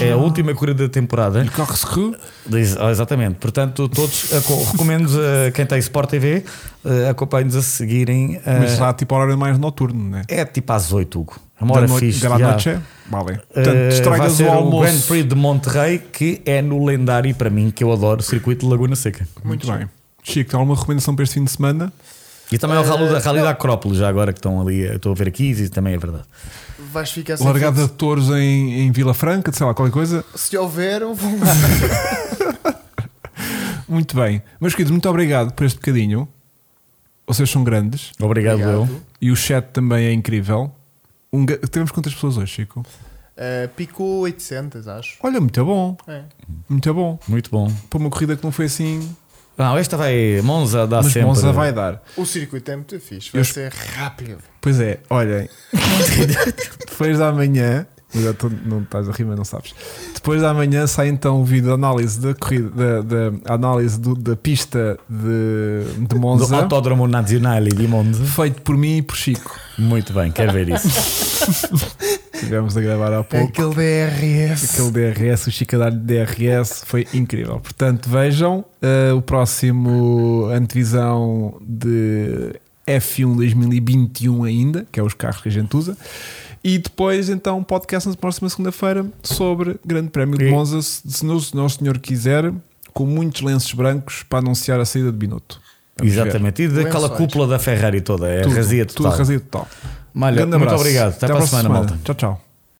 É a última corrida da temporada.
E corre-se rue.
Diz- ah, exatamente, portanto, todos aco- recomendo a quem tem Sport TV, eh, acompanhe-nos a seguirem. eh,
mas lá tipo a hora mais noturno, né?
é tipo às 8, Hugo. É uma hora
da noite,
fixe.
da
já.
noite, é? vale.
Eh,
Portanto,
vai
estragas
ser
o
o Grand
almoço.
Prix de Monterrey, que é no lendário para mim, que eu adoro, o circuito de Laguna Seca.
Muito bem. Chico, tem alguma recomendação para este fim de semana?
E também é
Eh,
o Rally, da, Rally
não.
da Acrópole, já agora que estão ali, eu estou a ver aqui, e também é verdade.
Vais ficar sem
Largada
fim
de touros em, em Vila Franca, sei lá, qualquer coisa.
de- Se houver, eu vou lá.
Muito bem. Meus queridos, muito obrigado por este bocadinho. Vocês são grandes
Obrigado, eu.
e o chat também é incrível. Um ga- Tivemos quantas pessoas hoje, Chico?
Eh, picou 800, acho.
Olha, muito bom,
É.
muito bom.
Muito bom.
Para uma corrida que não foi assim,
Não, esta vai. Monza dá
mas
Tá sempre.
Monza vai dar.
O circuito é muito fixe, vai
Eu-
ser rápido.
Pois é, olhem. Depois da manhã, mas já tô- não estás a rir, mas não sabes. Depois da manhã sai então o vídeo de análise da corrida, da, da análise do- da pista de, de
Do
Monza,
Autódromo Nazionale de Monza.
feito por mim e por Chico.
Muito bem, quero ver isso.
Tivemos a gravar há pouco.
Aquele DRS.
Aquele DRS, o Chica dar DRS foi incrível. Portanto, vejam eh, o próximo antevisão de F1 2021 ainda, que é os carros que a gente usa. E depois, então, um podcast na próxima segunda-feira sobre Grande Prémio de
E-
Monza, se se nosso nosso senhor quiser, com muitos lenços brancos para anunciar a saída de Binotto. Vamos ver.
Exatamente. E daquela
Lençóis.
cúpula da Ferrari toda, é
Tudo,
razia total.
Tudo razia total.
Malha,
Grande
muito
abraço.
obrigado. Até, para a
próxima
semana, malta.
Tchau, tchau.